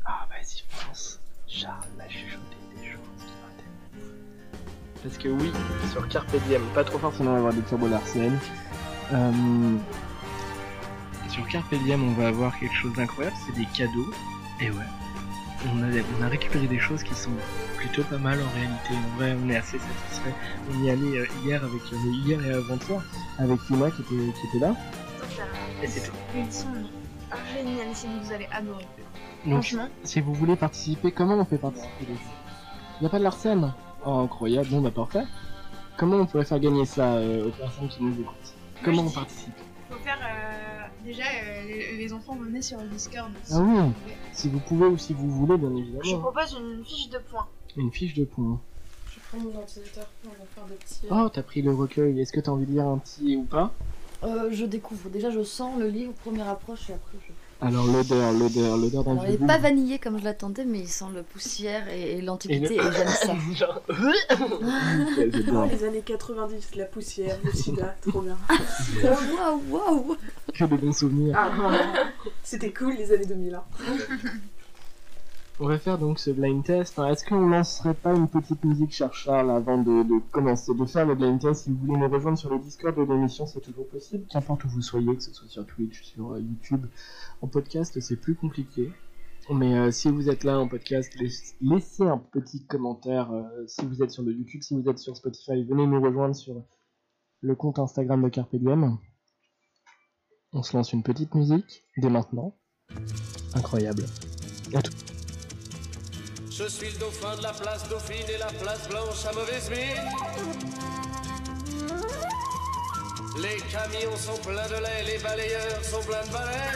S1: Ah, vas-y, pense. Charles m'a chuchoté des choses qui m'intéressent. Parce que oui, sur Carpe Diem, pas trop fort, sinon on va avoir des turbos d'Arsène. Euh, Sur Carpe Diem, on va avoir quelque chose d'incroyable, c'est des cadeaux. Et ouais, on a, on a récupéré des choses qui sont plutôt pas mal en réalité. En vrai, on est assez satisfait. On y allait euh, hier avec euh, hier et avant-hier avec Yuma qui était, qui était là.
S7: Ah,
S1: Et c'est tout.
S7: Ils sont géniales, c'est Ah, vous allez adorer.
S1: Donc,
S7: Franchement.
S1: si vous voulez participer, comment on fait participer les Il n'y a pas de l'arsène Oh, incroyable, bon bah parfait. Comment on pourrait faire gagner ça euh, aux personnes qui nous écoutent Comment on participe
S7: Faut faire euh, déjà euh, les, les enfants venez sur le Discord. aussi.
S1: Ah oui Si vous pouvez ou si vous voulez, bien
S7: Je
S1: évidemment.
S7: propose une fiche de points.
S1: Une fiche de points.
S9: Je prends mon ordinateur pour en faire des petits. euh,
S1: Oh, t'as pris le recueil, est-ce que t'as envie de lire un petit ou pas
S5: Euh, je découvre. Déjà, je sens le livre, première approche, et après, je.
S1: Alors l'odeur, l'odeur, l'odeur d'un
S5: Alors, il est pas vanillé comme je l'attendais, mais il sent le poussière et, et l'antiquité, et,
S1: Et le-
S5: j'aime ça. (laughs)
S1: Genre, Ouais, c'est bien.
S3: Ah, les années 90, la poussière, le sida, trop bien.
S5: Waouh, waouh
S1: Que de bons souvenirs.
S3: Ah, ouais. C'était cool les années 2000. hein.
S1: On va faire donc ce blind test. hein. Est-ce qu'on lancerait pas une petite musique cherche-charles avant de, de commencer de faire le blind test Si vous voulez nous rejoindre sur le Discord de l'émission, c'est toujours possible. Qu'importe où vous soyez, que ce soit sur Twitch, sur euh, YouTube, en podcast, c'est plus compliqué. Mais euh, si vous êtes là en podcast, laiss- laissez un petit commentaire. euh, si vous êtes sur le YouTube, si vous êtes sur Spotify, venez nous rejoindre sur le compte Instagram de Carpe Diem. On se lance une petite musique dès maintenant. Incroyable. À tout-
S2: Je suis le dauphin de la place dauphine et la place blanche à mauvaise mine. Les camions sont pleins de lait, les balayeurs sont pleins de balais.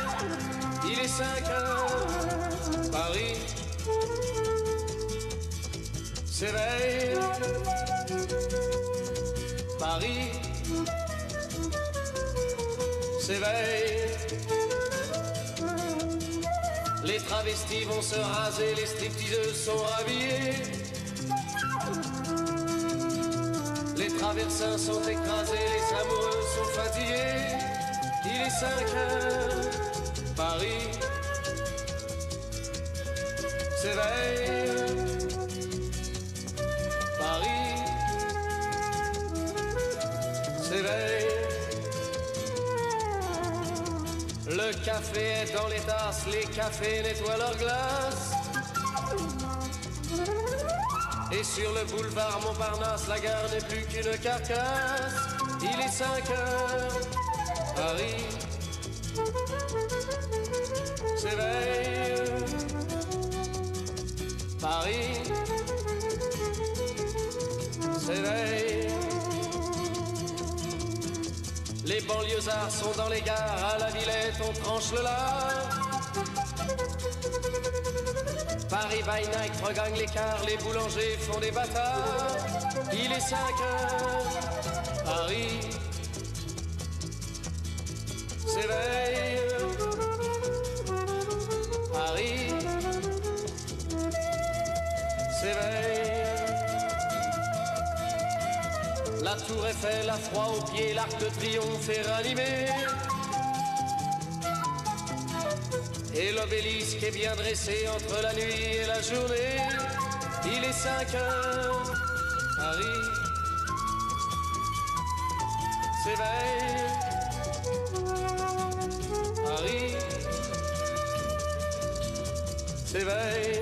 S2: Il est 5 heures, Paris s'éveille. Paris s'éveille. Les travestis vont se raser, les stripteaseuses sont habillées. Les traversins sont écrasés, les amoureux sont fatigués. Il est 5 heures, Paris s'éveille. Paris s'éveille. Le café est dans les tasses, les cafés nettoient leurs glaces. Et sur le boulevard Montparnasse, la gare n'est plus qu'une carcasse. Il est 5 heures, Paris s'éveille. Paris s'éveille. Les banlieusards sont dans les gares, à la Villette on tranche le lard. Paris by night regagne l'écart, les boulangers font des bâtards. Il est 5 heures, Paris s'éveille. Paris s'éveille. La tour Eiffel a froid aux pieds, l'arc de triomphe est ranimé. Et l'obélisque est bien dressé entre la nuit et la journée. Il est 5 heures, Paris s'éveille. Paris s'éveille.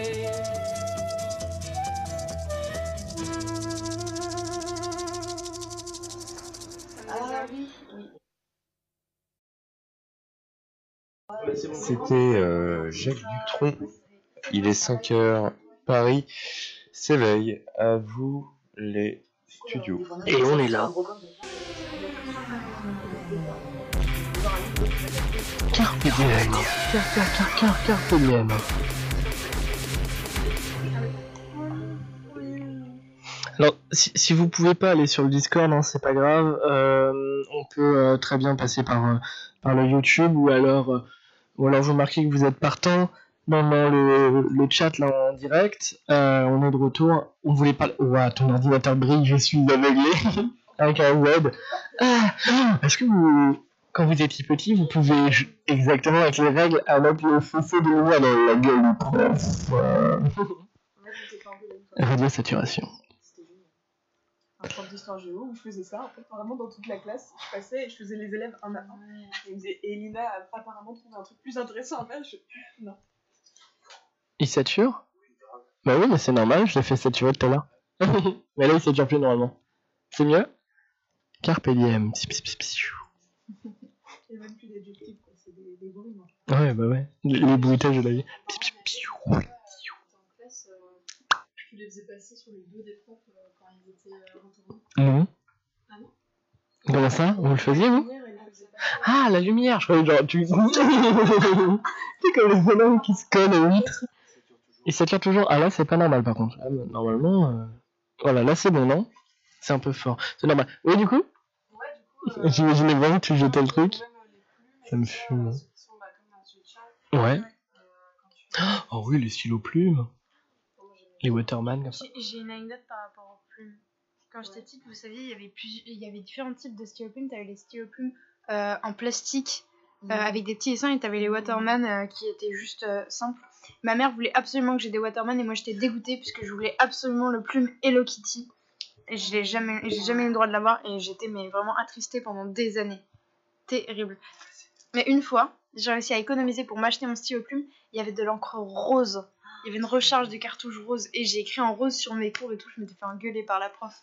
S22: Ah oui.
S13: C'était euh, Jacques Dutronc. Il est 5 heures. Paris s'éveille. À vous les studios.
S23: Et on est là.
S1: Carpe diem. Car, car, car, car, carpe diem. Alors, si, si vous pouvez pas aller sur le Discord, hein, c'est pas grave. euh, on peut euh, très bien passer par, euh, par le YouTube ou alors, euh, ou alors vous marquez que vous êtes partant dans, dans le, le chat là en direct. Euh, on est de retour. On voulait pas. Ouah, ton ordinateur brille, je suis aveuglé. (laughs) Avec un web. Ah, Est-ce que vous, quand vous étiez petit, vous pouvez j- exactement avec les règles aller le fossé de l'eau à la, la gueule du prof euh, Radio saturation.
S24: un prof d'histoire géo où je faisais ça, en fait, vraiment dans toute la classe. Je passais et je faisais les élèves un à un. Et ils me disaient, et Elina a apparemment trouvé un truc plus intéressant à faire. Je... Non.
S1: Il sature Bah oui, mais c'est normal, je l'ai fait saturer tout à (laughs) l'heure. mais là, il sature plus normalement. C'est mieux Carpe diem. Psi, psi, psi, psi.
S24: Il n'y a même plus d'adjectifs, quoi. C'est des, des brumes. hein.
S1: Oh. Ouais, bah ouais. Les bruitages de la vie. Psi, psi, psi.
S25: tu les faisais passer sur les deux des profs euh, quand ils étaient euh, retournés
S1: Non.
S25: Ah non
S1: Comment ça Vous le faisiez, vous
S25: Lumière, elle les faisait pas.
S1: Ah, la lumière Je croyais genre, tu. (laughs) c'est comme les bonhommes qui se collent aux vitres. Ils s'attirent toujours. Ah là, c'est pas normal, par contre. Ah, mais normalement. euh, Voilà, là, c'est bon, non C'est un peu fort. C'est normal. Oui, du coup J'imaginais vraiment que tu jetais le truc.
S2: euh,
S1: Ça me fume.
S2: bah,
S1: Ouais. Oh oui, les stylos plumes. Les Waterman, comme ça.
S7: J'ai- J'ai une anecdote par rapport aux plumes. Quand j'étais petite, vous saviez, il y avait, plus... il y avait différents types de stylos plumes. T'avais les stylos plumes euh, en plastique euh, avec des petits dessins et t'avais les Waterman euh, qui étaient juste euh, simples. Ma mère voulait absolument que j'ai des Waterman et moi j'étais dégoûtée puisque je voulais absolument le plume Hello Kitty. Et je l'ai jamais, j'ai jamais eu le droit de l'avoir et j'étais mais vraiment attristée pendant des années. Terrible. Mais une fois, j'ai réussi à économiser pour m'acheter mon stylo plume. Il y avait de l'encre rose. Il y avait une recharge de cartouche rose et j'ai écrit en rose sur mes cours et tout. Je m'étais fait engueuler par la prof.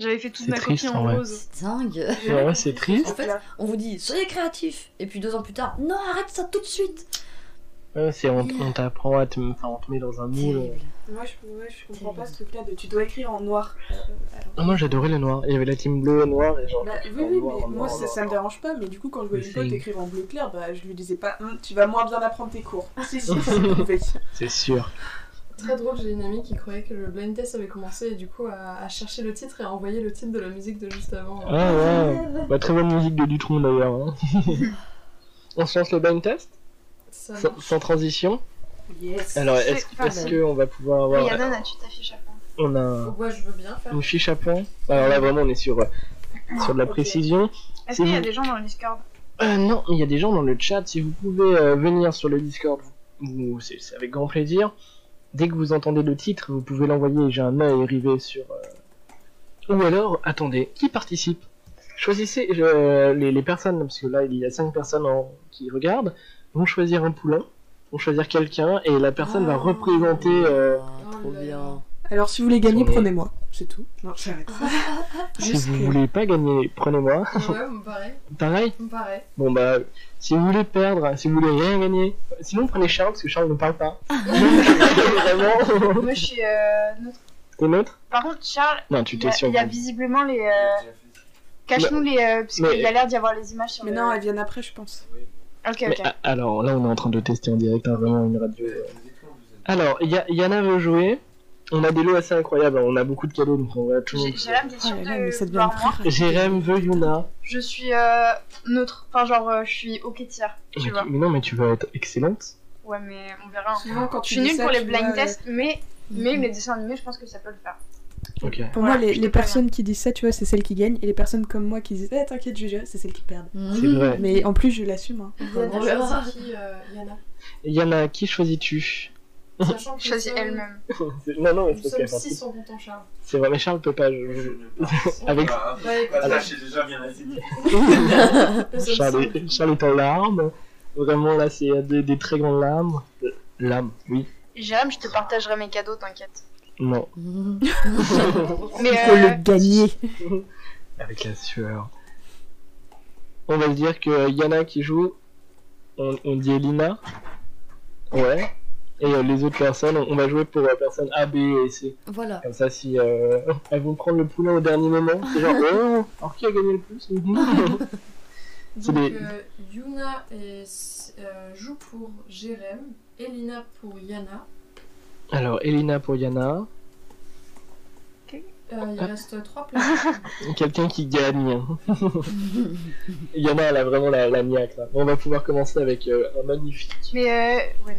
S7: J'avais fait toute
S1: C'est
S7: ma
S1: triste,
S7: copie en
S1: en vrai.
S7: rose.
S5: C'est dingue.
S1: Ouais, ouais, c'est triste.
S5: En fait, on vous dit soyez créatifs et puis deux ans plus tard, non arrête ça tout de suite.
S1: Ouais, c'est on, on t'apprend à te, enfin, on te met dans un moule.
S3: Moi, je, ouais, je comprends pas ce truc-là de tu dois écrire en noir. Euh, alors-
S1: Ah, moi j'adorais le noir. Il y avait la team bleue et noire et genre.
S3: Bah, oui,
S1: en
S3: oui, mais
S1: noir, en
S3: moi
S1: noir, en
S3: ça,
S1: noir.
S3: ça me dérange pas, mais du coup, quand je voyais
S1: Mais
S3: une pote
S1: c'est-
S3: écrire en bleu clair, bah, je lui disais pas Hum, tu vas moins bien apprendre tes cours. si, si, c'est prouvé.
S1: C'est sûr.
S9: Très drôle, j'ai une amie qui croyait que le blind test avait commencé et du coup à, à chercher le titre et à envoyer le titre de la musique de juste avant.
S1: Ouais, ouais. Bah, très bonne musique de Dutron d'ailleurs. hein. (laughs) on se lance le blind test
S9: Ça
S1: sans, sans transition.
S9: Yes.
S1: Alors, est-ce est qu'on va pouvoir avoir.
S7: Rihanna, tu t'affiches à fond.
S1: On a
S9: Ouais, je veux bien
S1: (laughs)
S9: faire.
S1: une fiche à points. Alors là, vraiment, on est sur, euh, sur de la précision.
S7: Est-ce
S1: Si
S7: qu'il y a
S1: vous-
S7: des gens dans le Discord
S1: Euh, non, mais il y a des gens dans le chat. Si vous pouvez euh, venir sur le Discord, vous, vous- c'est c'est avec grand plaisir. Dès que vous entendez le titre, vous pouvez l'envoyer. J'ai un œil rivé sur. euh, Ou alors, attendez, qui participe Choisissez euh, les, les personnes, parce que là, il y a 5 personnes en- qui regardent. Vont choisir un poulain, vont choisir quelqu'un, et la personne va représenter. euh,
S5: Trop bien.
S3: (laughs) Alors, si vous voulez gagner, prenez-moi. C'est tout. Non, j'arrête.
S1: Si vous voulez pas gagner, prenez-moi.
S9: Ouais, me paraît.
S1: Pareil
S9: Me paraît.
S1: Bon bah, si vous voulez perdre, si vous voulez rien gagner, sinon prenez Charles parce que Charles ne parle
S7: (laughs)
S1: pas. Vraiment
S7: Moi, je suis euh, neutre.
S1: T'es neutre
S7: Par contre, Charles,
S1: Non, tu
S7: il
S1: t'es
S7: y a-
S1: sûr.
S7: il y a visiblement les. euh, Cache-nous les. euh, parce
S1: Mais-
S7: qu'il y a l'air d'y avoir les images sur
S3: Mais
S7: le-
S3: non, elles viennent après, je pense.
S7: Ok,
S1: Mais, ah,
S7: ok.
S1: a- alors là, on est en train de tester en direct hein, vraiment une radio. euh. Alors, Ya- Yana veut jouer. On a des lots assez incroyables, on a beaucoup de cadeaux donc on va tout le monde.
S7: J'ai j'ai l'air d'être
S3: Oh
S7: sûre
S3: là là, mais ça
S7: de
S3: devient
S7: voir moi.
S1: Jérém veut Yuna.
S7: Je suis euh, neutre. Enfin, genre, euh, je suis ok tiers. Tu
S1: Mais,
S7: vois.
S1: tu- mais non, mais tu vas être excellente.
S7: Ouais, mais on verra. hein.
S3: Souvent, quand
S7: je
S3: tu
S7: suis
S3: dis
S7: nulle
S3: ça,
S7: pour les
S3: tu
S7: blind
S3: vois,
S7: tests, mais, mais les dessins animés, je pense que ça peut le faire.
S1: Ok.
S3: Pour moi, les, les personnes qui disent ça, tu vois, c'est celles qui gagnent, et les personnes comme moi qui disent Eh, t'inquiète, je gère, c'est celles qui perdent.
S1: C'est
S7: Mhm.
S1: vrai.
S3: Mais en plus, je l'assume. hein.
S9: Il y en a choisi qui euh, il y
S1: (laughs)
S9: en a.
S1: Yana, qui choisis-tu (laughs)
S9: Sachant que nous
S7: Choisis
S9: sommes-
S7: elle-même.
S1: C'est- Non, non,
S9: Nous
S1: c'est parce qu'elle
S9: sommes
S1: participe.
S9: six en comptant Charles.
S1: C'est vrai, mais Charles peut pas. je- je- Avec.
S8: Ah,
S9: Ouais,
S8: bah,
S1: Alors-
S8: ça, j'ai déjà bien assez dit.
S1: Charles, est- Charles est en larmes. Vraiment, là, c'est des, des très grandes larmes. Euh, Larmes, oui.
S7: Jérém, je te partagerai mes cadeaux, t'inquiète.
S1: Non.
S7: Mais
S3: Il faut
S7: euh,
S3: le gagner.
S1: Avec la sueur. On va se dire que euh, Yana qui joue, on, on dit Elina. Ouais. Et euh, les autres personnes, on, on va jouer pour euh, personne A, B et C.
S5: Voilà.
S1: Comme ça, si euh, (laughs) elles vont prendre le poulain au dernier moment, (laughs) c'est genre, oh, alors qui a gagné le plus (laughs) Mhm. C'est
S9: Donc,
S1: des-
S9: euh, Yuna et, euh, joue pour Jérém, Elina pour Yana.
S1: Alors, Elina pour Yana.
S9: Euh,
S1: Ah.
S9: il reste trois places.
S1: (laughs) Quelqu'un qui gagne. Il y en a, elle a vraiment la, la niaque là. On va pouvoir commencer avec euh, un magnifique.
S7: Mais euh, ouais,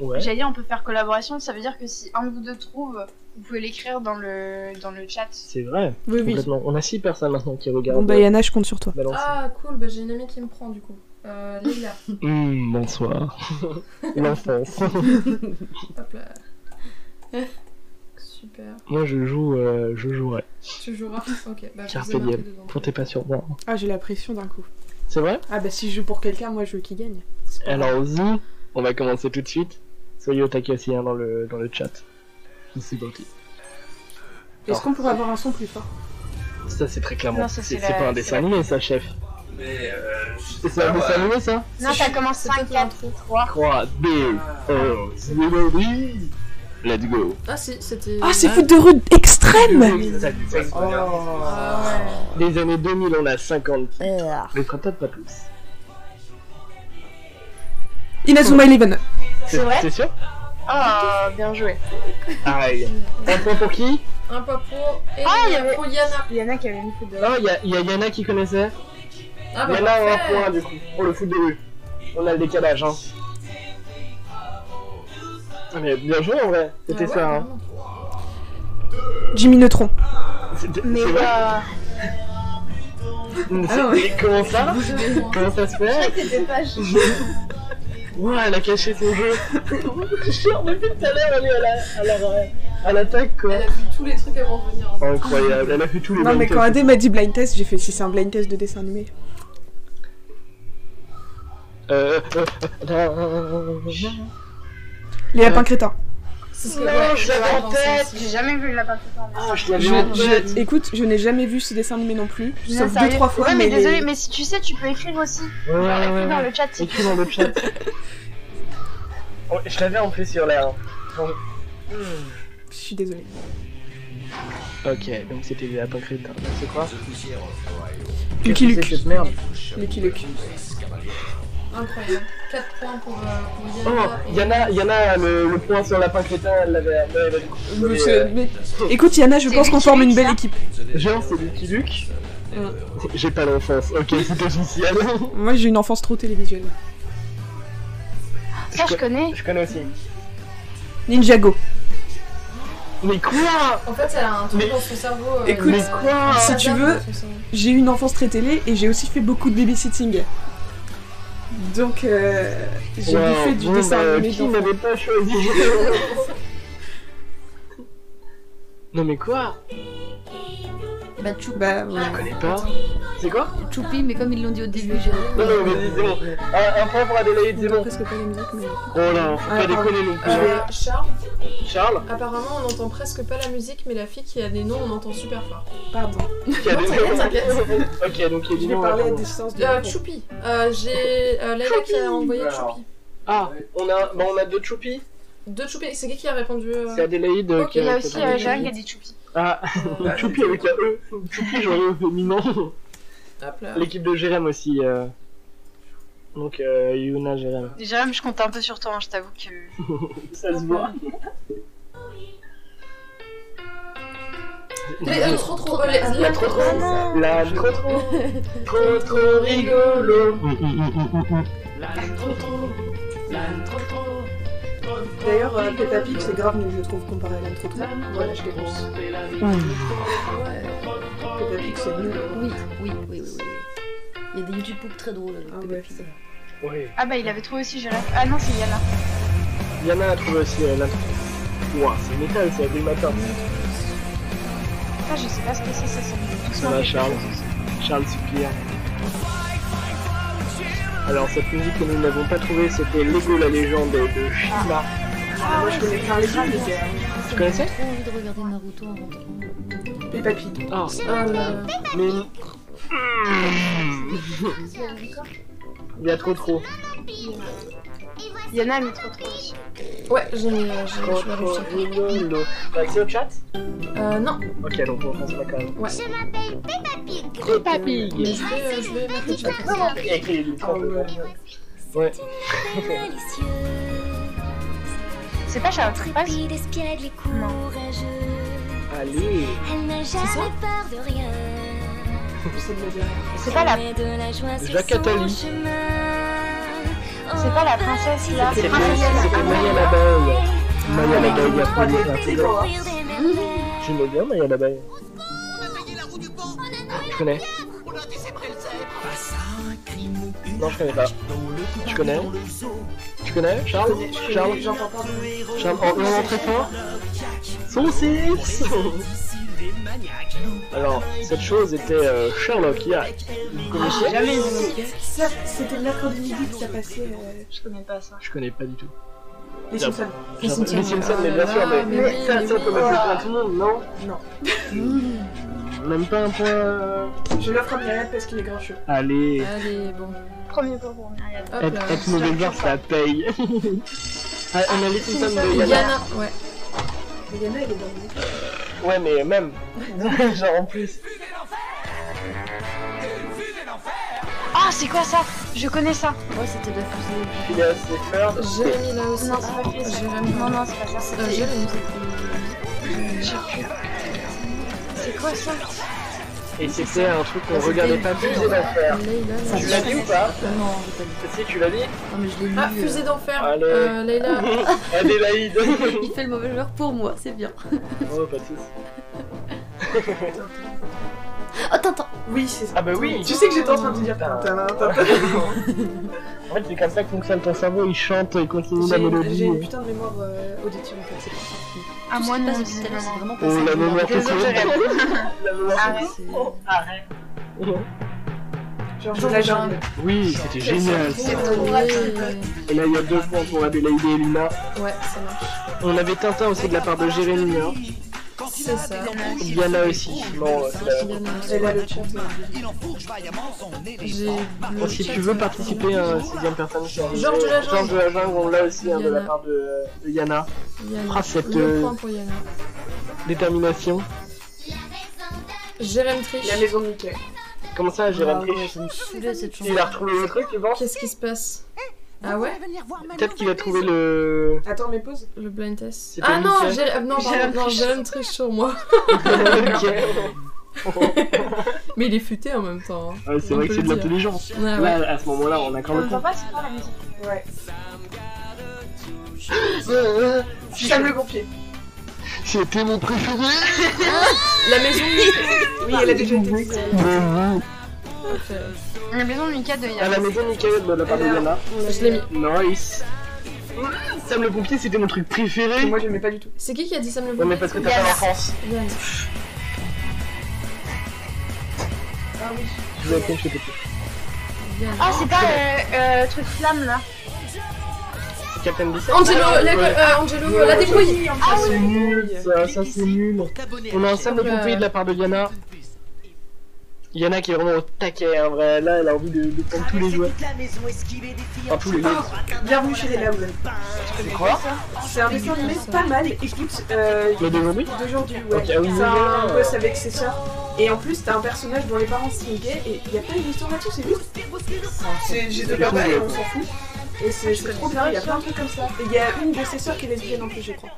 S7: non.
S1: Ouais.
S7: J'allais dire, on peut faire collaboration. Ça veut dire que si un ou deux trouve, vous pouvez l'écrire dans le, dans le chat.
S1: C'est vrai.
S3: Oui, oui.
S1: complètement. On a six personnes maintenant qui regardent. euh,
S3: Bon, bah, Yana, je compte sur toi.
S1: Balance.
S9: ah, cool, bah, j'ai une amie qui me prend du coup. Euh, Leila.
S1: Hmm, bonsoir. (laughs) L'enfance. (laughs)
S9: Hop là. Super.
S1: Moi je joue, euh, je jouerai.
S9: Tu joueras Ok, bah, je vous
S1: Carpe
S9: ai marqué
S1: diem.
S9: dedans.
S1: Comptez pas sur moi.
S3: Ah, j'ai la pression d'un coup.
S1: C'est vrai
S3: Ah, bah, si je joue pour quelqu'un, moi, je veux qu'il gagne.
S1: Alors Zou, on va commencer tout de suite. Soyez au taquet aussi hein, dans le dans le chat. C'est parti.
S3: Est-ce qu'on pourrait avoir un son plus fort
S1: Ça c'est très clairement.
S7: Non, ça,
S1: C'est
S7: c'est
S1: c'est
S7: la-
S1: pas un
S7: c'est
S1: dessin
S7: la-
S1: animé ça chef.
S8: Mais euh, je
S1: C'est un dessin animé ça
S7: Non, ça commence 5, 4, 3.
S1: 3, 2, 1, c'est le
S26: Let's go.
S9: Ah si, c'était.
S3: Ah, c'est foot de rue extrême
S1: Ça, c'est ça.
S3: Oh.
S1: Les années 2000, on a 50 titres. Mais ce sera peut-être pas plus.
S3: Inazuma Eleven.
S1: C'est
S27: vrai
S1: C'est sûr
S27: Ah, bien joué.
S1: Aïe. Un point pour qui
S8: Un pas pour. Et
S27: Ah, il y
S8: un
S27: avait-
S8: pour Yana.
S27: Il y en a qui avaient mis foot de
S1: Non, il y a, y a Yana qui connaissait.
S8: Ah, bah,
S1: Yana a un
S8: parfait.
S1: point du coup, pour le foot de rue. On a le décalage, hein. Ah, Mais bien joué en vrai, c'était
S3: Ah ouais,
S1: ça. Hein.
S3: Jimmy Neutron.
S1: C'était- c'est vrai Mais c'est- mais comment ça Comment ça se fait Ouah, elle a caché son jeu. (laughs) Je suis depuis tout à l'heure, elle est à la- à la- à l'attaque quoi.
S8: Elle a vu tous les trucs avant de venir. en fait.
S1: Incroyable, elle a fait tous les
S3: Non, mais
S1: blind
S3: quand
S1: tests.
S3: Adé m'a dit blind test, j'ai fait si c'est un blind test de dessin animé.
S1: Euh, euh,
S3: Les lapins crétins.
S9: C'est
S7: ce
S3: que- ouais,
S7: je
S3: c'est
S7: l'avais en
S3: vraiment ça
S7: tête.
S3: aussi.
S7: J'ai jamais vu le lapin crétin.
S1: Ah, je
S3: Je- je- écoute, je n'ai jamais vu ce dessin animé non plus, sauf deux trois fois.
S7: Ouais, mais,
S3: les-
S7: désolé, mais si tu sais, tu peux écrire aussi.
S1: Ouais, ouais,
S7: Écris
S1: ouais,
S7: dans
S1: ouais.
S7: le chat si
S1: euh, (laughs) Écris dans le chat. Oh, Je l'avais en plus sur l'air.
S3: Je suis désolée.
S1: Ok, donc c'était des lapins crétins. C'est quoi
S3: Lucky
S1: Qu'est-ce que
S3: Luke.
S1: c'est cette merde
S3: Lucky Luke.
S8: Incroyable. 4 points pour, euh, pour
S1: Oh,
S8: Yana. et-
S1: Yana, Yana le, le point sur lapin crétin, elle l'avait. elle l'avait-
S3: Je-
S1: elle
S3: je-
S1: l'avait-
S3: mais- Écoute, Yana, je pense qu'on forme une belle équipe.
S1: Genre, c'est Lucky Luke
S3: Euh.
S1: J'ai pas l'enfance, ok, c'est officiel.
S3: Moi, j'ai une enfance trop télévisuelle.
S7: Ça, je connais.
S1: (laughs) Je connais aussi.
S3: Ninjago.
S1: Mais quoi
S8: En fait, elle a un truc dans son cerveau. euh,
S3: Écoute,
S8: elle a-
S3: si
S8: elle
S3: tu
S8: a-
S3: veux, j'ai eu une enfance très télé et j'ai aussi fait beaucoup de babysitting. Donc, euh, j'ai
S1: Wow,
S3: fait du
S1: bon,
S3: dessin
S1: bah,
S3: animé.
S1: Qui
S3: d'enfant.
S1: m'avait pas choisi (laughs) Non mais quoi
S5: Bah, Choupi.
S3: Bah,
S1: Je connais pas. C'est quoi
S5: Choupi, mais comme ils l'ont dit au début, j'ai.
S1: Non, non, mais c'est bon. Un, un point pour Adélaïde, c'est bon.
S9: presque pas les musiques, mais.
S1: Oh là, faut pas
S9: Ah,
S1: déconner non plus. hein.
S9: Euh, Charles,
S1: Charles
S9: apparemment on n'entend presque pas la musique, mais la fille qui a des noms, on entend
S1: (laughs)
S9: super fort.
S3: Pardon.
S1: Qui a des-
S9: T'inquiète, t'inquiette.
S1: Ok, donc il y a
S3: Je
S1: des
S3: vais
S1: noms,
S3: parler à
S1: pardon.
S3: des distances de.
S9: Euh, Choupi, euh, j'ai euh, Leila qui a envoyé
S1: Alors.
S9: Choupi.
S1: Ah, on a, bah, on a deux Choupi.
S9: Deux Choupi, c'est qui qui a répondu euh,
S1: C'est Adélaïde euh, qui
S7: Il y a
S1: qui
S7: aussi
S1: parlé.
S7: euh, Johan qui a dit Choupi.
S1: Ah, Choupi avec la E. Choupi, j'aurais eu au féminin.
S9: Hop là.
S1: L'équipe de Jérém aussi. euh. Donc, euh, Yuna, Jérém.
S7: Jérôme, je compte un peu sur toi, hein, je t'avoue que.
S1: Ça se voit.
S8: Les- euh, trop trop. euh, les- la-
S1: trop trop.
S8: Ah, non.
S1: La trop trop. Trop trop rigolo.
S3: D'ailleurs, euh, Peppa Pig, c'est grave nul, je trouve, comparé à l'âne trop Voilà, je dépense. Peppa Pig, c'est nul.
S5: Oui, oui, oui, oui, oui. Il y a des YouTube poops très drôles avec Peppa Pig.
S1: Ouais.
S7: Ah bah il avait trouvé aussi Jérôme. Ah non, c'est Yana.
S1: Yana a trouvé aussi euh, la Ouah, c'est métal, c'est dès le matin.
S7: Ah, je sais pas ce que c'est, ça, ça me dit doucement
S1: Voilà
S7: quelque
S1: Charles.
S7: chose.
S1: Charles Supplier. Alors cette musique que nous n'avons pas trouvée, c'était Lego la légende de Shima.
S3: Ah, moi, je connais plein les films, les gars.
S1: Tu connaissais
S5: J'ai trop envie de regarder Naruto en rentrant.
S3: Peppa Pig.
S1: Ah, mais... Il y a trop trop.
S7: Yana a mis trop trop.
S9: Ouais, j'ai mis. euh, j'ai-
S1: Trop
S9: je l'ai
S1: trop
S9: réussi.
S1: rigolo. T'as accès au chat
S9: Euh, non,
S1: Ok, donc on pense pas quand même.
S9: ouais.
S1: Peppa Pig
S9: Mais je vais, euh, je vais mettre le chat.
S1: Il y a écrit les lettres, un peu. Ouais.
S7: C'est pas Charles Tripas
S1: Allez
S7: C'est pas la.
S1: Jacques Attali.
S7: C'est pas la princesse là.
S1: C'est c'est
S7: Ah,
S1: Maya l'abeille. Maya l'abeille a pris les intégrales. J'aimais bien Maya l'abeille. Je connais. Non, je connais pas. Tu connais Tu connais Charles Charles
S3: J'entends pas.
S1: Charles en non, très fort Saucisse (laughs) Alors, cette chose était euh, Sherlock hier. Vous connaissez
S3: Ça, C'était le mercredi midi que ça passait. euh,
S7: Je connais pas ça.
S1: Je connais pas du tout.
S3: Les
S1: Bien.
S3: Simpsons.
S1: Les Simpsons,
S9: Simpsons.
S1: mais bien sûr, mais,
S9: Mais oui,
S1: ça,
S9: mais
S1: ça,
S9: oui.
S1: peut mettre le point à tout le monde, non Hmm,
S3: Non.
S1: Même pas un point. euh,
S3: Je l'offre à Myriad parce qu'il est grincheux.
S1: Allez,
S9: Allez, bon.
S7: Premier point pour Myriam.
S9: Hop euh,
S1: être,
S9: là.
S1: (laughs) être mauvais joueur, ça paye. Ah, on avait tout ça de
S9: Yana,
S1: Yana.
S9: ouais.
S28: Mais Yana, elle est dans les écoles.
S1: Ouais, mais même. (laughs) Genre en plus.
S7: Ah, c'est quoi ça Je connais ça.
S5: Ouais, c'était de la fusée.
S1: Phileas et Ferb.
S7: Jérémy là aussi. Non, c'est pas Phileas et Ferb. Non, non, c'est pas ça.
S5: Euh,
S7: C'était.
S5: Jérémy.
S7: Je sais plus. C'est quoi ça
S1: Et c'était un truc qu'on regardait pas plus et d'affaires. Tu l'as dit ou pas
S5: Non,
S1: Si, tu l'as dit
S5: Non, mais je l'ai
S9: Ah,
S5: lu,
S9: fusée
S5: euh,
S9: d'enfer
S1: Allez.
S9: euh, Leïla
S1: Adélaïde
S5: Il fait le mauvais joueur pour moi, c'est bien.
S1: Oh, pas de soucis.
S5: Oh, t'entends
S3: Oui, c'est ça.
S1: Ah bah oui
S3: Tu sais que j'étais en train de dire.
S1: Putain.
S3: Tintin, tintin.
S1: En fait, c'est comme ça que fonctionne ton cerveau, il chante, il continue la
S3: J'ai une-
S1: mélodie. Oh,
S3: j'ai une putain de mémoire euh, auditive en fait, c'est pour ça.
S7: Ah, moi, non, c'est
S1: Oh, la mémoire
S7: Désolée,
S1: coco.
S7: j'ai-
S1: La mémoire
S7: Arrête.
S1: coco.
S7: Arrête.
S3: Genre, la jungle.
S1: Oui, c'était génial.
S3: C'est trop rapide.
S1: Et là, il y a deux points pour Adélaïde et Luna.
S9: euh, Ouais, ça marche.
S1: On avait Tintin aussi de la part de Jérémy. Hein.
S9: C'est ça.
S7: Ah,
S1: Diana aussi. Bon, euh, c'est la-
S9: Elle a le chat. là. J'ai
S1: Bon, si tu veux participer, hein, c'est bien personne qui a
S9: Georges de la Jungle.
S1: Georges de la Jungle, on l'a aussi hein, de la
S9: Yana.
S1: part de, euh, de Yana.
S9: Yana.
S1: Ah, cette
S9: Le
S1: euh,
S9: point pour Yana.
S1: détermination.
S9: Jérém Triche.
S3: La maison de Mickey.
S1: Comment ça, Jérôme
S9: Ah
S1: Triche
S5: saoulait, cette chanson.
S1: Il a retrouvé le truc, tu penses
S9: Qu'est-ce qui se passe Ah ouais
S1: Peut-être qu'il a trouvé le.
S3: Attends, mais pause.
S9: Le blind test.
S1: C'est pas
S9: Ah non,
S1: Mickey.
S9: Jérém ah, non,
S1: Jérém
S9: pardon, non,
S1: Triche.
S9: Jérém Triche sur moi.
S1: (laughs)
S9: Mais il est futé en même temps. hein.
S1: Ouais, c'est
S9: On
S1: vrai que
S9: peut
S1: c'est
S9: le
S1: de
S9: dire.
S1: l'intelligence.
S9: Ouais, ouais.
S1: Là, à ce moment-là, on a quand
S7: On
S1: même.
S7: entend pas, Euh, c'est pas la musique. Ouais.
S1: Sam le pompier. C'était mon préféré.
S9: La maison de
S3: Oui, elle a déjà été visée.
S7: La maison de Mika de
S1: À la
S7: Yann.
S1: maison de Michael de la part de Yana.
S9: Je l'ai mis.
S1: Nice. Sam le pompier, c'était mon truc préféré.
S3: Moi, j'aimais pas du tout.
S9: C'est qui qui a dit ça me le
S1: Ouais, mais parce que t'as pas l'enfance.
S9: Yann.
S3: Ah oui.
S1: Je vous appelle, je sais plus.
S9: Yann.
S7: Ah, c'est pas euh, euh, truc flamme là.
S1: Captain Blizzard.
S9: Angelo,
S1: Ah,
S9: la,
S1: ouais.
S9: euh, Angelo, la débrouille
S1: Ah, c'est nul, ça, ça c'est nul. On a un Sam le pompier de la part de Yana. Yana qui est vraiment au taquet, hein, vrai. là elle a envie de, de prendre tous les joueurs. Enfin tous les
S3: Ah.
S1: joueurs.
S3: Bienvenue chez les Laoul.
S1: Ah. C'est quoi
S3: C'est un dessin animé pas mal. Écoute, euh,
S1: Le d'aujourd'hui
S3: d'aujourd'hui, ouais.
S1: Ok, ah oui,
S3: c'est un
S1: oui, oui.
S3: gosse avec ses sœurs. Et en plus, t'as un personnage dont les parents sont gays et il y a pas une histoire là-dessus, c'est juste. C'est juste de
S1: C'est
S3: papa
S1: cool,
S3: et
S1: ouais.
S3: on s'en fout. Et c'est c'est trop bien, il y a plein de trucs comme ça. Et il y a une de ses sœurs qui est lesbienne en plus, je crois.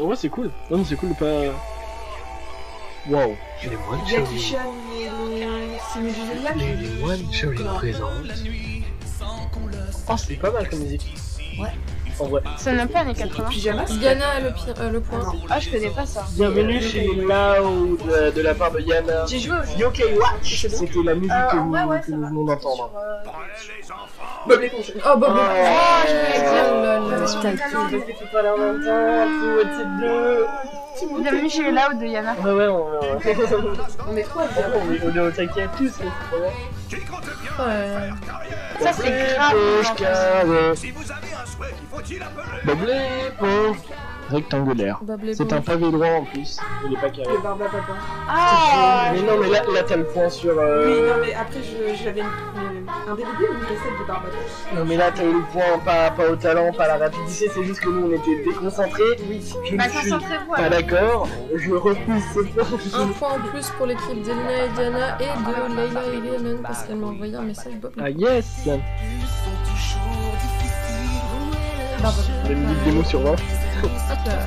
S1: En vrai c'est cool. Non mais c'est cool de pas. Waouh. Les moines
S3: Jackie Chan et le- c'est Michel Williams.
S1: moines
S3: Comment
S1: Oh c'est pas mal comme musique.
S5: Ouais.
S1: En vrai.
S7: Ça n'a pas années 80.
S3: Pyjamas
S9: Yana a le, pire- euh, le point.
S7: Ah, je connais pas ça.
S1: Bienvenue chez les Lao de, de la part de Yana.
S7: J'ai joué aussi.
S1: Yokai Watch, c'était la musique
S7: Euh,
S1: que
S7: en vrai,
S1: nous-
S7: ouais,
S1: que nous venons d'entendre.
S3: Bob l'éponge.
S9: Oh, Bob
S1: Ah,
S9: l'éponge.
S1: ouais.
S9: Oh, je voulais dire, lol.
S1: Je sais que tu parlais en même temps, tout, etc.
S7: Bienvenue chez les Loud de Yana.
S1: Ouais, ouais, on, on- (laughs)
S3: On est trop bien.
S1: on est- on est au taquet tous, c'est trop bien.
S9: Ouais.
S7: Ça, c'est grave.
S1: L'éponge carrée. Bob l'éponge. rectangulaire.
S9: Bob
S1: C'est un
S9: l'éponge.
S1: pavé droit en plus, il est pas carré.
S3: Le barba papa.
S7: Ah,
S1: Mais non, mais là, là t'as le point sur.
S3: Oui,
S1: euh,
S3: non, mais après, je- j'avais une- une- un DVD ou une cassette de barba papa.
S1: Non, mais là t'as eu le point, pas, pas au talent, pas à la rapidité, c'est juste que nous on était déconcentrés. Je ne
S7: bah,
S1: suis
S7: concentrez-vous.
S1: pas
S7: alors.
S1: d'accord, je refuse ce point.
S9: Un point en plus pour l'équipe d'Elina et Diana et de Leila et Léonen parce qu'elle m'a envoyé un message Bob
S1: Ah yes
S9: Pardon.
S1: La musique des mots sur 20.
S9: Hop là.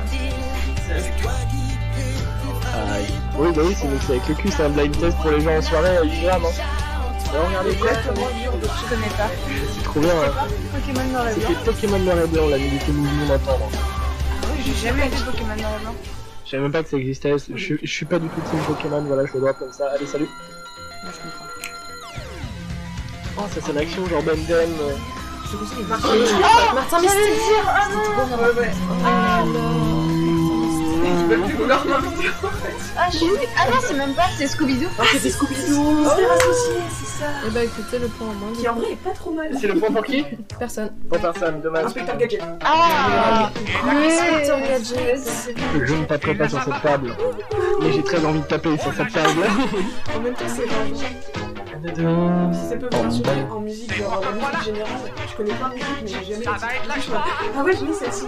S1: Aïe. Oui, bah oui, c'est mixé avec le cul, c'est un blind test pour les gens en soirée à Instagram. Hein. Alors, regardez quoi
S7: Je connais pas.
S1: C'est trop bien. hein.
S7: Pokémon Noir et Blanc.
S1: C'était Pokémon Noir et Blanc, la musique que nous venons d'entendre.
S7: J'ai jamais vu Pokémon Noir et Blanc.
S1: Je savais même pas que ça existait, je, je suis pas du tout team Pokémon, voilà, je le drop comme ça. Allez, salut.
S5: Moi, je comprends.
S1: Oh, ça c'est une action genre Bendem. euh.
S5: Je conseille les
S3: Martin Mystère.
S5: Ah
S9: Martin Mystère.
S3: Ouais, ouais. Ils veulent plus vouloir m'inviter.
S7: Ah, je suis. Ah non, c'est même pas, c'est Scooby-Doo.
S3: Ah, c'est Scooby-Doo C'est associé, c'est ça
S9: Et bah écoutez le point en moins.
S3: Qui en vrai est pas trop mal.
S1: C'est le point pour qui
S9: Personne.
S1: Pour personne, dommage.
S3: Inspecteur Gadget.
S7: Ah,
S9: Inspecteur Gadget.
S1: Je ne taperai pas sur cette table, mais j'ai très envie de taper sur cette table.
S3: En même temps, c'est grave.
S29: Si ça peut vous rassurer, en musique, genre la musique générale, je connais plein de musique, mais j'ai jamais. Ah ouais, j'ai mis celle-ci.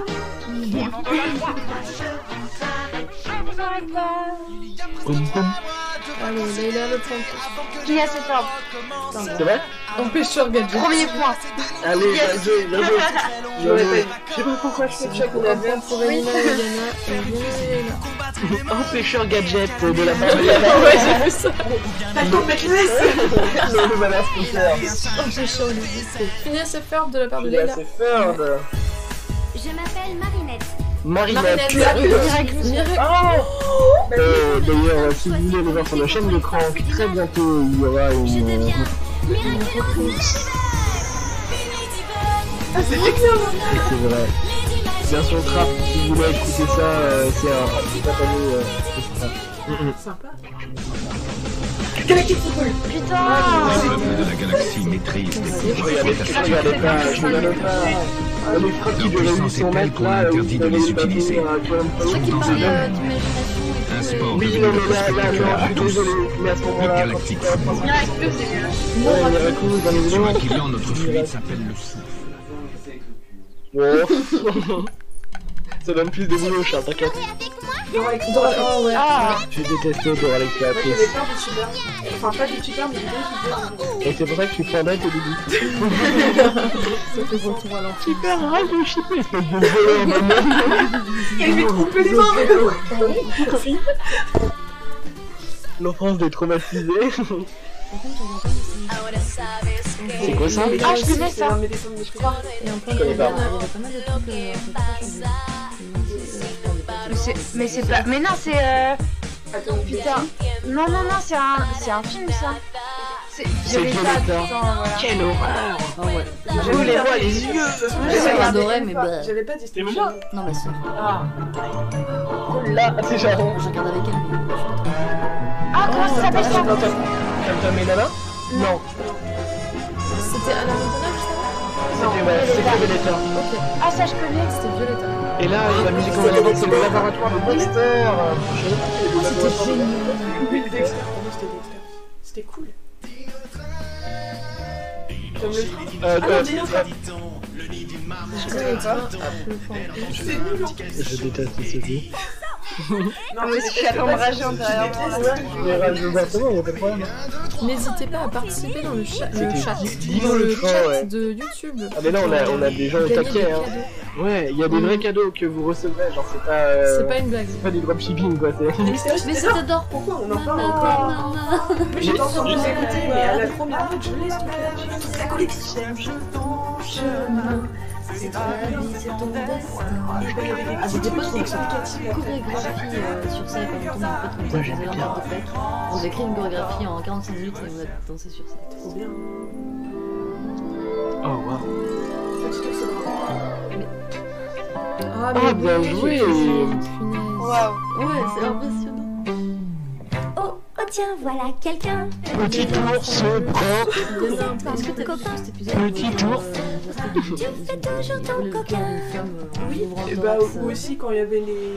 S9: Allez, Leila le point.
S7: Qui a cette arme
S1: C'est vrai
S9: On pêcheur gadget.
S7: Premier point.
S1: Allez, bien joué, bien joué. Bien joué.
S3: Je sais pas pourquoi je fais
S9: chaque
S3: qu'on a bien
S9: pour Elina et Yana.
S13: (laughs)
S1: Un pêcheur gadget de (laughs) la part de
S9: Ouais, j'ai vu ça.
S1: (laughs) Le le malin sponsor.
S9: Oh, j'ai chaud, Phineas et Ferb de la part de
S1: Julia
S9: Leila.
S1: Sefford.
S2: Je m'appelle Marinette.
S1: Marinette. Euh, D'ailleurs, si vous voulez aller voir sur la chaîne de Crank, très bientôt il y aura une. euh,
S2: Ah, c'est excellent
S1: C'est vrai. Version trap, si vous voulez écouter ça, euh, c'est un petit atelier, euh, de trap. Mm, mm.
S3: Galactique Football
S7: Putain
S13: de la galaxie maîtrise des
S1: Je regardais je regardais pas, je regardais pas. Euh, Les frappes qui devaient 800 mètres là, euh, vous avez les utiliser.
S13: Un sport
S1: Oui, non, mais là, là, non, je suis désolé, mais à ce moment-là, quand tu fais la première- Ouais, il y a la cause, bien évidemment.
S13: notre fluide s'appelle le souffle.
S1: Bon. (laughs) Ça donne plus de boulot, chat, t'inquiète.
S3: Dora-
S9: ouais.
S1: Ah J'ai détesté Dora
S3: Moi
S1: l'exploratrice.
S3: j'avais peur des tuteurs. Enfin pas des tuteurs mais des gens
S1: Et c'est pour ça que tu prends note au début.
S3: (laughs) qui font retour à l'enfant.
S1: Super, ah, je sais pas, espèce de voleur, maman.
S3: Et je vais te couper les mains
S1: L'enfance des traumatisés.
S2: C'est
S1: quoi ça Ah, je
S7: connais ça.
S9: Et en
S1: Je
S9: point, il y a
S1: connais pas.
S9: Yana.
S7: Mais c'est- Mais c'est pas. Mais non, c'est. euh, Putain. Non, non, non, c'est un, c'est un film ça. C'est
S1: C'est
S7: j'avais pas
S1: Gladiator.
S7: putain, voilà.
S1: Quelle horreur Ah ouais. Je
S3: J'avais
S1: les
S3: pas-
S1: vois les yeux
S5: J'avais adoré, mais bah.
S3: J'avais pas
S1: T'es
S3: d'estime.
S1: malade
S5: Non, ma soeur.
S3: Ah,
S1: Oh là, c'est genre...
S5: Je regarde avec elle.
S7: Ah, comment ça s'appelle ça
S1: Attends, attends. Captain Ménala Non,
S9: C'était Anna Montana juste avant
S1: c'était ouais, c'était Venetor.
S7: Ah, ça je connais.
S9: C'était Violetta.
S1: Et là, la musique en avant, c'est le laboratoire de Dexter. C'était
S3: mais Dexter, pour moi c'était Dexter. C'était cool. Comme le train.
S1: Euh,
S3: Ah non,
S1: euh,
S3: dis-
S9: Je connais pas. Le point.
S3: c'est nul en fait.
S1: Je déteste ce jeu.
S3: Non,
S7: mais
S3: c'est
S7: je suis enragée en derrière
S3: Ah
S7: moi, là.
S1: Mais rage ouvertement, y'a pas de problème.
S9: N'hésitez pas à participer dans le chat, le
S1: C'était
S9: chat,
S1: Dis-
S9: dans le
S1: Dis-
S9: chat
S1: ouais.
S9: de YouTube.
S1: Ah mais là, on a, on a des gens au
S9: Gagnez des
S1: taquet. Hein.
S9: cadeaux.
S1: Ouais, il y a des vrais cadeaux que vous recevez, genre c'est pas... euh,
S9: C'est pas une blague.
S1: c'est pas du dropshipping quoi, c'est...
S3: Mais c'est vrai,
S5: Mais
S3: c'était
S5: ça
S3: ça.
S5: t'adore.
S3: Pourquoi on en parle encore Moi j'étais en train de vous écouter, mais à la première note, je laisse toute la toute la collection.
S5: Ah, c'était pas trop explicatif. Chorégraphie euh, sur ça, quand on tombe en fait, on faisait un art de fête. On a écrit une chorégraphie en 45 minutes et on a dansé sur ça.
S3: Trop bien.
S1: Oh waouh.
S9: Ah,
S1: Ah
S9: mais
S1: bien
S9: oui,
S1: joué
S7: Waouh.
S5: Ouais, c'est impressionnant.
S2: Oh, oh tiens, voilà quelqu'un.
S1: Petit tour se prend,
S5: Est-ce que t'as vu cet épisode
S1: Petit tour.
S2: Tu fais toujours ton coquin.
S5: Oui,
S3: Et bah, ou aussi quand il y avait les.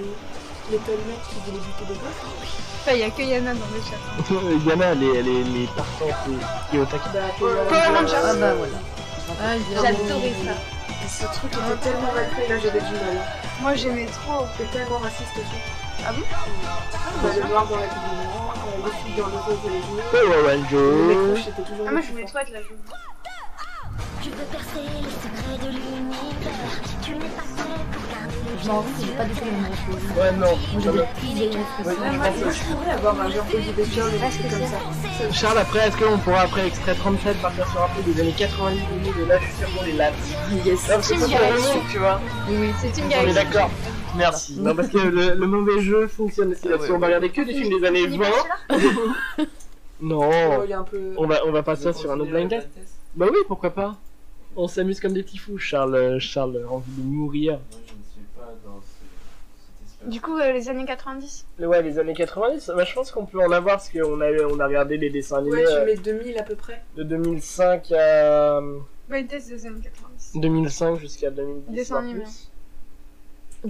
S3: Les tonnettes qui voulaient buter des gosses.
S7: Enfin, il y a que Yana dans le chat.
S1: Yana, elle est, elle est, elle est partante et- et au taquet.
S3: Bah,
S7: Power
S3: Power
S7: Rangers.
S5: Ah bah voilà.
S9: Ah, il y a-
S7: J'adorais ça.
S3: Ce truc était tellement mal fait, là j'avais du mal.
S7: Moi j'aimais trop.
S3: C'est tellement raciste aussi.
S7: Ah bon
S3: Quand je voir dans la vidéo, les filles dans le rose et les genoux,
S1: Power
S3: les
S1: Rangers.
S3: couches étaient toujours.
S7: Ah, moi
S3: des
S7: je voulais
S3: couches.
S7: trop être la jeune.
S2: Tu veux percer les secrets de l'univers. Tu n'es pas prêt pour garder le
S5: Je m'en fous, j'ai pas du tout les mêmes choses.
S1: Ouais non,
S5: Moi j'avais plus les mêmes choses.
S3: Ah, moi, moi, je pourrais avoir un genre de bébé bien, des trucs comme ça.
S1: Charles, après, est-ce qu'on pourra, après extrait 37, partir sur un peu des années 90 et là, je suis sûr qu'on est là.
S5: Yes.
S1: Non, parce que
S7: Team
S1: ça, c'est
S7: Galaxy.
S1: vraiment, tu vois.
S5: Oui,
S7: C'est Team
S1: On est
S7: Galaxy.
S1: d'accord. Merci. Non, parce que le, le mauvais jeu fonctionne aussi. Là, si on va regarder que des films des années
S7: Il est
S1: 20.
S7: pas celui-là
S1: Non.
S3: Oh, il y a un peu.
S1: On va, on va passer sur un autre blind test. Bah oui, pourquoi pas. On s'amuse comme des petits fous. Charles, euh, Charles, a envie de mourir.
S7: Du coup, euh, les années 90.
S1: Mais ouais, les années 90, bah, je pense qu'on peut en avoir parce qu'on a, on a regardé les dessins animés
S3: Ouais,
S1: euh,
S3: tu mets 2000 à peu près.
S1: de 2005 à.
S7: Blind test Bah, des années 90.
S1: 2005 jusqu'à 2010.
S7: Dessin
S1: voire
S7: animé.
S1: plus.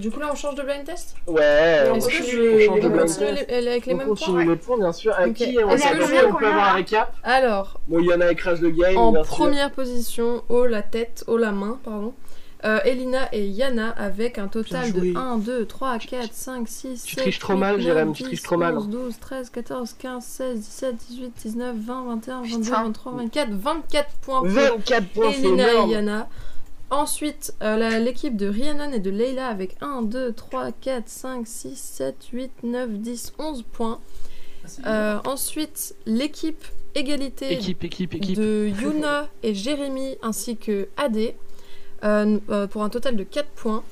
S9: Du coup, là, on change de blind test
S30: Ouais,
S9: Est-ce
S30: on
S9: que
S30: change-
S9: je
S30: on change de
S9: vais
S30: blind
S9: continuer
S30: test.
S9: les- avec les
S30: On
S9: mêmes
S30: continue
S9: points
S30: les points, bien sûr. À
S9: Ok.
S30: qui on
S9: Est-ce
S30: s'est
S9: que
S30: amusé,
S9: je vais
S30: on peut avoir un récap.
S9: Alors,
S30: Bon, il y en a écrase le game.
S9: en
S30: bien sûr.
S9: première position, haut la tête, haut la main, pardon. euh, Elina et Yana avec un total
S30: Bien
S9: de
S30: joué.
S9: 1, 2, 3, 4, 5, 6, 7,
S30: triches trop mal, Jérém, tu triches trop mal.
S9: 11, 12, 13, 14, 15, 16, 17, 18, 19, 20, 21, 22,
S31: Putain.
S9: 23, 24, 24 points. pour
S30: 24 points, c'est
S9: Elina
S30: énorme.
S9: et Yana. Ensuite, euh, la- l'équipe de Rhiannon et de Leila avec 1, 2, 3, 4, 5, 6, 7, 8, 9, 10, 11 points.
S30: Ah,
S9: Euh, ensuite, l'équipe égalité
S1: Équipe, équipe, équipe.
S9: de Yuna et Jérémy ainsi que AD euh, euh, pour un total de 4 points.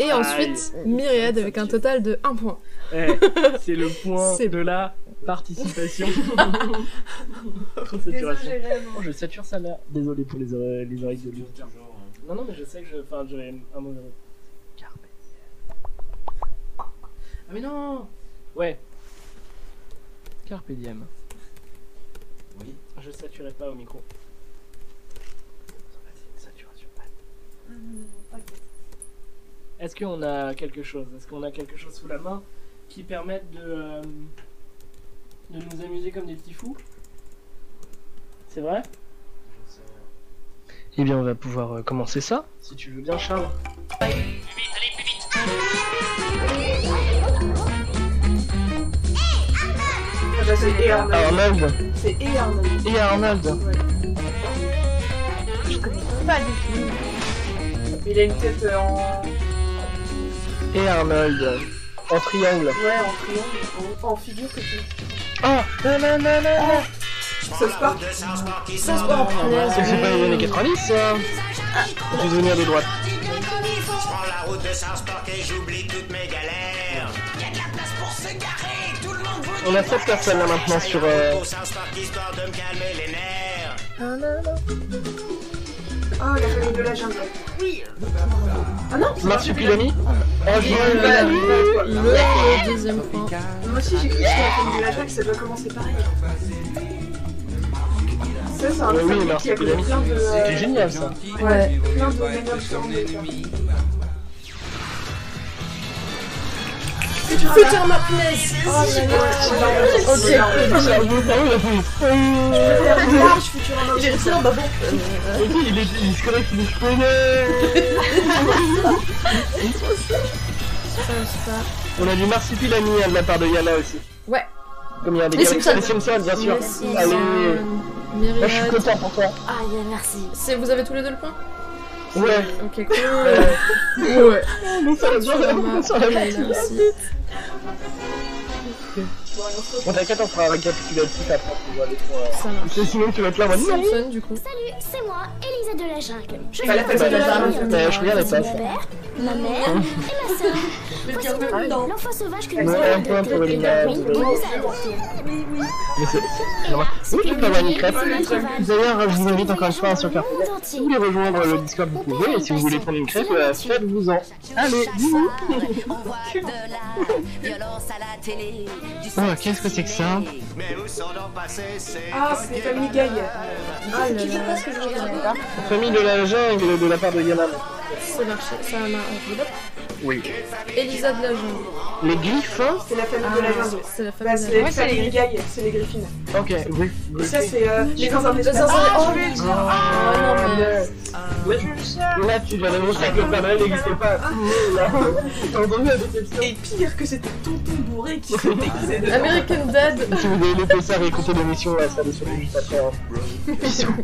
S9: Et ensuite,
S1: Aïe.
S9: Myriad avec un total de 1 point.
S1: Eh, c'est le point
S9: C'est-
S1: de la participation. (laughs) Trop de
S9: Désolé,
S1: saturation.
S9: Jérém.
S1: Oh, je sature sa mère. Désolé pour les, ore- les oreilles de lui. Non, non, mais je sais que je. Enfin, j'ai un mauvais mot. Ah, mais non Ouais. Carpe diem. Oui. Je saturais pas au micro. Saturation. Est-ce qu'on a quelque chose Est-ce qu'on a quelque chose sous la main qui permette de, euh, de nous amuser comme des petits fous C'est vrai Eh bien, on va pouvoir euh, commencer ça, si tu veux bien, Charles.
S3: Ah, bah, C'est
S1: Arnold
S3: C'est et Arnold.
S1: Et Ah. Arnold
S3: Pas du tout. Il a une tête euh, en.
S1: Et Arnold En triangle.
S3: Ouais, en triangle, en, en figure que tu. Ah,
S1: Oh Non, non, non, non
S3: Ça se part. Ça se part.
S1: Ça, Ah, bah, c'est pas les années 90, ça
S3: Ah.
S1: Je vais devenir de droite.
S8: Je prends la route de Sarsport et j'oublie toutes mes galères. Y'a de la place pour se garer, tout le monde vous
S1: On a 7 personnes là maintenant sur. euh,
S8: histoire de me calmer les nerfs.
S3: Oh, la famille de la jungle. Oui. Ah non c'est
S1: Marsupilami Oh, je
S3: Le-
S1: vois
S3: le-
S1: le-
S3: le
S9: deuxième point.
S3: Moi aussi j'ai cru que c'était la famille de la jungle, ça doit commencer pareil. Ça, c'est un
S1: Ouais, oui,
S3: truc qui a
S1: Marsupilami.
S3: plein de. euh,
S1: C'était génial ça
S3: Ouais, plein de manières différentes.
S9: Future map place
S3: Oh là là,
S9: Ok.
S1: Il est tiens, bah bon. Il est il se connaît, il est connaît. On a du marsupilami hein, de la part de Yana aussi.
S9: Ouais.
S1: Comme il y a des
S9: Les
S1: gars-
S9: Simpsons.
S1: Les Simpsons, bien sûr.
S9: Les Simpsons.
S1: Ah oui, oui, oui. Moi, je suis
S9: Myriad.
S1: content pour toi.
S9: Ah, merci. C'est, vous avez tous les deux le point
S1: Ouais.
S9: Ok,
S1: Ouais.
S9: cool. ouais.
S1: Nous, ça va bien,
S9: Future
S1: ça va
S9: map
S1: bien, ça va bien.
S9: place aussi.
S1: Bon, t'inquiète, on fera un récapitulatif après. on voit les points, euh.
S9: Ça marche.
S1: Parce que Sinon, tu vas te là, on va dire, non.
S9: Simpson, du coup.
S13: Salut, c'est moi, Elisa de la jungle. Je
S1: Bah, la
S13: suis
S1: famille de la
S13: accompagnée
S1: jungle.
S13: de
S1: Ouais, je regarde les
S13: mon
S1: pages.
S13: père, ma mère et
S1: (laughs)
S13: ma sœur. Voici Noémie, l'enfant sauvage que nous
S1: Oh. Ouais, un
S13: avons
S1: point pour
S13: adopté.
S1: Elina.
S13: Oui, on nous a adoptés.
S1: Mais c'est. excusez-moi. Oui, je vais pas avoir une crêpe. D'ailleurs, je vous invite encore une fois à sur faire Si vous voulez rejoindre le Discord, vous pouvez. Et si vous voulez prendre une crêpe, euh, faites-vous-en. Allez, bisous Oh, qu'est-ce que c'est que ça
S3: Ah, c'est Family Guy. Ah, je sais pas ce que je regardais là.
S1: Famille de la jungle de la part de Yanam.
S9: Ça marche. Ça marche.
S1: Oui.
S9: Elisa de la jungle.
S1: Les hein glyphes
S3: C'est la famille de la jungle.
S9: Ah, C'est la
S3: Bah,
S9: famille de
S3: c'est
S9: la
S3: les Family Guy, c'est les Griffins.
S1: Ok, oui.
S3: Et ça, c'est euh, les dans un espace.
S9: Ah,
S3: je vais le dire.
S1: Ah,
S3: Ah, non, mais-
S1: Là, là, tu viens d'annoncer que le Père Noël n'existait pas. Là,
S3: Ah.
S1: (laughs) T'as entendu la déception
S3: Et pire que c'était tonton bourré
S1: (laughs)
S3: qui s'est déguisé de
S9: American Dad.
S1: Si vous voulez louper ça, réécoutez l'émission, là, ça va sur juste après. hein. Bisous.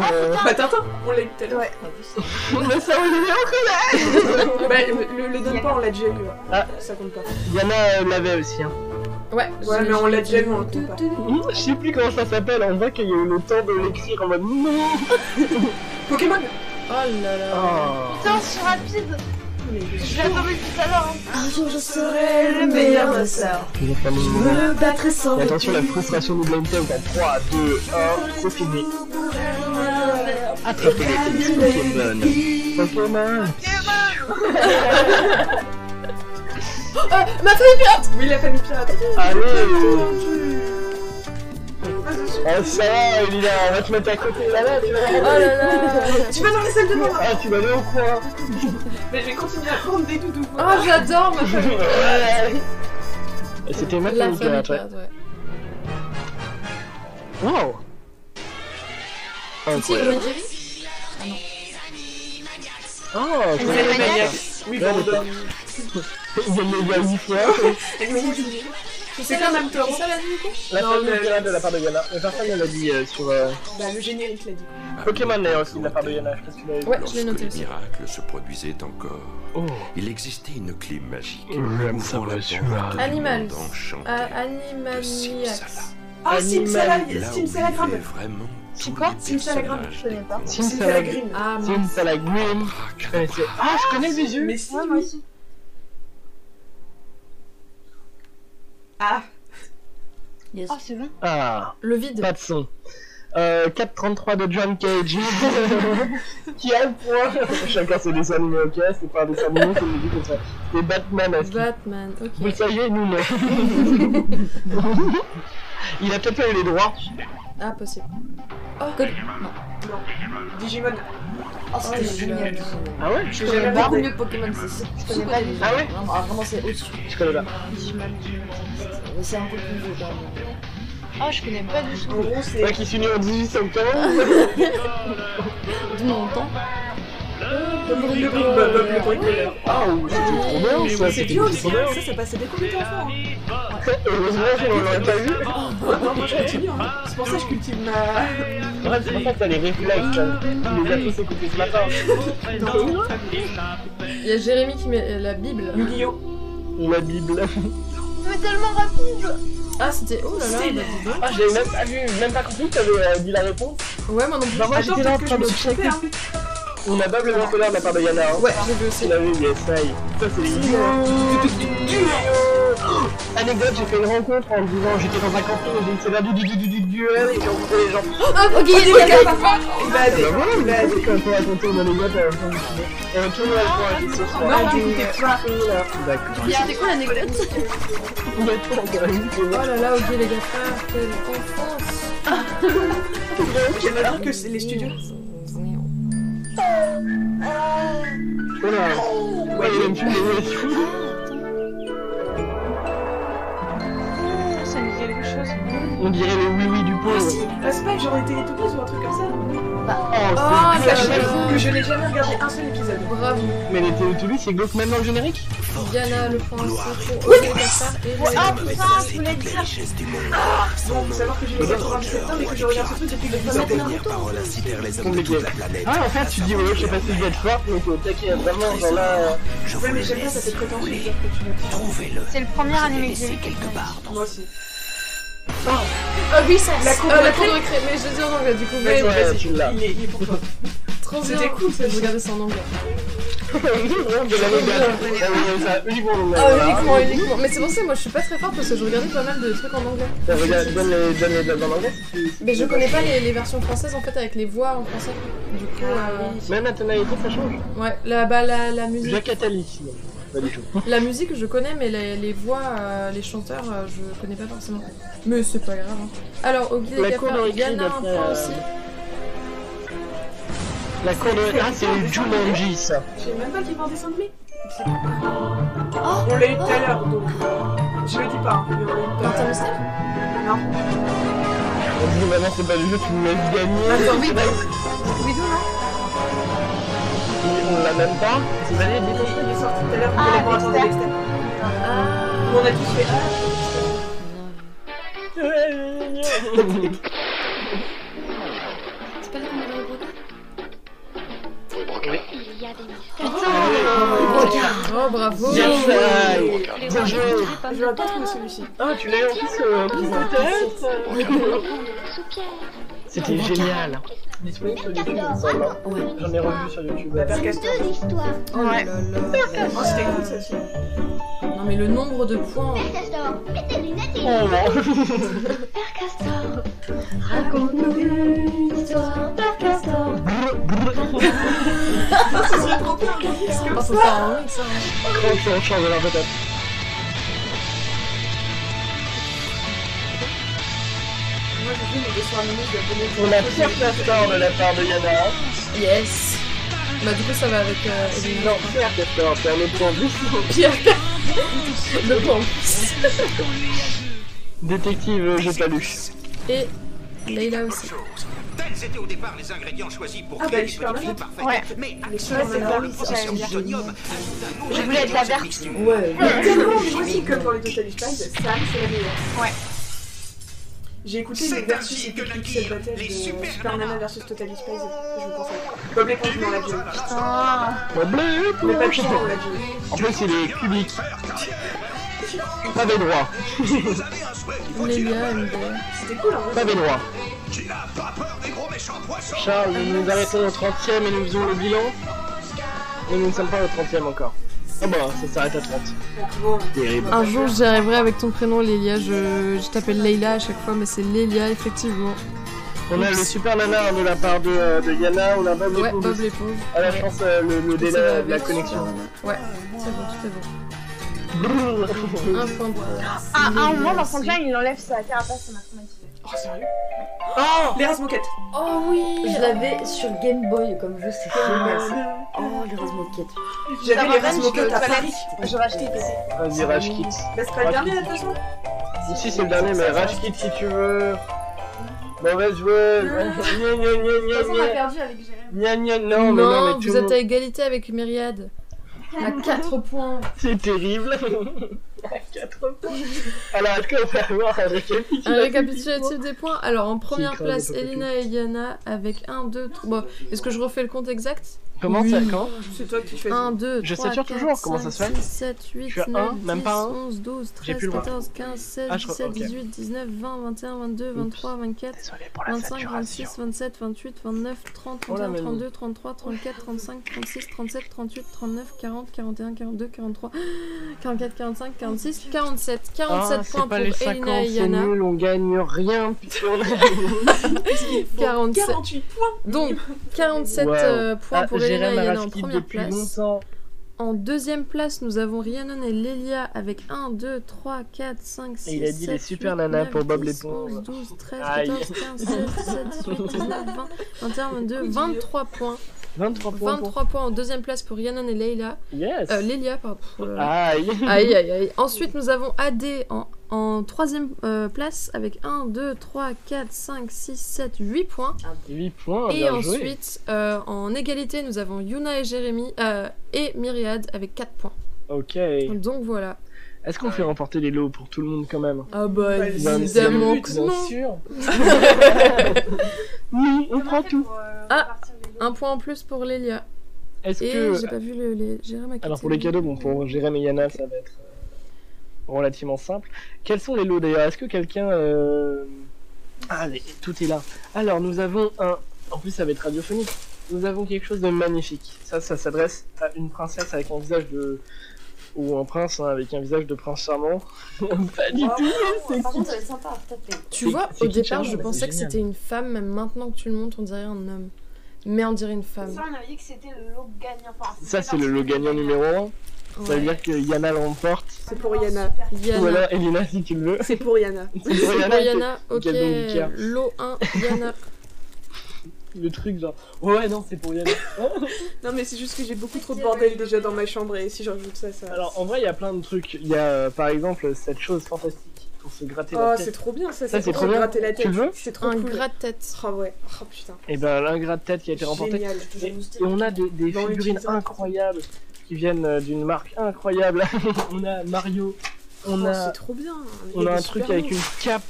S1: Euh,
S3: Bah Tintin, on l'a eu tout à l'heure.
S1: Mais ça, on l'avait encore
S3: Bah, le, le- le donne pas, on l'a déjà eu. Ah. Ça compte pas.
S1: Yana euh, l'avait aussi. Hein.
S9: Ouais, Oh
S3: Ouais, mais on l'a déjà eu, on le compte pas.
S1: Mmh, Je sais plus comment ça s'appelle, on voit qu'il y a eu le temps de l'écrire en mode non
S3: Pokémon
S9: Oh là là.
S3: Ah.
S9: Ah.
S1: Oh.
S7: Putain, je suis rapide. Je l'attendais depuis tout à l'heure.
S5: Un jour je serai le meilleur de ça.
S1: Il est vraiment
S5: Je me
S1: mignon.
S5: battrai sans
S1: Et attention, la frustration du blind test en 3, 2, 1, c'est fini. Attrapez les petits Pokémon. Pokémon
S9: Euh, ma famille pirate
S3: Oui, la famille pirate.
S1: Allez
S3: Ah, je suis
S1: Ah, ça va, Elina, on va te mettre à côté là-bas, tu vas.
S3: Oh là (laughs) là.
S1: Tu vas dans les salles de bain
S3: Bah,
S1: Ah, tu vas aller au coin
S3: Mais je vais continuer à prendre des doudous.
S32: Oh, j'adore ma famille.
S1: Ouais. Euh, C'était maintenant une pirate, ouais. Wow Incroyable. Oh,
S3: Les
S1: je connais pas.
S3: maniaques.
S1: Ouais,
S3: Oui, Gordon.
S1: mais- Ils aiment les vasifères.
S3: C'est quand même toi, ça la nuit
S1: La
S3: Non,
S1: famille
S3: le...
S1: pirate de la part de Yana. Mais personne ne l'a dit euh, sur... euh,
S3: Bah, le générique l'a dit.
S1: Pokémon d'ailleurs aussi de la part de Yana, je sais pas si tu l'avais vu.
S3: je l'ai
S13: Lorsque
S3: noté
S13: les
S3: aussi.
S9: Euh,
S13: miracles se produisaient encore,
S1: Oh.
S13: il existait une clé magique
S1: J'aime ça,
S13: ouvrant la
S1: monsieur.
S13: porte du
S32: Animals.
S13: monde enchanté.
S32: Ah, Animaniacs.
S3: Ah, Simsalabim.
S13: Là où
S3: Simsalabim.
S13: vivaient vraiment
S3: C'est quoi Simsalagrim, je connais pas. Simsalagrim. Ah,
S1: C'est une salle à Grimm. Je connaissais. Ah, je connais le visu.
S3: Mais
S7: hein.
S3: si, moi aussi. Ah.
S33: Oh, c'est bon.
S1: Ah.
S9: Le vide.
S1: Pas de son. Euh, 4.33 de John Cage. qui a le point. (laughs) Chacun ses dessins animés, ok C'est pas un dessin animé, c'est une musique comme ça. C'est Batman aussi.
S9: Batman, ok.
S1: Vous le saviez, nous non. (laughs) Il a peut-être pas eu les droits.
S9: Ah, possible.
S3: Oh. Non. Digimon. Oh, c'était génial.
S1: Ah ouais
S3: Je connais pas.
S5: mieux que Pokémon, c'est sûr. Je connais pas les
S1: Ah ouais
S5: Vraiment, ah, vraiment, c'est au-dessus.
S1: Je connais pas.
S5: Digimon, Digimon, c'est- C'est un peu plus vieux quand même. Ah, je connais pas du tout.
S1: Toi qui suis né en 18 septembre.
S5: De mon temps.
S1: Waouh, Ah, c'était trop bien ça.
S3: C'est
S1: c'était
S3: vieux
S1: trop
S3: aussi,
S1: bien.
S3: hein. ça, ça passait beaucoup plus enfant. hein.
S1: Heureusement qu'on l'aurait pas vu.
S3: Non, moi je continue, hein. Ah, c'est pour ça que je cultive ma.
S1: Ah, Ouais, c'est pour ça que t'as les réflexes. hein. Tu les as tous écoutés ce matin.
S9: Il y a Jérémy qui met euh, la Bible.
S1: La Bible.
S7: Mais tellement rapide
S9: Ah, c'était. Oh là là,
S1: C'est
S9: bah,
S1: bon.
S9: dis donc.
S1: Ah, j'avais même pas vu, même pas compris que t'avais euh, dit la réponse.
S9: Ouais, moi non plus.
S1: Bah, moi j'étais là en train de checker.
S3: hein.
S1: On a Bable Mortelard de la part de Yana. Hein. Ouais, Mmh. j'ai vu aussi. On a vu, yes, ça y est. Ça, c'est les Oh, Anecdote, j'ai fait une rencontre en me disant j'étais dans un camping et j'ai une sévère du du du du du duel et j'ai rencontré les gens.
S3: Ah, ok, il y a des gars. Il va
S1: Ah, bah voilà,
S3: aller. Il va aller.
S1: c'est quand on raconter une anecdote à la fin du film. Euh, Tout le monde a le point, c'est ce soir.
S3: Non, j'écoutais pas.
S1: D'accord.
S7: C'était quoi l'anecdote
S1: On a tout encore une
S9: Oh là là, ok les gars, frères, quelle enfance
S3: J'aime alors que c'est les studios.
S1: Voilà. Ouais, il aime plus les
S3: Ça me dit quelque chose.
S1: On dirait le oui-oui du
S3: Ah
S1: pauvre.
S3: si, Aspect, j'aurais été les toupies ou un truc comme ça.
S1: Oh, c'est
S3: sachez
S1: bien.
S3: que je n'ai jamais regardé un seul épisode.
S9: Bravo.
S1: Mais les Télétoubis, c'est glauque même dans le générique
S9: Diana, le point aussi pour
S3: Oui.
S9: Olivier Gaspard et
S3: Ouais, ah,
S9: Jérémy.
S3: putain, je voulais dire. Ah, bon, faut savoir que j'ai les 97 ans et que je regarde ce truc depuis que je
S34: Sa
S3: me
S34: dernière parole incitèrent les hommes de
S1: Compliqué.
S34: toute la planète.
S1: Ah, en fait, tu dis, ouais, je sais pas si vous êtes fort, donc au taquet, vraiment, genre là. euh,
S3: Ouais, mais j'aime pas, ça fait prétentieux de dire que tu me dis.
S34: Trouvez-le.
S7: C'est le premier animé que j'ai vu.
S3: Moi aussi.
S9: Ah oui, ça
S3: La cour de
S9: la
S3: récré.
S9: cour de récré, mais je dis en anglais du coup.
S1: Ouais,
S9: Mais
S1: ouais,
S9: vas-y.
S1: tu l'as. (laughs)
S3: Il est, il est pour toi.
S9: Trop bien.
S3: C'était cool, ça.
S9: Je regardais ça en anglais.
S1: de l'anecdote. Ah oui, ça, uniquement le
S9: Ah,
S1: voilà.
S9: uniquement, uniquement. Mais c'est pour ça, moi je suis pas très forte parce que je regardais pas mal de trucs en anglais. euh,
S1: Ça, regarde, Donne les donne les dates en anglais. si tu- si
S9: Mais
S1: tu
S9: je
S1: veux
S9: connais pas les, les versions françaises en fait avec les voix en français. Du coup, euh,
S1: Même la tonalité, ça change.
S9: ouais, là, bah, la, la musique.
S1: Jacques Attali, sinon. hein. Pas du tout.
S9: La musique, je connais, mais les, les voix, euh, les chanteurs, euh, je connais pas forcément. Mais c'est pas grave. hein. Alors, au guide
S1: La
S9: des
S1: cour
S9: cafards,
S1: d'origine
S9: Yana, un
S1: d'après,
S9: point
S1: euh,
S9: aussi.
S1: La cour de. Ah, c'est le Jumanji, ça.
S3: Je sais même pas qui vendait son blé. On l'a eu tout à l'heure, donc. euh, Je le dis pas. mais on l'a eu tout à l'heure. Non.
S1: On dit, maintenant, c'est pas le jeu, tu nous laisses
S9: Ah,
S1: gagner.
S3: Attends, oui.
S1: On l'a même pas. C'est validé.
S3: Il est sorti tout à
S7: Ah,
S3: l'heure, vous allez voir attendre l'extérieur. On a tous fait.
S33: C'est pas là qu'on avait le breton
S35: Il y a des
S9: Oh, bravo
S1: Bien joué.
S35: Les
S1: Bien
S35: rois
S1: joué.
S35: ne pas
S3: Ah, je vais pas trouver celui-ci.
S1: Ah, tu l'as eu en plus euh, prise en tête. C'était génial. Disponible sur YouTube, il me semble, hein. J'en ai revu sur YouTube.
S3: La percasteur.
S9: Oh là là là.
S3: Oh, c'était cool ça aussi.
S9: Non, mais le nombre de points.
S1: Oh,
S13: (laughs)
S35: Raconte-nous une histoire, Père Castor.
S3: Ce serait trop bien, un mix
S9: Oh,
S3: comme
S9: faut
S3: ça.
S9: faire un mix, hein.
S1: Quand on change alors peut-être.
S35: Raconte-nous
S3: moi j'ai vu les dessins animés japonais.
S1: On a Pierre Castor de la part de Yana.
S3: Yes.
S9: Bah du coup ça va avec euh,
S1: Non,
S9: (laughs)
S1: Pierre Castor, c'est un autre point de vue.
S9: Pierre
S3: Le bon.
S1: Détective, euh, j'ai pas lu.
S9: Et Leila aussi.
S36: Tels étaient au départ les ingrédients choisis pour
S9: Ah
S36: créer
S9: bah,
S36: les
S9: je
S36: petites
S9: suis
S36: filles
S9: parfaite.
S36: parfaites.
S9: Ouais.
S36: Mais
S9: Mais tu vois,
S36: actuellement,
S9: c'est
S36: le
S9: pas
S36: le
S9: oui, ça,
S36: potentiel du
S9: j'aime bien.
S36: sodium ajoute un
S9: Je
S36: autre
S9: voulais être
S36: ingrédient
S9: la
S36: à
S9: verte.
S36: cette mixture.
S9: Ouais.
S3: Mais tellement, mais moi aussi que pour les Total Spies, Sam c'est la meilleure.
S36: Ouais.
S3: J'ai écouté
S36: C'est
S3: le versus
S36: ainsi
S3: épique
S36: que
S3: qui se battait de Super Nana versus Total Spies, je vous conseille. Bob l'éponge dans la vie.
S7: Ah,
S1: Bleu,
S3: Mais pas
S1: bleu.
S3: que dans la
S1: En plus, il est cubique. Pas des droits.
S9: Leila aime bien.
S3: C'était cool, hein
S1: Pas des droits. Charles, nous nous arrêtons au 30ème et nous faisons le bilan. Et nous ne sommes pas au 30ème encore. Ah bah, ça s'arrête à 30. Terrible.
S9: Un jour j'y arriverai avec ton prénom Lélia, je, je t'appelle Leila à chaque fois mais c'est Lélia effectivement.
S1: On a le super nanar de la part de, euh, de Yana, on a Bob
S9: Ouais,
S1: l'éponge.
S9: Bob l'éponge.
S1: Ah là, je pense euh, le, le
S9: Ça va
S1: délai de la
S9: avec
S1: connexion.
S9: Super Nana. Ouais, c'est bon, tout est bon.
S1: Un
S9: point de
S7: Ah, à un moment, dans son cas, il enlève sa carapace, ça m'a traumatisé.
S3: Oh, sérieux
S5: Oh
S3: L'Eras Moquette
S5: Oh oui Je l'avais sur Game Boy comme jeu, c'est génial. ça. Oh, les Rose Moquette.
S3: J'avais les Rose Moquette à Paris.
S7: Je rachetais PC.
S1: Vas-y, Rage Kit.
S3: Bah, c'est pas le dernier, attention
S1: Ici, c'est le dernier, mais Rage Kit si tu veux. Mauvaise joueuse. Gna, gna, gna,
S9: Ah.
S1: gna,
S9: De toute façon, on
S1: gna.
S9: a perdu
S7: avec Jérémy.
S1: Gna, gna, Non, mais non, mais tout
S9: vous
S1: le
S9: êtes
S1: monde-
S9: à égalité avec Myriade. À 4 points.
S1: C'est terrible. Alors, est-ce qu'on peut avoir un récapitulatif
S9: Un récapitulatif des points. Alors, en première
S1: craint
S9: place,
S1: le Tokyo
S9: Elina et Yana avec 1, 2, 3. Est-ce que je refais le compte exact
S1: Comment ça, quand
S3: C'est toi qui fais.
S9: 1, 2, 3,
S1: Je sature toujours, comment ça se fait
S9: 6, 7, 8,
S1: Je suis à
S9: 9,
S1: un, même
S9: 10,
S1: pas un
S9: 11, 12,
S1: J'ai
S9: 13,
S1: plus le droit.
S9: 14, 15, 16,
S1: Ah, je crois-
S9: 17,
S1: ok.
S9: 18, 19, 20, 21, 22, 23, 24, 25, 26, 27, 28, 29, 30,
S1: Oh la
S9: 31,
S1: maison.
S9: 32, 33, 34, 35, 36, 37, 38, 39, 40, 41, 42, 43, 44, 45, 46, 47. 47
S1: Ah,
S9: points
S1: c'est
S9: pour
S1: pas les 50,
S9: Elina et
S1: c'est
S9: Yana.
S1: nul, on gagne rien. putain, on a-
S9: 47. points Donc, 47
S1: Wow.
S9: euh, points
S1: Ah,
S9: pour
S1: Jérém
S9: Elena et Yana en
S1: Araskid
S9: première
S1: depuis
S9: place.
S1: longtemps.
S9: En deuxième place, nous avons Rhiannon et Lelia avec 1, 2, 3, 4, 5, 6,
S1: Et il a dit
S9: 7,
S1: les super
S9: 8,
S1: nanas
S9: 9,
S1: pour Bob
S9: 10,
S1: l'éponge.
S9: 11, 12, 13,
S1: Aïe.
S9: 14, 15, 16, 17, 18, 19, 20, 21, 22, 23 points.
S1: 23 points.
S9: 23 points en deuxième place pour Rhiannon et Leila.
S1: Yes.
S9: Euh, Lelia, pardon. Oh là là.
S1: Aïe.
S9: Aïe, aïe, aïe. Ensuite, nous avons AD en, en troisième euh, place avec 1, 2, 3, 4, 5, 6, 7, 8 points.
S1: 8 points,
S9: Et
S1: Oh, bien joué.
S9: ensuite, euh, en égalité, nous avons Yuna et Jérémy euh, et Myriade avec 4 points.
S1: Ok.
S9: Donc voilà.
S1: Est-ce qu'on fait remporter les lots pour tout le monde quand même
S9: Ah bah,
S1: Bah, c'est
S9: évidemment
S1: le but,
S9: que
S1: bien
S9: non.
S1: sûr.
S9: Oui, on prend tout.
S7: euh,
S9: Ah, un point en plus pour Lélia.
S1: Est-ce
S9: et
S1: que-
S9: j'ai pas vu le, les... Jérémy a
S1: Alors pour les
S9: quitté.
S1: cadeaux, bon pour Jérém et Yana, ça va être euh, relativement simple. Quels sont les lots d'ailleurs Est-ce que quelqu'un... euh, Ah, les- tout est là. Alors nous avons un... En plus ça va être radiophonique. Nous avons quelque chose de magnifique. Ça, ça s'adresse à une princesse avec un visage de... Ou un prince hein, avec un visage de prince charmant. (laughs) Pas du tout.
S2: tout Par contre, ça va être sympa à retaper.
S9: Tu
S1: C'est-
S9: vois,
S1: c'est
S9: au
S1: kitsch,
S9: départ,
S1: hein,
S9: je
S1: bah,
S9: pensais
S1: c'est
S9: que
S1: génial.
S9: c'était une femme, même maintenant que tu le montres, on dirait un homme. Mais on dirait une femme.
S7: Ça, on avait dit que c'était le lot gagnant. Enfin,
S1: Ça c'est le lot gagnant numéro 1. Ça veut
S9: Ouais.
S1: dire que Yana le remporte.
S3: C'est pour Yana.
S1: Ou alors Elina si tu le veux.
S3: C'est pour Yana.
S1: C'est pour Yana, c'est-
S9: Yana, ok,
S1: cadeau Ikea.
S9: lot 1,
S1: (laughs)
S9: Yana.
S1: Le truc genre... Ouais non c'est pour Yana.
S3: Non, mais c'est juste que j'ai beaucoup trop de bordel déjà dans ma chambre et si je rajoute ça, ça.
S1: Alors en vrai, il y a plein de trucs. Il y a euh, par exemple cette chose fantastique pour se gratter
S3: Oh,
S1: la tête.
S3: c'est trop bien ça,
S1: Ça,
S3: c'est
S1: c'est
S3: pour
S1: trop bien.
S3: gratter la tête.
S1: Tu le veux
S3: C'est trop
S9: Un
S1: (laughs)
S3: cool.
S9: gratte-tête.
S3: Oh ouais, oh putain.
S1: Et ben l'un gratte-tête qui a été remporté.
S3: Génial.
S1: Et, et on a des, des figurines incroyables qui viennent euh, d'une marque incroyable. (laughs) on a Mario, on
S3: Oh,
S1: a,
S3: C'est trop bien.
S1: on a un truc avec une cape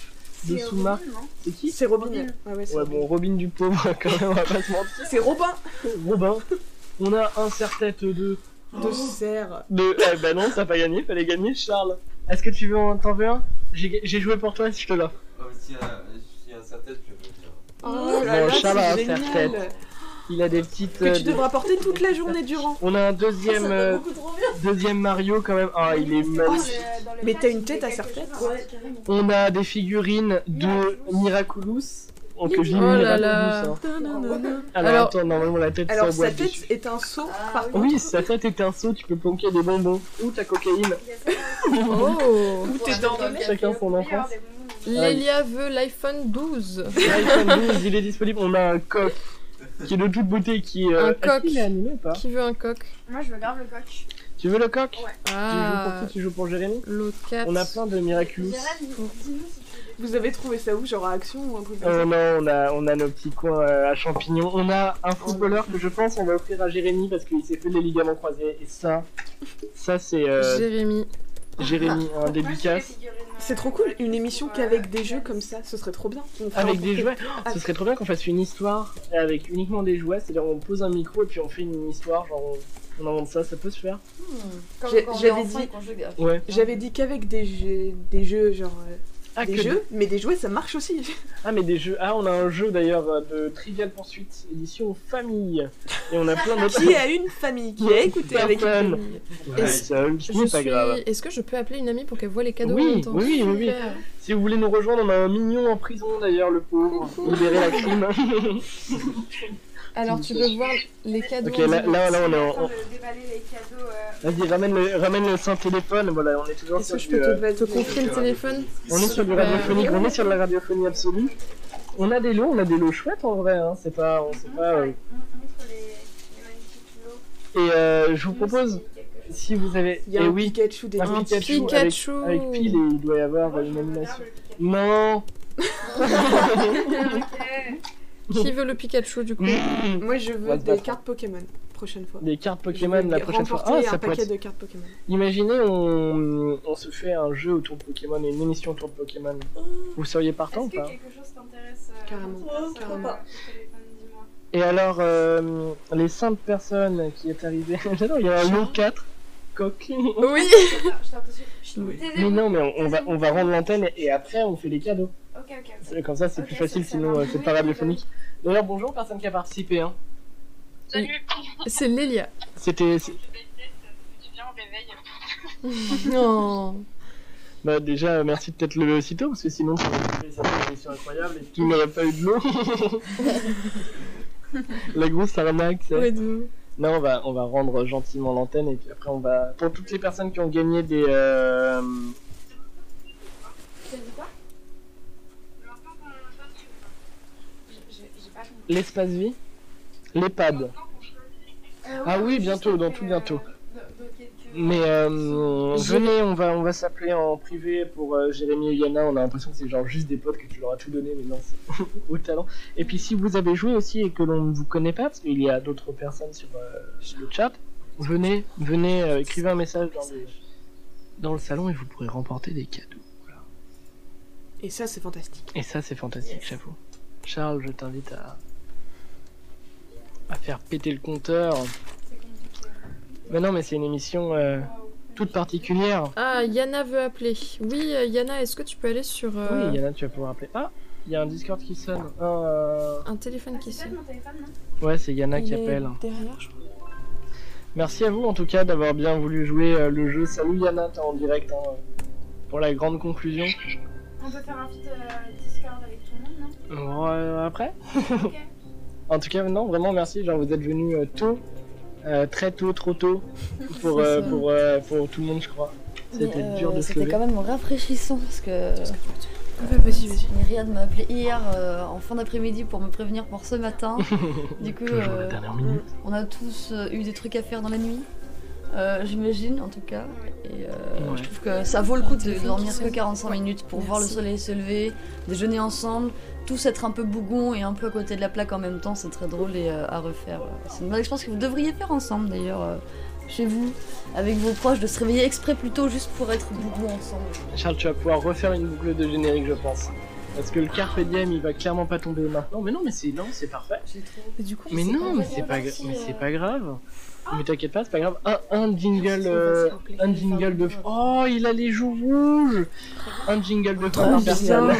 S1: de
S3: C'est
S1: sous-marque.
S3: C'est qui C'est Robin. Ah ouais, c'est
S1: Ouais
S3: Robin.
S1: bon, Robin du pauvre (laughs) quand même, on va pas se mentir.
S3: C'est Robin
S1: Robin, on a un serre-tête de...
S3: de serre.
S1: de... Eh ben non, ça a pas gagné, fallait gagner Charles. Est-ce que tu veux en t'en veux un J'ai j'ai joué pour toi si je te l'offre.
S8: Non, Ah, mais s'il y a- s'il y a un serre-tête, je veux dire.
S3: Oh là
S1: Bon,
S3: là,
S1: Charles a un
S3: c'est génial.
S1: serre-tête. Il a des petites...
S3: Que
S1: euh,
S3: tu
S1: des-
S3: devras porter toute la journée durant. Oh,
S1: On a un deuxième,
S3: Ça doit
S1: euh,
S3: beaucoup trop
S1: deuxième Mario quand même. Ah, il est magnifique.
S7: Euh,
S3: Mais t'as une tête à serre-tête Ouais,
S1: On a des figurines de Miraculous. Oh, que je dis
S9: Oh là
S1: Miraculous.
S9: là.
S1: hein.
S3: carrément.
S1: Alors,
S9: Alors-
S1: attends, normalement la tête
S3: (laughs) Alors, sa
S1: s'emboîte
S3: tête
S1: dessus.
S3: est un saut, par contre.
S1: Oui, sa tête est un seau, tu peux planquer des (laughs) bonbons ou ta cocaïne.
S9: Oh
S1: Ou tes dents. Chacun son enfance.
S9: Lélia veut l'iPhone 12.
S1: L'iPhone 12, il est disponible. On a un coq qui est de toute beauté, qui est.
S9: Un
S1: euh,
S9: coq.
S1: est-ce qu'il est animé ou pas
S9: Qui veut un coq
S7: Moi, je veux grave le coq.
S1: Tu veux le coq
S7: Ouais.
S1: Tu joues
S9: Ah.
S1: pour qui Tu joues pour Jérémy
S9: L'autre 4.
S1: On a plein de Miraculous.
S3: Vous avez trouvé ça où Genre à Action ou un truc comme
S1: Euh,
S3: ça
S1: non, on a, on a nos petits coins euh, à champignons. On a un footballeur que je pense on va offrir à Jérémy parce qu'il s'est fait des ligaments croisés. Et ça, ça c'est. euh,
S9: Jérémy.
S1: Jérémy, un dédicace.
S2: euh,
S3: C'est trop cool, une émission qu'avec des jeux comme ça, ce serait trop bien. On fera
S1: Avec
S3: un
S1: des
S3: truc-
S1: jouets. Oh,
S3: Ah,
S1: Ce serait trop bien qu'on fasse une histoire avec uniquement des jouets. C'est-à-dire on pose un micro et puis on fait une histoire. Genre on, on invente ça, ça peut se faire.
S37: Comme
S3: J'ai-
S37: quand on est
S3: J'avais
S37: enfant et
S3: dit,
S37: qu'on joue à-
S1: Ouais.
S3: j'avais dit qu'avec des jeux, des jeux genre euh,
S1: Ah,
S3: des
S1: que
S3: jeux, mais des jouets ça marche aussi.
S1: Ah mais des jeux. Ah on a un jeu d'ailleurs euh, de Trivial Pursuit édition famille. Et on a plein d'autres.
S3: (laughs) Qui a une famille Qui a écouté avec une
S1: Personne.
S3: famille
S1: Ouais, seul, ce
S9: Je
S1: n'est euh, pas
S9: suis-
S1: grave.
S9: Est-ce que je peux appeler une amie pour qu'elle voit les cadeaux en même
S1: Oui, oui,
S9: temps
S1: oui, oui.
S9: Super.
S1: Si vous voulez nous rejoindre, on a un mignon en prison d'ailleurs, le pauvre. Libérez la crime.
S9: Alors, tu peux voir les cadeaux.
S1: ok, là, là, là, on est en.
S7: déballer les cadeaux. euh,
S1: Vas-y, ramène le, ramène le sans téléphone. Voilà, on est toujours sur
S9: Est-ce que je
S1: du,
S9: peux te,
S1: euh,
S9: te confier le téléphone
S1: On est sur du radiophonique, on est sur de la radiophonie absolue. On a des lots, on a des lots chouettes en vrai. Hein. C'est pas, on sait pas. euh. Et euh, je vous propose, si vous avez,
S3: Il y a
S1: eh
S3: un
S1: oui,
S3: Pikachu des
S1: un
S3: Un
S1: Pikachu,
S3: Pikachu.
S1: Avec, avec pile et il doit y avoir une animation. (laughs) Non.
S9: Qui veut le Pikachu du coup
S3: Moi je veux
S1: Ouais,
S3: des
S1: d'accord.
S3: cartes Pokémon prochaine fois.
S1: Des cartes
S3: Je
S1: Pokémon
S3: vais
S1: la prochaine fois.
S3: remporter
S1: Ah,
S3: un
S1: ça peut
S3: paquet
S1: être-
S3: de cartes Pokémon.
S1: Imaginez, on, on se fait un jeu autour de Pokémon et une émission autour de Pokémon. Vous seriez partant ou
S2: Est-ce que
S1: pas
S2: quelque chose t'intéresse euh,
S3: Carrément.
S24: Oh,
S2: t'intéresse, euh,
S3: Carrément.
S2: sur le téléphone, dis-moi.
S1: Et alors, euh, les cinq personnes qui est arrivée. (laughs) J'adore, il y en a un nom 4.
S2: (laughs)
S1: Coq.
S9: Oui
S2: Je t'en prie. Chut,
S1: Mais
S2: taisez-vous.
S1: non, mais on, on va, on va rendre l'antenne et après on fait les cadeaux.
S2: Ok, ok, ok.
S1: C'est- Comme ça, c'est
S2: Ok,
S1: plus facile,
S2: ça
S1: sinon euh,
S2: marche.
S1: c'est pas radiophonique. D'ailleurs, bonjour, personne qui a participé. Hein.
S7: Salut.
S9: C'est Lélia.
S1: C'était. c'est-
S7: Tu viens au réveil.
S9: Non.
S1: Bah, déjà, euh, merci de t'être levé aussitôt, parce que sinon, c'est une émission incroyable et
S2: (laughs)
S1: tout n'aurait pas eu de l'eau. (laughs) La grosse arnaque, c'est.
S9: Ouais, de-
S1: Non, on va, on va rendre gentiment l'antenne et puis après on va... Pour toutes les personnes qui ont gagné des... euh,
S2: T'as dit quoi
S7: J'ai j'ai pas compris.
S1: L'espace vie L'EHPAD.
S2: Euh,
S1: Ah oui,
S2: juste
S1: bientôt, dans
S2: après,
S1: tout bientôt.
S2: euh, dans- dans quelques-
S1: Mais euh, venez, on va, on va s'appeler en privé pour euh, Jérémy et Yana. On a l'impression que c'est genre juste des potes que tu leur as tout donné, mais non, c'est (laughs) au talent. Et puis si vous avez joué aussi et que l'on ne vous connaît pas, parce qu'il y a d'autres personnes sur euh, sur le chat, venez, venez, euh, écrivez un message dans le, dans le salon et vous pourrez remporter des cadeaux.
S3: Et ça c'est fantastique.
S1: Et ça, c'est fantastique, j'avoue. Charles, je t'invite à... à faire péter le compteur. Mais non, mais c'est une émission euh, toute particulière.
S9: Ah, Yana veut appeler. Oui, euh, Yana, est-ce que tu peux aller sur euh,
S1: Oui, Yana, tu vas pouvoir appeler. Ah, il y a un Discord qui sonne. Euh,
S9: un téléphone qui
S7: C'est
S9: sonne
S7: mon téléphone, non
S1: Ouais, c'est Yana qui appelle. Merci à vous, en tout cas, d'avoir bien voulu jouer euh, le jeu. Salut Yana, t'es en direct hein, pour la grande conclusion.
S7: On peut faire un feed euh, Discord avec tout le monde, non Ah,
S1: Euh, (laughs) après
S7: Ok.
S1: En tout cas, non, vraiment merci. Genre, vous êtes venus euh, tôt, euh, très tôt, trop
S5: (laughs)
S1: tôt, pour, euh,
S5: C'est ça.
S1: pour, euh, pour tout le monde, je crois.
S5: Mais,
S1: C'était
S5: euh,
S1: dur de se
S5: C'était
S1: lever.
S5: quand même rafraîchissant parce que.
S9: vas-y, vas-y.
S5: Myriad m'a appelé hier euh, en fin d'après-midi pour me prévenir pour
S1: (laughs)
S5: ce matin. du coup,
S1: Toujours
S5: euh,
S1: la dernière minute.
S5: on a tous euh, eu des trucs à faire dans la nuit. euh, J'imagine en tout cas. Et euh,
S37: Ouais.
S5: je trouve que ça vaut le coup de
S37: Téléphone qui
S5: dormir que
S37: sonne.
S5: 45 minutes pour voir le
S37: Merci.
S5: soleil se lever, déjeuner ensemble, tous être un peu bougon et un peu à côté de la plaque en même temps. C'est très drôle et euh, à refaire. C'est une bonne expérience que vous devriez faire ensemble d'ailleurs. euh, chez vous, avec vos proches, de se réveiller exprès plutôt juste pour être bougon ensemble.
S1: Charles, tu vas pouvoir refaire une boucle de générique, je pense. Parce que le carpe diem, il va clairement pas tomber maintenant. Mais non, mais c'est non, c'est parfait.
S5: Mais du coup,
S1: Mais non, mais c'est pas, euh, gra- mais c'est pas grave. Mais t'inquiète pas, c'est pas grave. Un, un jingle, euh, un jingle de. Oh, il a les joues rouges. Un jingle de fin par personne.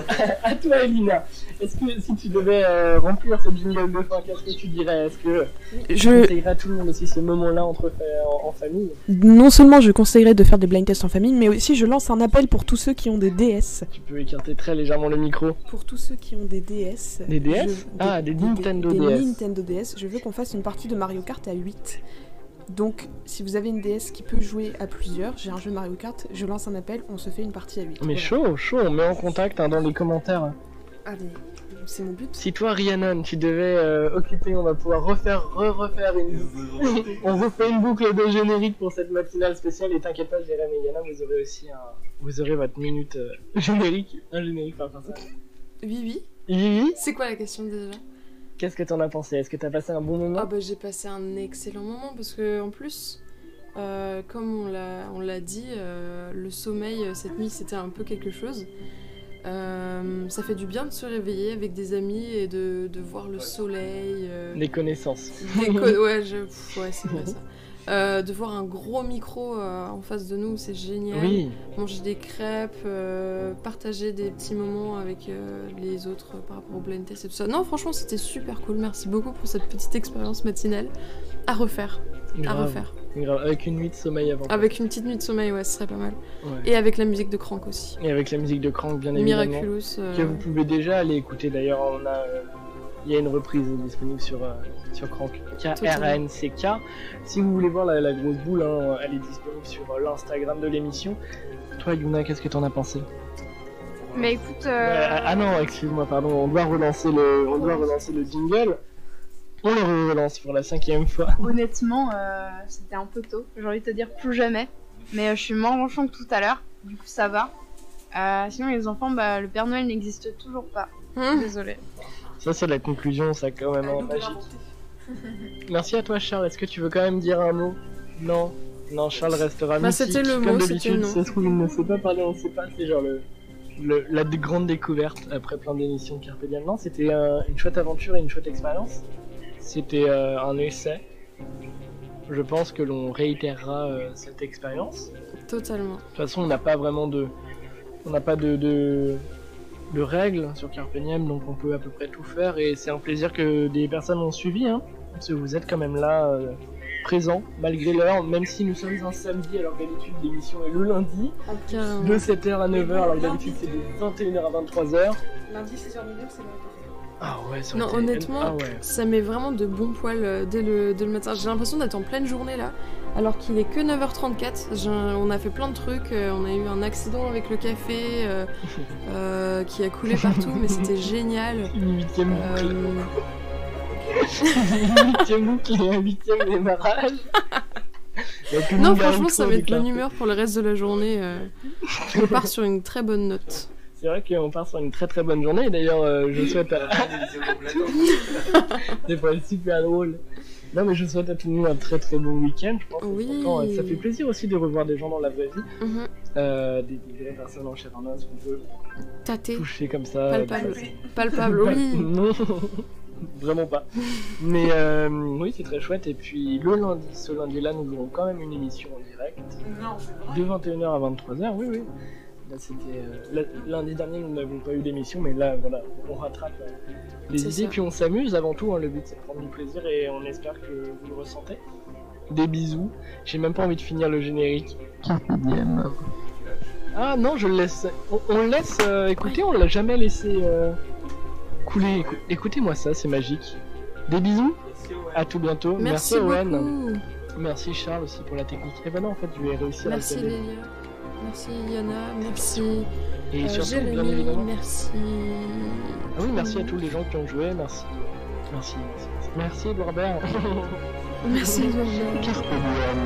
S1: (laughs) à toi, Elina. Est-ce que si tu devais euh, remplir ce jingle de fin, qu'est-ce que tu dirais Est-ce que
S3: Je-
S1: tu conseillerais à tout le monde aussi ce moment-là entre fa- en, en famille
S3: Non seulement je conseillerais de faire des blind tests en famille, mais aussi je lance un appel pour tous ceux qui ont des DS.
S1: Tu peux écarter très légèrement le micro.
S3: Pour tous ceux qui ont des DS.
S1: Des DS
S3: je-
S1: Ah, des Nintendo
S3: des
S1: DS.
S3: Nintendo DS. Je veux qu'on fasse une partie de Mario Kart à 8.
S16: Donc, si vous avez une DS qui peut jouer à plusieurs, j'ai un jeu Mario Kart, je lance un appel, on se fait une partie à 8.
S1: Mais chaud, chaud, on met en contact hein, dans les commentaires.
S16: Allez, c'est mon but.
S1: Si toi, Rhiannon, tu devais euh, occuper, on va pouvoir refaire, re-refaire une
S9: (laughs)
S1: (laughs) on refait une boucle de générique pour cette matinale spéciale. Et t'inquiète pas, Jérém et Yana, vous aurez aussi un... Vous aurez votre minute euh, (laughs) générique, un générique par personne.
S9: Oui, oui.
S1: Vivi,
S9: C'est quoi la question déjà
S1: qu'est-ce que t'en as pensé Est-ce que t'as passé un bon moment
S9: Ah bah j'ai passé un excellent moment parce que en plus, euh, comme on l'a on l'a dit, euh, le sommeil euh, cette nuit c'était un peu quelque chose. Euh, ça fait du bien de se réveiller avec des amis et de, de voir le soleil. euh,
S1: Les connaissances.
S9: des
S1: (laughs)
S9: co- ouais, je- pff, ouais, c'est vrai ça. Euh, de voir un gros micro euh, en face de nous, c'est génial.
S1: Oui.
S9: Manger des crêpes, euh, partager des petits moments avec euh, les autres euh, par rapport au blind test et tout ça. Non, franchement, c'était super cool. Merci beaucoup pour cette petite expérience matinale à refaire. À
S1: Grave.
S9: refaire. Ah bah,
S1: Grave, Avec une nuit de sommeil avant.
S9: Avec une petite nuit de sommeil, ouais, ce serait pas mal.
S1: Ouais.
S9: Et avec la musique de Crank aussi.
S1: Et avec la musique de Crank, bien évidemment.
S9: Miraculous, euh,
S1: Que vous pouvez déjà aller écouter. D'ailleurs, on a, euh, il y a une reprise disponible sur, euh, sur Crank. K-R-A-N-C-K. Si vous voulez voir la, la grosse boule, hein, elle est disponible sur euh, l'Instagram de l'émission. Toi, Yuna, qu'est-ce que t'en as pensé
S7: Mais écoute,
S1: Euh,
S7: euh,
S1: Ah non, excuse-moi, pardon. On doit relancer le, on doit relancer le jingle. On le relance pour la cinquième fois.
S7: honnêtement, euh, c'était un peu tôt. J'ai envie de te dire plus jamais. Mais euh, je suis moins ronchon que tout à l'heure. Du coup, ça va. Euh, sinon, les enfants, bah, le Père Noël n'existe toujours pas.
S9: hein
S7: Désolée.
S1: Ça, c'est la conclusion, ça, quand
S2: Ah,
S1: même, hein, magique. Merci à toi, Charles. Est-ce que tu veux quand même dire un mot Non. Non, Charles restera
S9: Bah,
S1: mythique,
S9: c'était le
S1: comme
S9: mot, c'était
S1: d'habitude.
S9: non.
S1: Ça se trouve, il ne sait pas parler, on ne sait pas. C'est genre le, le- la d- grande découverte après plein d'émissions de Carpe Diem. Non, c'était euh, une chouette aventure et une chouette expérience. C'était euh, un essai. Je pense que l'on réitérera euh, cette expérience.
S9: Totalement.
S1: De toute façon, on n'a pas vraiment de, on n'a pas de, de, de règles sur Carpe Diem, donc on peut à peu près tout faire. Et c'est un plaisir que des personnes ont suivi, hein, parce que vous êtes quand même là, euh, présents, malgré l'heure, même si nous sommes un samedi, alors que d'habitude l'émission est le lundi, de 7h à 9h, alors que d'habitude c'est de 21h à 23h.
S16: Lundi 6h30, c'est le
S1: Ah ouais, ça aurait
S9: Non,
S1: été-
S9: honnêtement,
S1: ah ouais.
S9: ça met vraiment de bons poils euh, dès le, dès le matin. J'ai l'impression d'être en pleine journée là, alors qu'il est que 9h34. J'ai- On a fait plein de trucs, euh, on a eu un accident avec le café euh, euh, qui a coulé partout, mais c'était génial. Euh,
S1: Une huitième
S9: boucle.
S1: Une huitième boucle et un huitième démarrage. Il y a que nous,
S9: Non,
S1: là,
S9: franchement, ça
S1: autour
S9: met
S1: des
S9: de bonne
S1: Carpe
S9: humeur pour le reste de la journée.
S1: (laughs)
S9: euh. on part sur une très bonne note.
S1: C'est vrai qu'on part sur une très très bonne journée. D'ailleurs, euh, je souhaite à.
S8: hein.
S3: (laughs)
S1: C'est pas super drôle. Non, mais je souhaite à tout le monde un très très bon week-end. Je pense que c'est important, hein. ça fait plaisir aussi de revoir des gens dans la vraie vie.
S9: Mhm.
S1: Euh, des, des vraies personnes en chair en os qu'on peut
S9: Tâté.
S1: toucher comme ça.
S9: Palpable.
S1: tout ça. (laughs)
S9: Palpable, oui.
S1: Non, vraiment pas. Mais euh, oui, c'est très chouette. Et puis le lundi, ce lundi-là, nous aurons quand même une émission en direct.
S38: Non, c'est vrai.
S1: De 21h à 23h, oui, oui. Là, c'était. euh, la- lundi dernier, nous n'avons pas eu d'émission, mais là, voilà, on rattrape euh, les
S15: C'est
S1: idées,
S15: ça.
S1: puis on s'amuse avant tout. hein. le but, c'est de prendre du plaisir et on espère que vous le ressentez. Des bisous. J'ai même pas envie de finir le générique. Ah non, je le laisse. On, on le laisse euh, écouter, on l'a jamais laissé euh, couler. Écou- Écoutez-moi ça, c'est magique. Des bisous. À tout bientôt.
S9: Merci,
S1: Merci, Owen.
S9: beaucoup.
S1: Merci Charles aussi pour la technique. Et ben non, en fait, je vais réussir
S9: Merci
S1: à le caler.
S9: Lélia, merci Yana, merci
S1: Et
S9: euh,
S1: surtout, bien
S9: Jérémy,
S1: évidemment.
S9: merci.
S1: Ah oui, merci à tous les gens qui ont joué, merci. Merci, merci. Merci, Edouard Baird.
S9: Merci, Edouard Baird.
S1: Carpe diem.